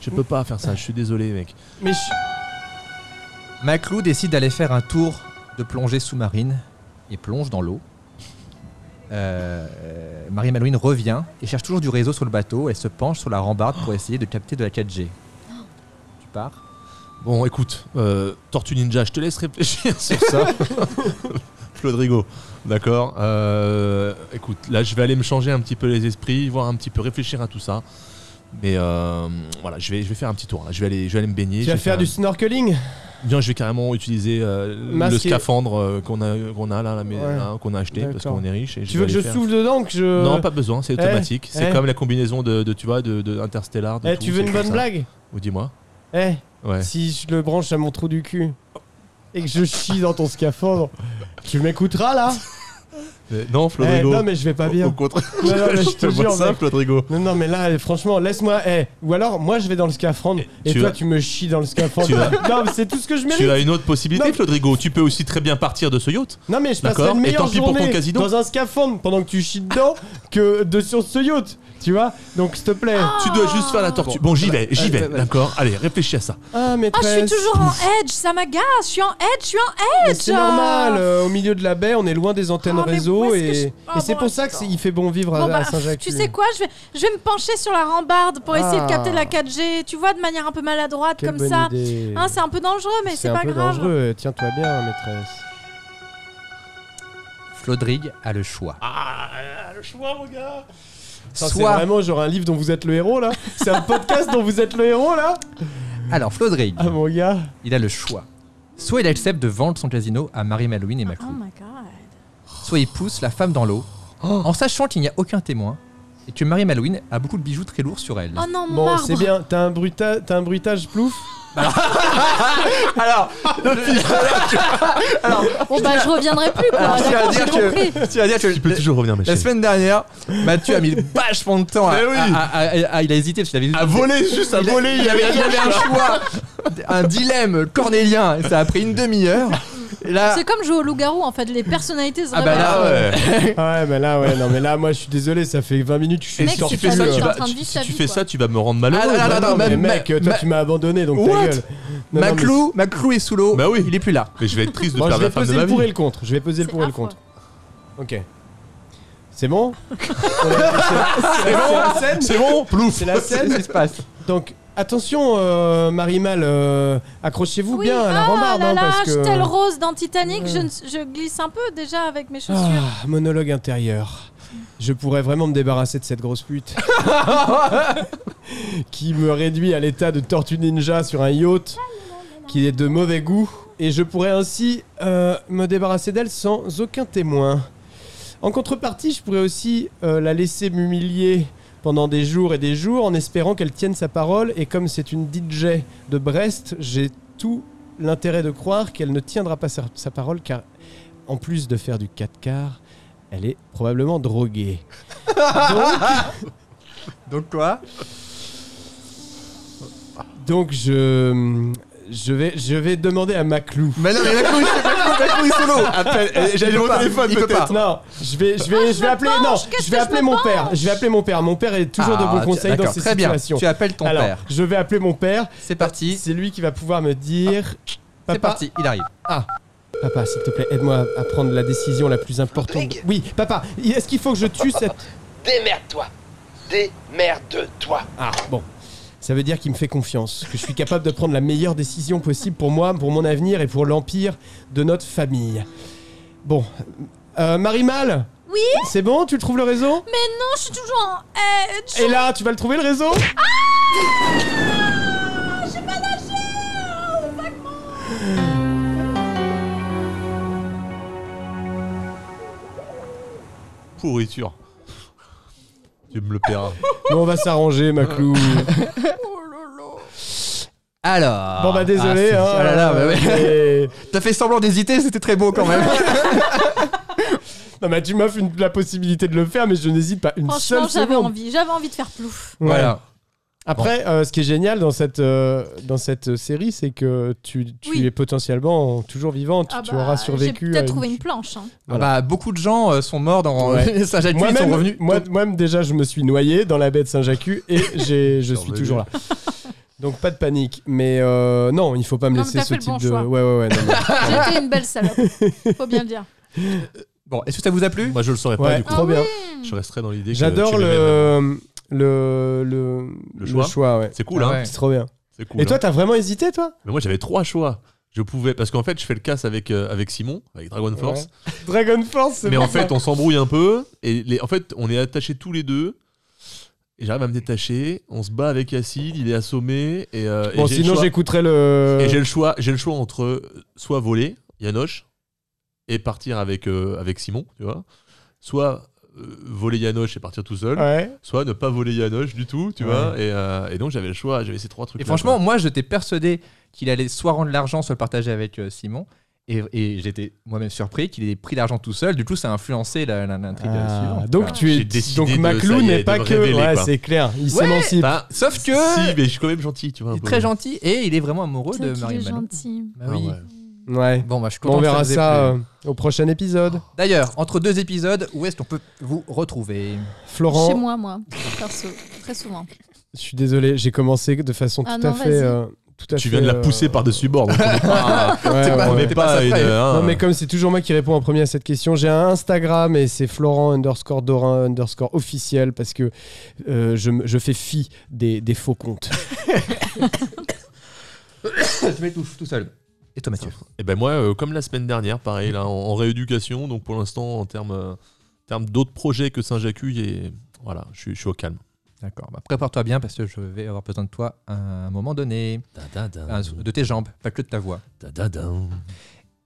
Speaker 3: Je
Speaker 2: Mm.
Speaker 3: peux pas faire ça, je suis désolé mec.
Speaker 2: Mais je-
Speaker 1: Maclou décide d'aller faire un tour de plongée sous-marine et plonge dans l'eau. Euh, euh, Marie Malouine revient et cherche toujours du réseau sur le bateau. Elle se penche sur la rambarde pour essayer de capter de la 4G. Tu pars
Speaker 3: Bon écoute, euh, tortue ninja, je te laisse réfléchir sur ça. Flodrigo, d'accord. euh, écoute, là je vais aller me changer un petit peu les esprits, voir un petit peu réfléchir à tout ça. Mais euh, voilà, je vais, je vais faire un petit tour. là. Je vais aller, je vais aller me baigner.
Speaker 2: tu
Speaker 3: je
Speaker 2: vas
Speaker 3: vais
Speaker 2: faire du snorkeling
Speaker 3: Bien, je vais carrément utiliser euh, le
Speaker 2: Masqué.
Speaker 3: scaphandre euh, qu'on a, qu'on a là, là, mais-
Speaker 2: Ouais.
Speaker 3: là, qu'on a acheté parce
Speaker 2: D'accord.
Speaker 3: qu'on est riche. Et
Speaker 2: Tu veux que
Speaker 3: vais
Speaker 2: je
Speaker 3: aller faire-
Speaker 2: souffle dedans que je...
Speaker 3: Non, pas besoin, c'est
Speaker 2: eh,
Speaker 3: automatique. c'est
Speaker 2: eh.
Speaker 3: comme la combinaison de, de, tu vois, de, de Interstellar. de
Speaker 2: Eh,
Speaker 3: tout,
Speaker 2: tu veux
Speaker 3: c'est
Speaker 2: une bonne
Speaker 3: comme ça.
Speaker 2: blague
Speaker 3: Ou dis-moi.
Speaker 2: Eh,
Speaker 3: Ouais.
Speaker 2: si je le branche à mon trou du cul et que je chie dans ton scaphandre, tu m'écouteras là
Speaker 3: Euh, non,
Speaker 2: Eh,
Speaker 3: Flodrigo.
Speaker 2: Non mais je vais pas
Speaker 3: au, au
Speaker 2: bien.
Speaker 3: contraire.
Speaker 2: Non, non, mais
Speaker 3: je
Speaker 2: je
Speaker 3: te
Speaker 2: te
Speaker 3: vois
Speaker 2: jure,
Speaker 3: ça,
Speaker 2: mec.
Speaker 3: Flodrigo.
Speaker 2: Non non mais là eh, franchement laisse-moi. Eh. Ou alors moi je vais dans le scaphandre
Speaker 3: Et
Speaker 2: et,
Speaker 3: tu
Speaker 2: toi
Speaker 3: vas-
Speaker 2: tu me chies dans le scaphandre.
Speaker 3: Tu vas-
Speaker 2: Non mais c'est tout ce que je mérite.
Speaker 3: Tu as une autre possibilité,
Speaker 2: Non.
Speaker 3: Flodrigo. Tu peux aussi très bien partir de ce yacht.
Speaker 2: Non mais je
Speaker 3: D'accord.
Speaker 2: passerai une
Speaker 3: Et
Speaker 2: meilleure
Speaker 3: tant pis pour ton
Speaker 2: journée
Speaker 3: casino.
Speaker 2: dans un scaphandre pendant que tu chies dedans que de sur ce yacht. Tu vois Donc s'il te plaît.
Speaker 3: Tu dois juste faire la
Speaker 2: Ah.
Speaker 3: tortue. Bon, j'y vais, j'y
Speaker 2: Ouais,
Speaker 3: vais.
Speaker 2: ouais, ouais.
Speaker 3: D'accord. Allez, réfléchis à ça.
Speaker 2: Ah
Speaker 4: Ah,
Speaker 2: maîtresse.
Speaker 4: je suis toujours en edge, ça m'agace. Je suis en edge, je suis en edge.
Speaker 2: Mais C'est normal, euh, au milieu de la baie, on est loin des antennes
Speaker 4: Ah, mais
Speaker 2: réseau
Speaker 4: où est-ce que
Speaker 2: et,
Speaker 4: je-
Speaker 2: et
Speaker 4: Ah,
Speaker 2: c'est
Speaker 4: bon,
Speaker 2: pour ça que c'est- il fait bon vivre à,
Speaker 4: Bon,
Speaker 2: à
Speaker 4: bah,
Speaker 2: Saint-Jacques.
Speaker 4: tu sais quoi, je vais, je vais me pencher sur la rambarde pour essayer de capter
Speaker 2: Ah.
Speaker 4: la 4G, tu vois, de manière un peu maladroite
Speaker 2: Quelle
Speaker 4: comme
Speaker 2: bonne
Speaker 4: ça.
Speaker 2: idée.
Speaker 4: Hein, c'est un peu dangereux, mais c'est
Speaker 2: un
Speaker 4: pas
Speaker 2: peu
Speaker 4: grave.
Speaker 2: dangereux, tiens-toi bien, maîtresse.
Speaker 1: Flodrig a le choix.
Speaker 3: Ah, le choix, mon gars
Speaker 2: Attends, C'est
Speaker 1: Soit-
Speaker 2: vraiment genre un livre dont vous êtes le héros là C'est un podcast dont vous êtes le héros là
Speaker 1: Alors, Flodrig,
Speaker 2: Ah mon gars
Speaker 1: il a le choix. Soit il accepte de vendre son casino à Marie Malouine et
Speaker 4: Oh
Speaker 1: Macron.
Speaker 4: my god.
Speaker 1: Soit il pousse la femme dans l'eau, en sachant qu'il n'y a aucun témoin et que Marie Malouine a beaucoup de bijoux très lourds sur elle.
Speaker 4: Oh non, mon
Speaker 2: Bon,
Speaker 4: marbre.
Speaker 2: c'est bien, t'as un, bruta- t'as un bruitage plouf
Speaker 1: Alors, alors,
Speaker 4: Bon bah je reviendrai plus quoi.
Speaker 1: Alors, Ah, je tiens à
Speaker 4: D'accord,
Speaker 1: dire
Speaker 4: j'ai
Speaker 1: que-
Speaker 4: compris.
Speaker 1: tu vas dire que
Speaker 3: Tu peux
Speaker 1: le-
Speaker 3: toujours revenir, mes
Speaker 1: la
Speaker 3: chéris.
Speaker 1: semaine dernière, Mathieu a mis vachement de temps à,
Speaker 3: Mais oui.
Speaker 1: à- à- à- à- il a hésité parce qu'il avait
Speaker 3: À voler, juste à
Speaker 1: il a-
Speaker 3: voler,
Speaker 1: il avait, il avait un choix, un dilemme cornélien. et Ça a pris une demi-heure. Et là,
Speaker 4: C'est comme jouer au loup-garou en fait, les personnalités se
Speaker 1: Ah bah
Speaker 4: révèlent.
Speaker 1: là,
Speaker 3: ouais.
Speaker 2: Ouais, mais là, ouais, non, mais là, moi, je suis désolé, ça fait 20 minutes que je suis
Speaker 4: Mec,
Speaker 2: sur
Speaker 4: c'est
Speaker 3: tu fais
Speaker 4: pas
Speaker 3: ça,
Speaker 4: logique,
Speaker 3: tu
Speaker 4: t'es en
Speaker 3: vas,
Speaker 4: train de
Speaker 3: tu-
Speaker 4: vivre
Speaker 3: si
Speaker 4: ta
Speaker 3: tu
Speaker 4: vie,
Speaker 3: fais
Speaker 4: quoi.
Speaker 3: ça, tu vas me rendre malheureux.
Speaker 1: Ah,
Speaker 2: Non,
Speaker 1: non,
Speaker 2: non,
Speaker 1: ma-
Speaker 2: mais
Speaker 1: ma-
Speaker 2: mec, toi,
Speaker 1: ma-
Speaker 2: tu m'as abandonné, donc
Speaker 1: What
Speaker 2: ta gueule. Non, non, mais-
Speaker 1: Maclou, Maclou est sous l'eau.
Speaker 3: Bah oui.
Speaker 1: Il est plus là.
Speaker 3: Mais je vais être triste de
Speaker 2: Bon, je
Speaker 3: perdre
Speaker 2: vais
Speaker 3: la femme de
Speaker 2: peser
Speaker 3: ma
Speaker 2: le pour et
Speaker 3: vie.
Speaker 2: le contre. Je vais peser le
Speaker 4: C'est
Speaker 2: pour et le
Speaker 4: affreux.
Speaker 2: contre. Ok. C'est bon C'est bon la scène
Speaker 3: C'est bon, plouf.
Speaker 2: C'est la
Speaker 1: Qu'est-ce
Speaker 2: scène
Speaker 1: qui se passe
Speaker 2: Donc, attention, euh, Marie-Mal, euh, accrochez-vous
Speaker 4: Oui,
Speaker 2: bien à la
Speaker 4: ah
Speaker 2: rambarde,
Speaker 4: là
Speaker 2: hein,
Speaker 4: là,
Speaker 2: parce que...
Speaker 4: je telle rose dans Titanic, je, ne- je glisse un peu déjà avec mes chaussures.
Speaker 2: Ah, monologue intérieur. Je pourrais vraiment me débarrasser de cette grosse pute qui me réduit à l'état de tortue ninja sur un yacht qui est de mauvais goût et je pourrais ainsi euh, me débarrasser d'elle sans aucun témoin. En contrepartie, je pourrais aussi euh, la laisser m'humilier pendant des jours et des jours en espérant qu'elle tienne sa parole et comme c'est une DJ de Brest, j'ai tout l'intérêt de croire qu'elle ne tiendra pas sa- sa parole car en plus de faire du 4 quarts, elle est probablement droguée.
Speaker 1: Donc quoi
Speaker 2: Donc je je vais je vais demander à Maclou.
Speaker 1: Mais non, mais Maclou, il fait- Maclou, Maclou est sous l'eau.
Speaker 2: Appelle,
Speaker 1: j'ai mon téléphone, peut-être.
Speaker 2: Non, je vais je vais je vais appeler non,
Speaker 4: Ah, penche, qu'est-ce
Speaker 2: je vais
Speaker 4: que je
Speaker 2: appeler
Speaker 4: me
Speaker 2: mon
Speaker 4: penche
Speaker 2: père. Je vais appeler mon père. Mon père est toujours de
Speaker 1: Ah,
Speaker 2: bons
Speaker 1: tu-
Speaker 2: conseils dans
Speaker 1: d'accord,
Speaker 2: ces
Speaker 1: Très bien.
Speaker 2: situations.
Speaker 1: Tu appelles ton
Speaker 2: Alors,
Speaker 1: père.
Speaker 2: je vais appeler mon père.
Speaker 1: C'est parti.
Speaker 2: C'est lui qui va pouvoir me dire
Speaker 1: Ah, C'est
Speaker 2: Papa,
Speaker 1: parti. Il arrive.
Speaker 2: Papa, s'il te plaît, aide-moi à prendre la décision la plus importante.
Speaker 6: Rodrigue
Speaker 2: Oui, papa, est-ce qu'il faut que je tue cette
Speaker 6: Démerde-toi. Démerde-toi.
Speaker 2: Ah, bon. Ça veut dire qu'il me fait confiance, que je suis capable de prendre la meilleure décision possible pour moi, pour mon avenir et pour l'empire de notre famille. Bon. Euh, Marie-Mal
Speaker 4: Oui
Speaker 2: C'est bon Tu le trouves le réseau
Speaker 4: Mais non, je suis toujours en edge.
Speaker 2: Et là, tu vas le trouver le réseau
Speaker 3: Pourriture. Tu me le paieras.
Speaker 2: Bon, on va s'arranger, Maclou.
Speaker 1: Alors.
Speaker 2: bon, bah désolé.
Speaker 1: Ah,
Speaker 2: hein,
Speaker 1: c'est- oh là là, bah ouais.
Speaker 2: mais-
Speaker 1: T'as fait semblant d'hésiter, c'était très beau quand même.
Speaker 2: Non, mais tu m'offres une- la possibilité de le faire, mais je n'hésite pas une
Speaker 4: Franchement,
Speaker 2: seule
Speaker 4: j'avais
Speaker 2: seconde.
Speaker 4: envie, j'avais envie de faire plouf.
Speaker 2: Ouais.
Speaker 1: Voilà.
Speaker 2: Après, euh, ce qui est génial dans cette, euh, dans cette série, c'est que tu, tu
Speaker 4: Oui.
Speaker 2: es potentiellement toujours vivante.
Speaker 4: Ah
Speaker 2: tu
Speaker 4: bah,
Speaker 2: auras
Speaker 4: J'ai
Speaker 2: survécu. à
Speaker 4: peut-être
Speaker 2: une-
Speaker 4: trouvé une planche. hein.
Speaker 2: Voilà.
Speaker 1: Bah, beaucoup de gens euh, sont morts dans
Speaker 2: Ouais.
Speaker 1: Saint-Jacques, ils
Speaker 2: Moi-même,
Speaker 1: sont revenus.
Speaker 2: moi- moi-même, déjà, je me suis noyé dans la baie de Saint-Jacques et j'ai- je suis
Speaker 3: Survenu.
Speaker 2: toujours là. Donc, pas de panique. Mais euh, non, il faut pas me
Speaker 4: Non, mais
Speaker 2: laisser
Speaker 4: t'as
Speaker 2: ce
Speaker 4: fait le
Speaker 2: type
Speaker 4: bon
Speaker 2: de.
Speaker 4: choix.
Speaker 2: Ouais, ouais, ouais. non, non.
Speaker 4: J'étais une belle salope, faut bien le dire.
Speaker 1: Bon, est-ce que ça vous a plu
Speaker 3: Moi, je le saurais pas
Speaker 2: Ouais.
Speaker 3: du coup.
Speaker 2: Trop
Speaker 4: Ah
Speaker 2: bien.
Speaker 4: oui.
Speaker 3: Je resterai dans l'idée que
Speaker 2: J'adore
Speaker 3: tu
Speaker 2: le,
Speaker 3: l'avais même.
Speaker 2: le, le,
Speaker 3: Le choix.
Speaker 2: ouais.
Speaker 3: C'est cool,
Speaker 1: Ah
Speaker 3: hein
Speaker 1: ouais.
Speaker 2: C'est trop bien.
Speaker 3: C'est cool.
Speaker 2: et toi,
Speaker 3: hein.
Speaker 2: t'as vraiment hésité, toi
Speaker 3: Mais moi, j'avais trois choix. Je pouvais. Parce qu'en fait, je fais le casse avec, euh, avec Simon, avec Dragon Force.
Speaker 2: Dragon Force, c'est
Speaker 3: Mais
Speaker 2: bon,
Speaker 3: en fait,
Speaker 2: ça.
Speaker 3: on s'embrouille un peu. Et les- en fait, on est attachés tous les deux. Et j'arrive à me détacher. On se bat avec Acide, il est assommé. Et, euh, et
Speaker 2: Bon,
Speaker 3: j'ai le
Speaker 2: sinon,
Speaker 3: choix-
Speaker 2: j'écouterai le.
Speaker 3: Et j'ai le choix, j'ai le choix entre euh, soit voler Yanoche et partir avec euh, avec Simon, tu vois, soit euh, voler Yanoche et partir tout seul,
Speaker 2: Ouais.
Speaker 3: soit ne pas voler Yanoche du tout, tu
Speaker 2: Ouais.
Speaker 3: vois. Et, euh, et donc j'avais le choix, j'avais ces trois trucs.
Speaker 1: Et franchement, moi, j'étais persuadé qu'il allait soit rendre l'argent, soit le partager avec euh, Simon. Et, et j'étais moi-même surpris qu'il ait pris l'argent tout seul. Du coup, ça a influencé la- la- l'intrigue
Speaker 2: Ah,
Speaker 1: suivante.
Speaker 2: donc
Speaker 1: Voilà.
Speaker 2: tu
Speaker 3: J'ai
Speaker 2: es
Speaker 3: décidé
Speaker 2: donc
Speaker 3: de- ça
Speaker 2: Maclou
Speaker 3: y est,
Speaker 2: n'est
Speaker 3: de
Speaker 2: pas
Speaker 3: me
Speaker 2: que
Speaker 3: révéler,
Speaker 2: ouais
Speaker 3: quoi.
Speaker 2: c'est clair il
Speaker 1: Ouais.
Speaker 2: s'émancipe
Speaker 1: Bah, Sauf que
Speaker 3: si, mais je suis quand même gentil, tu vois. un
Speaker 1: il est
Speaker 3: peu.
Speaker 1: très gentil et il est vraiment amoureux
Speaker 4: C'est
Speaker 1: de
Speaker 4: qu'il est
Speaker 1: Marie Manon.
Speaker 4: gentil.
Speaker 1: Bah
Speaker 3: Ah
Speaker 1: oui.
Speaker 3: ouais.
Speaker 2: ouais
Speaker 1: Bon, bah, je suis
Speaker 2: Bon,
Speaker 1: content
Speaker 2: on
Speaker 1: que
Speaker 2: verra
Speaker 1: vous ait
Speaker 2: ça
Speaker 1: plu.
Speaker 2: euh, au prochain épisode
Speaker 1: D'ailleurs, entre deux épisodes, où est-ce qu'on peut vous retrouver
Speaker 2: Florent
Speaker 4: Chez moi, moi, perso, très souvent.
Speaker 2: je suis désolé j'ai commencé de façon
Speaker 4: Ah
Speaker 2: tout à
Speaker 4: non,
Speaker 2: fait
Speaker 4: vas-y.
Speaker 2: euh, tout à fait,
Speaker 3: Tu viens de la
Speaker 2: euh,
Speaker 3: pousser par dessus bord. donc on est
Speaker 1: Ah.
Speaker 3: pas-
Speaker 2: ouais, ouais,
Speaker 1: pas-
Speaker 2: ouais.
Speaker 3: on est
Speaker 1: t'es
Speaker 3: pas
Speaker 1: pas
Speaker 3: une,
Speaker 1: prêt.
Speaker 3: euh,
Speaker 2: Non mais comme c'est toujours moi qui réponds en premier à cette question, j'ai un Instagram et c'est Florent underscore Dorin underscore officiel parce que euh, je, me- je fais fi des, des faux comptes.
Speaker 1: Je m'étouffe tout seul. Et toi, Mathieu
Speaker 3: Et ben moi, euh, comme la semaine dernière, pareil, là, en, en rééducation, donc pour l'instant, en termes euh, en termes d'autres projets que Saint-Jacques, et voilà, je suis- je suis au calme.
Speaker 1: D'accord. Bah, Prépare-toi bien parce que je vais avoir besoin de toi à un moment donné. Ah, De tes jambes, pas que de ta voix.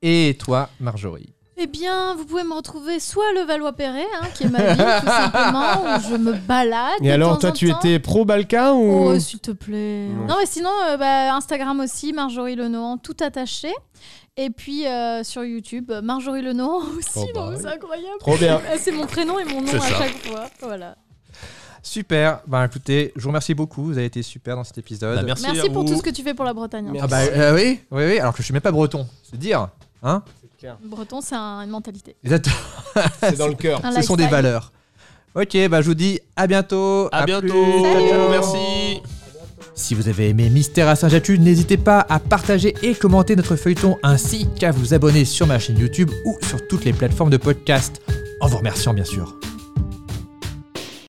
Speaker 1: Et toi, Marjorie
Speaker 4: Eh bien, vous pouvez me retrouver soit le Valois-Perret, hein, qui est ma ville, tout simplement, où je me balade.
Speaker 2: Et
Speaker 4: de
Speaker 2: alors,
Speaker 4: temps
Speaker 2: toi,
Speaker 4: en
Speaker 2: tu
Speaker 4: temps.
Speaker 2: étais pro-Balkan ou
Speaker 4: Oh, s'il te plaît.
Speaker 2: Non.
Speaker 4: Non, mais sinon, euh, bah, Instagram aussi, Marjorie Lenohan, tout attaché. Et puis euh, sur YouTube, euh, Marjorie Lenohan aussi,
Speaker 2: Oh, bah
Speaker 4: non, mais
Speaker 2: oui.
Speaker 4: c'est incroyable.
Speaker 2: Trop bien.
Speaker 4: Eh, C'est mon prénom et mon nom
Speaker 3: C'est
Speaker 4: à
Speaker 3: ça.
Speaker 4: chaque fois. Voilà.
Speaker 1: Super. Bah, écoutez, je vous remercie beaucoup. Vous avez été super dans cet épisode.
Speaker 3: Bah, merci
Speaker 4: Merci,
Speaker 3: à
Speaker 4: pour
Speaker 3: vous.
Speaker 4: tout ce que tu fais pour la Bretagne. hein.
Speaker 1: Ah bah euh, oui, oui, oui, alors que je suis même pas breton, c'est dire. Hein
Speaker 4: Breton, c'est un- une mentalité.
Speaker 1: Exact-
Speaker 2: C'est dans le cœur.
Speaker 4: Un
Speaker 1: Ce sont des
Speaker 4: lifestyle.
Speaker 1: valeurs. Ok, bah je vous dis à bientôt.
Speaker 3: À
Speaker 1: plus.
Speaker 3: bientôt.
Speaker 1: Ciao.
Speaker 3: Merci.
Speaker 1: Si vous avez aimé Mystère à Saint-Jatu, n'hésitez pas à partager et commenter notre feuilleton ainsi qu'à vous abonner sur ma chaîne YouTube ou sur toutes les plateformes de podcast. En vous remerciant bien sûr.